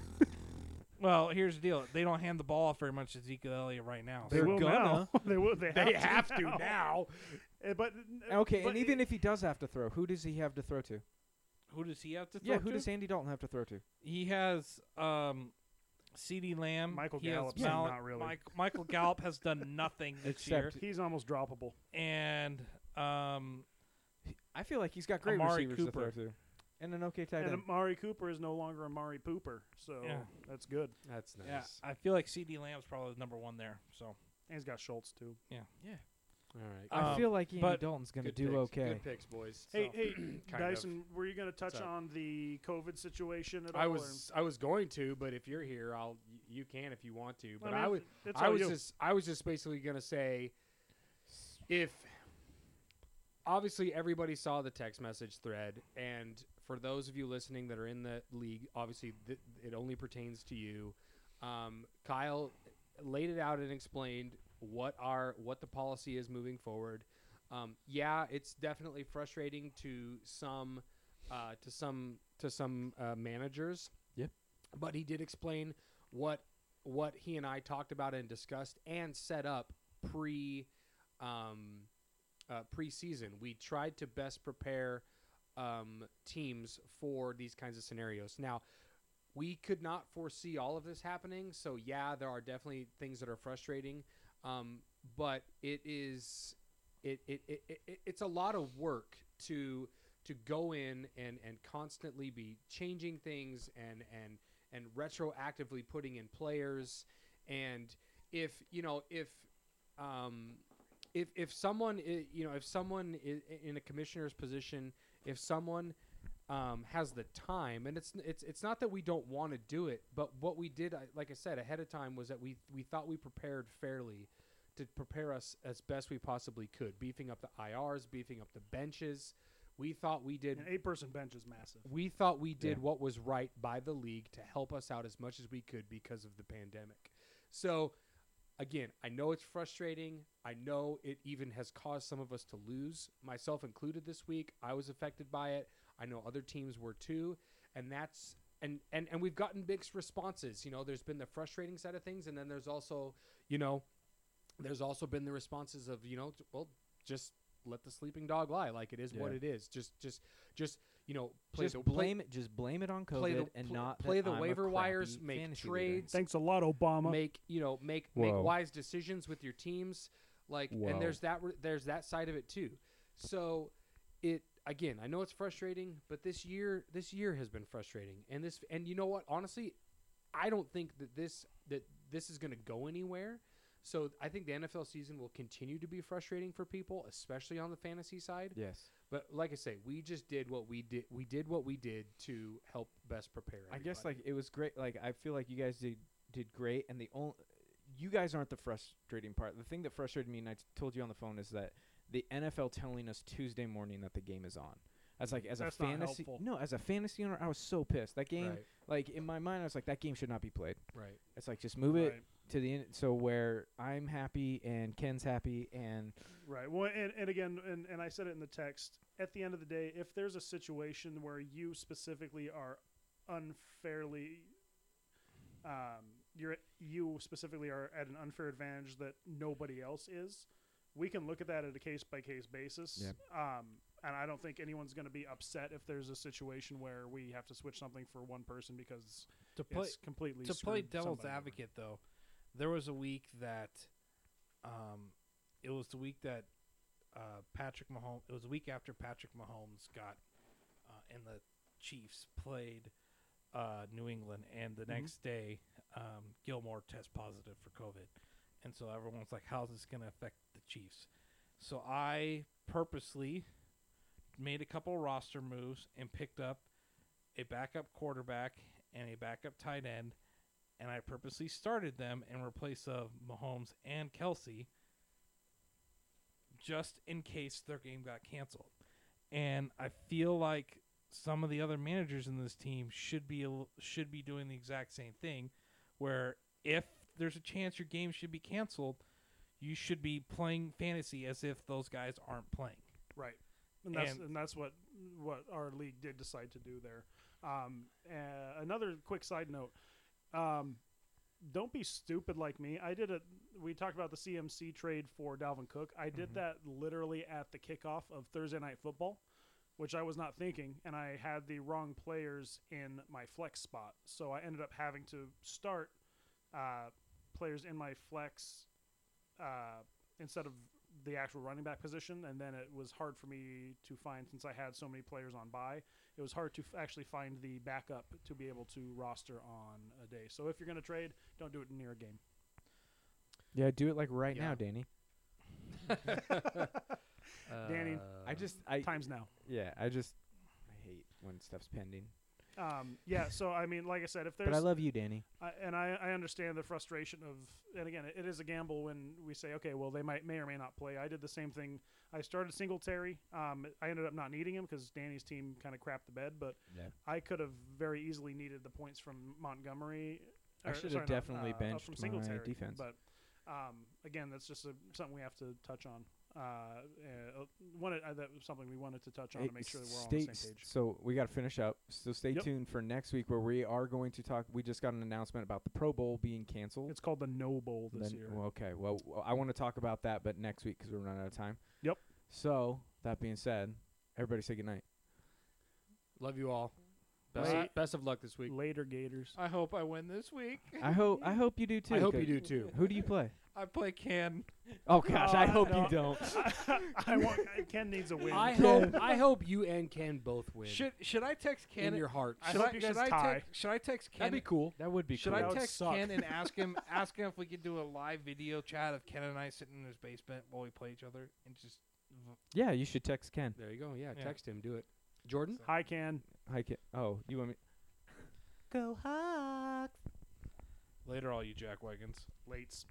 [SPEAKER 2] well, here's the deal: they don't hand the ball off very much to Ezekiel Elliott right now.
[SPEAKER 4] They
[SPEAKER 3] They're
[SPEAKER 4] will
[SPEAKER 3] gonna.
[SPEAKER 4] now. they will. They have,
[SPEAKER 1] They
[SPEAKER 4] to,
[SPEAKER 1] have to
[SPEAKER 4] now.
[SPEAKER 1] now.
[SPEAKER 4] Eh, But
[SPEAKER 3] Okay,
[SPEAKER 4] but
[SPEAKER 3] and
[SPEAKER 4] it-
[SPEAKER 3] even if he does have to throw, who does he have to throw to?
[SPEAKER 2] Who does he have to throw
[SPEAKER 3] Yeah, who
[SPEAKER 2] to?
[SPEAKER 3] does Andy Dalton have to throw to?
[SPEAKER 2] He has um, C.D. Lamb.
[SPEAKER 4] Michael
[SPEAKER 2] he has
[SPEAKER 4] Gallup's
[SPEAKER 2] Mal-
[SPEAKER 4] not really.
[SPEAKER 2] Mike- Michael Gallup has done nothing this year,
[SPEAKER 3] Except-
[SPEAKER 4] He's almost droppable.
[SPEAKER 2] and um,
[SPEAKER 3] I feel like he's got great
[SPEAKER 2] Amari
[SPEAKER 3] receivers
[SPEAKER 2] Cooper.
[SPEAKER 3] to throw to, and an okay tight
[SPEAKER 4] And
[SPEAKER 3] end.
[SPEAKER 4] Amari Cooper is no longer Amari Pooper, so
[SPEAKER 2] Yeah.
[SPEAKER 4] that's good.
[SPEAKER 5] That's nice.
[SPEAKER 2] yeah, I feel like C.D. Lamb's probably the number one there. So
[SPEAKER 4] And he's got Schultz too.
[SPEAKER 5] All right.
[SPEAKER 2] um,
[SPEAKER 3] I feel like Andy
[SPEAKER 2] but-
[SPEAKER 3] Dalton's gonna
[SPEAKER 5] Good
[SPEAKER 3] do
[SPEAKER 5] picks.
[SPEAKER 3] okay.
[SPEAKER 5] Good picks, boys.
[SPEAKER 4] Hey,
[SPEAKER 5] So-
[SPEAKER 4] hey,
[SPEAKER 5] of.
[SPEAKER 4] Dyson, were you going to touch
[SPEAKER 5] So-
[SPEAKER 4] on the COVID situation at all?
[SPEAKER 5] I
[SPEAKER 4] or-
[SPEAKER 5] was I was going to, but if you're here, I'll y- you can if you want to. But I,
[SPEAKER 4] mean,
[SPEAKER 5] was
[SPEAKER 4] It's
[SPEAKER 5] I
[SPEAKER 4] all
[SPEAKER 5] was
[SPEAKER 4] you.
[SPEAKER 5] just I was just basically gonna say, if obviously everybody saw the text message thread, and for those of you listening that are in the league, obviously th- it only pertains to you. Um, Kyle laid it out and explained what our what the policy is moving forward. Um, yeah, it's definitely frustrating to some uh, to some to some uh, managers.
[SPEAKER 3] Yep.
[SPEAKER 5] But he did explain what what he and I talked about and discussed and set up pre um, uh, preseason. We tried to best prepare um, teams for these kinds of scenarios. Now, we could not foresee all of this happening, so yeah, there are definitely things that are frustrating, um, but it is it, it, it, it- it it's a lot of work to to go in and and constantly be changing things and and and retroactively putting in players and if you know if um if if someone i you know if someone i in a commissioner's position if someone um, has the time and it's it's it's not that we don't want to do it but what we did I- like i said ahead of time was that we we thought we prepared fairly to prepare us as best we possibly could beefing up the irs beefing up the benches we thought we did
[SPEAKER 4] An eight-person bench is massive.
[SPEAKER 5] we thought we did what was right by the league to help us out as much as we could because of the pandemic. So, again, I know it's frustrating. I know it even has caused some of us to lose, myself included this week. I was affected by it. I know other teams were too, and that's and and and we've gotten mixed responses. You know, there's been the frustrating side of things and then there's also, you know, there's also been the responses of, you know, t- well, just let the sleeping dog lie like it is what
[SPEAKER 3] Yeah.
[SPEAKER 5] it is. Just just just you know, play
[SPEAKER 3] Just
[SPEAKER 5] the play-
[SPEAKER 3] blame it. Just blame it on COVID
[SPEAKER 5] play the-
[SPEAKER 3] and
[SPEAKER 5] pl-
[SPEAKER 3] not that
[SPEAKER 5] play the
[SPEAKER 3] I'm a
[SPEAKER 5] waiver wires,
[SPEAKER 3] crappy
[SPEAKER 5] make
[SPEAKER 3] fantasy
[SPEAKER 5] trades,
[SPEAKER 4] Thanks a lot, Obama.
[SPEAKER 5] make you know make
[SPEAKER 3] Whoa.
[SPEAKER 5] make wise decisions with your teams like
[SPEAKER 3] Whoa.
[SPEAKER 5] and there's that re- there's that side of it too so it again i know it's frustrating but this year this year has been frustrating and this and you know what honestly i don't think that this that this is going to go anywhere so i think the nfl season will continue to be frustrating for people especially on the fantasy side
[SPEAKER 3] leader. Yes.
[SPEAKER 5] but like i say we just did what we did we did what we did to help best prepare
[SPEAKER 3] I guess
[SPEAKER 5] everybody.
[SPEAKER 3] like it was great. Like I feel like you guys did did great, and the only you guys aren't the frustrating part. The thing that frustrated me, and I t- told you on the phone, is that the NFL telling us Tuesday morning that the game is on. As like as
[SPEAKER 4] That's
[SPEAKER 3] a
[SPEAKER 4] not
[SPEAKER 3] fantasy,
[SPEAKER 4] helpful.
[SPEAKER 3] no, as a fantasy owner, I was so pissed. That game,
[SPEAKER 5] right
[SPEAKER 3] like in my mind, I was like, that game should not be played.
[SPEAKER 5] right
[SPEAKER 3] It's like just move
[SPEAKER 4] right,
[SPEAKER 3] it to the end, so where I'm happy and Ken's happy, and
[SPEAKER 4] right. Well, and, and again, and, and I said it in the text. At the end of the day, if there's a situation where you specifically are unfairly, um, you're you specifically are at an unfair advantage that nobody else is, we can look at that at a case by case basis.
[SPEAKER 3] Yep.
[SPEAKER 4] Um, and I don't think anyone's going to be upset if there's a situation where we have to switch something for one person because
[SPEAKER 6] To play
[SPEAKER 4] it's completely
[SPEAKER 6] to play
[SPEAKER 4] screwed
[SPEAKER 6] devil's
[SPEAKER 4] somebody over.
[SPEAKER 6] advocate, though, there was a week that, um, it was the week that uh, Patrick Mahomes. It was a week after Patrick Mahomes got, uh, and the Chiefs played uh, New England, and
[SPEAKER 4] Mm-hmm.
[SPEAKER 6] the next day, um, Gilmore test positive for COVID, and so everyone's like, "How's this going to affect the Chiefs?" So I purposely made a couple roster moves and picked up a backup quarterback and a backup tight end, and I purposely started them in replace of Mahomes and Kelsey just in case their game got canceled. And I feel like some of the other managers in this team should be a l- should be doing the exact same thing where if there's a chance your game should be canceled, you should be playing fantasy as if those guys aren't playing.
[SPEAKER 4] Right. And that's
[SPEAKER 6] And-
[SPEAKER 4] and, that's what what our league did decide to do there. Um, uh, another quick side note. Um, don't be stupid like me. I did a we talked about the CMC trade for Dalvin Cook. I did that literally at the kickoff of Thursday night football. which I was not thinking, and I had the wrong players in my flex spot. So I ended up having to start uh, players in my flex uh, instead of the actual running back position, and then it was hard for me to find since I had so many players on buy. It was hard to f- actually find the backup to be able to roster on a day. So if you're going to trade, don't do it near a game.
[SPEAKER 3] Yeah, do it like right
[SPEAKER 6] Yeah.
[SPEAKER 3] now, Danny.
[SPEAKER 4] Danny,
[SPEAKER 5] Uh,
[SPEAKER 3] I just I
[SPEAKER 4] Times now.
[SPEAKER 3] yeah, I just I hate when stuff's pending.
[SPEAKER 4] Um, yeah. So I mean, like I said, if there's
[SPEAKER 3] But I love you, Danny.
[SPEAKER 4] I, and I, I understand the frustration of, and again, it is a gamble when we say, okay, well, they might may or may not play. I did the same thing. I started Singletary. Um, I ended up not needing him because Danny's team kind of crapped the bed, but
[SPEAKER 3] Yeah.
[SPEAKER 4] I could have very easily needed the points from Montgomery.
[SPEAKER 3] I
[SPEAKER 4] or,
[SPEAKER 3] should have
[SPEAKER 4] sorry, not,
[SPEAKER 3] definitely
[SPEAKER 4] uh, uh,
[SPEAKER 3] benched
[SPEAKER 4] from
[SPEAKER 3] my
[SPEAKER 4] Singletary,
[SPEAKER 3] defense.
[SPEAKER 4] But um, again, that's just a, something we have to touch on. Uh, uh, wanted, uh, that was something we wanted to touch on
[SPEAKER 3] Hey,
[SPEAKER 4] to make sure that we're all on
[SPEAKER 3] stay-
[SPEAKER 4] the same page.
[SPEAKER 3] So we got to finish up. So stay
[SPEAKER 4] Yep.
[SPEAKER 3] tuned for next week where we are going to talk. We just got an announcement about the Pro Bowl being canceled.
[SPEAKER 4] It's called the No Bowl this
[SPEAKER 3] Then-
[SPEAKER 4] year.
[SPEAKER 3] well, okay. Well, w- I want to talk about that, but next week because we're running out of time.
[SPEAKER 4] Yep.
[SPEAKER 3] So that being said, everybody say goodnight.
[SPEAKER 5] Love you all. Best,
[SPEAKER 4] Wait.
[SPEAKER 5] best of luck this week.
[SPEAKER 4] Later, Gators.
[SPEAKER 2] I hope I win this week.
[SPEAKER 3] I hope I hope you do too.
[SPEAKER 5] I hope
[SPEAKER 3] 'cause-
[SPEAKER 5] you do too.
[SPEAKER 3] Who do you play?
[SPEAKER 2] I play can.
[SPEAKER 3] Oh gosh, I
[SPEAKER 4] Oh,
[SPEAKER 3] hope
[SPEAKER 4] no.
[SPEAKER 3] you don't.
[SPEAKER 4] I want Ken needs a win.
[SPEAKER 5] I hope I hope you and Ken both win
[SPEAKER 2] Should should I text
[SPEAKER 5] in
[SPEAKER 2] Ken?
[SPEAKER 5] your hearts.
[SPEAKER 2] I
[SPEAKER 4] Should
[SPEAKER 2] hope-
[SPEAKER 4] I-
[SPEAKER 2] should,
[SPEAKER 4] should
[SPEAKER 2] I
[SPEAKER 4] tie?
[SPEAKER 2] text- should I text Ken?
[SPEAKER 5] That'd be cool.
[SPEAKER 3] That would be
[SPEAKER 2] Should
[SPEAKER 3] cool.
[SPEAKER 2] I
[SPEAKER 4] That would
[SPEAKER 2] text
[SPEAKER 4] suck.
[SPEAKER 2] Ken and ask him ask him if we could do a live video chat of Ken and I sitting in his basement while we play each other and just
[SPEAKER 3] yeah, you should text Ken.
[SPEAKER 5] There you go. Yeah,
[SPEAKER 2] Yeah.
[SPEAKER 5] text him. Do it. Jordan.
[SPEAKER 4] Hi, Ken.
[SPEAKER 3] Hi, Ken. Oh, you want me? Go Hawks.
[SPEAKER 6] Later, all you jack wagons.
[SPEAKER 4] Lates.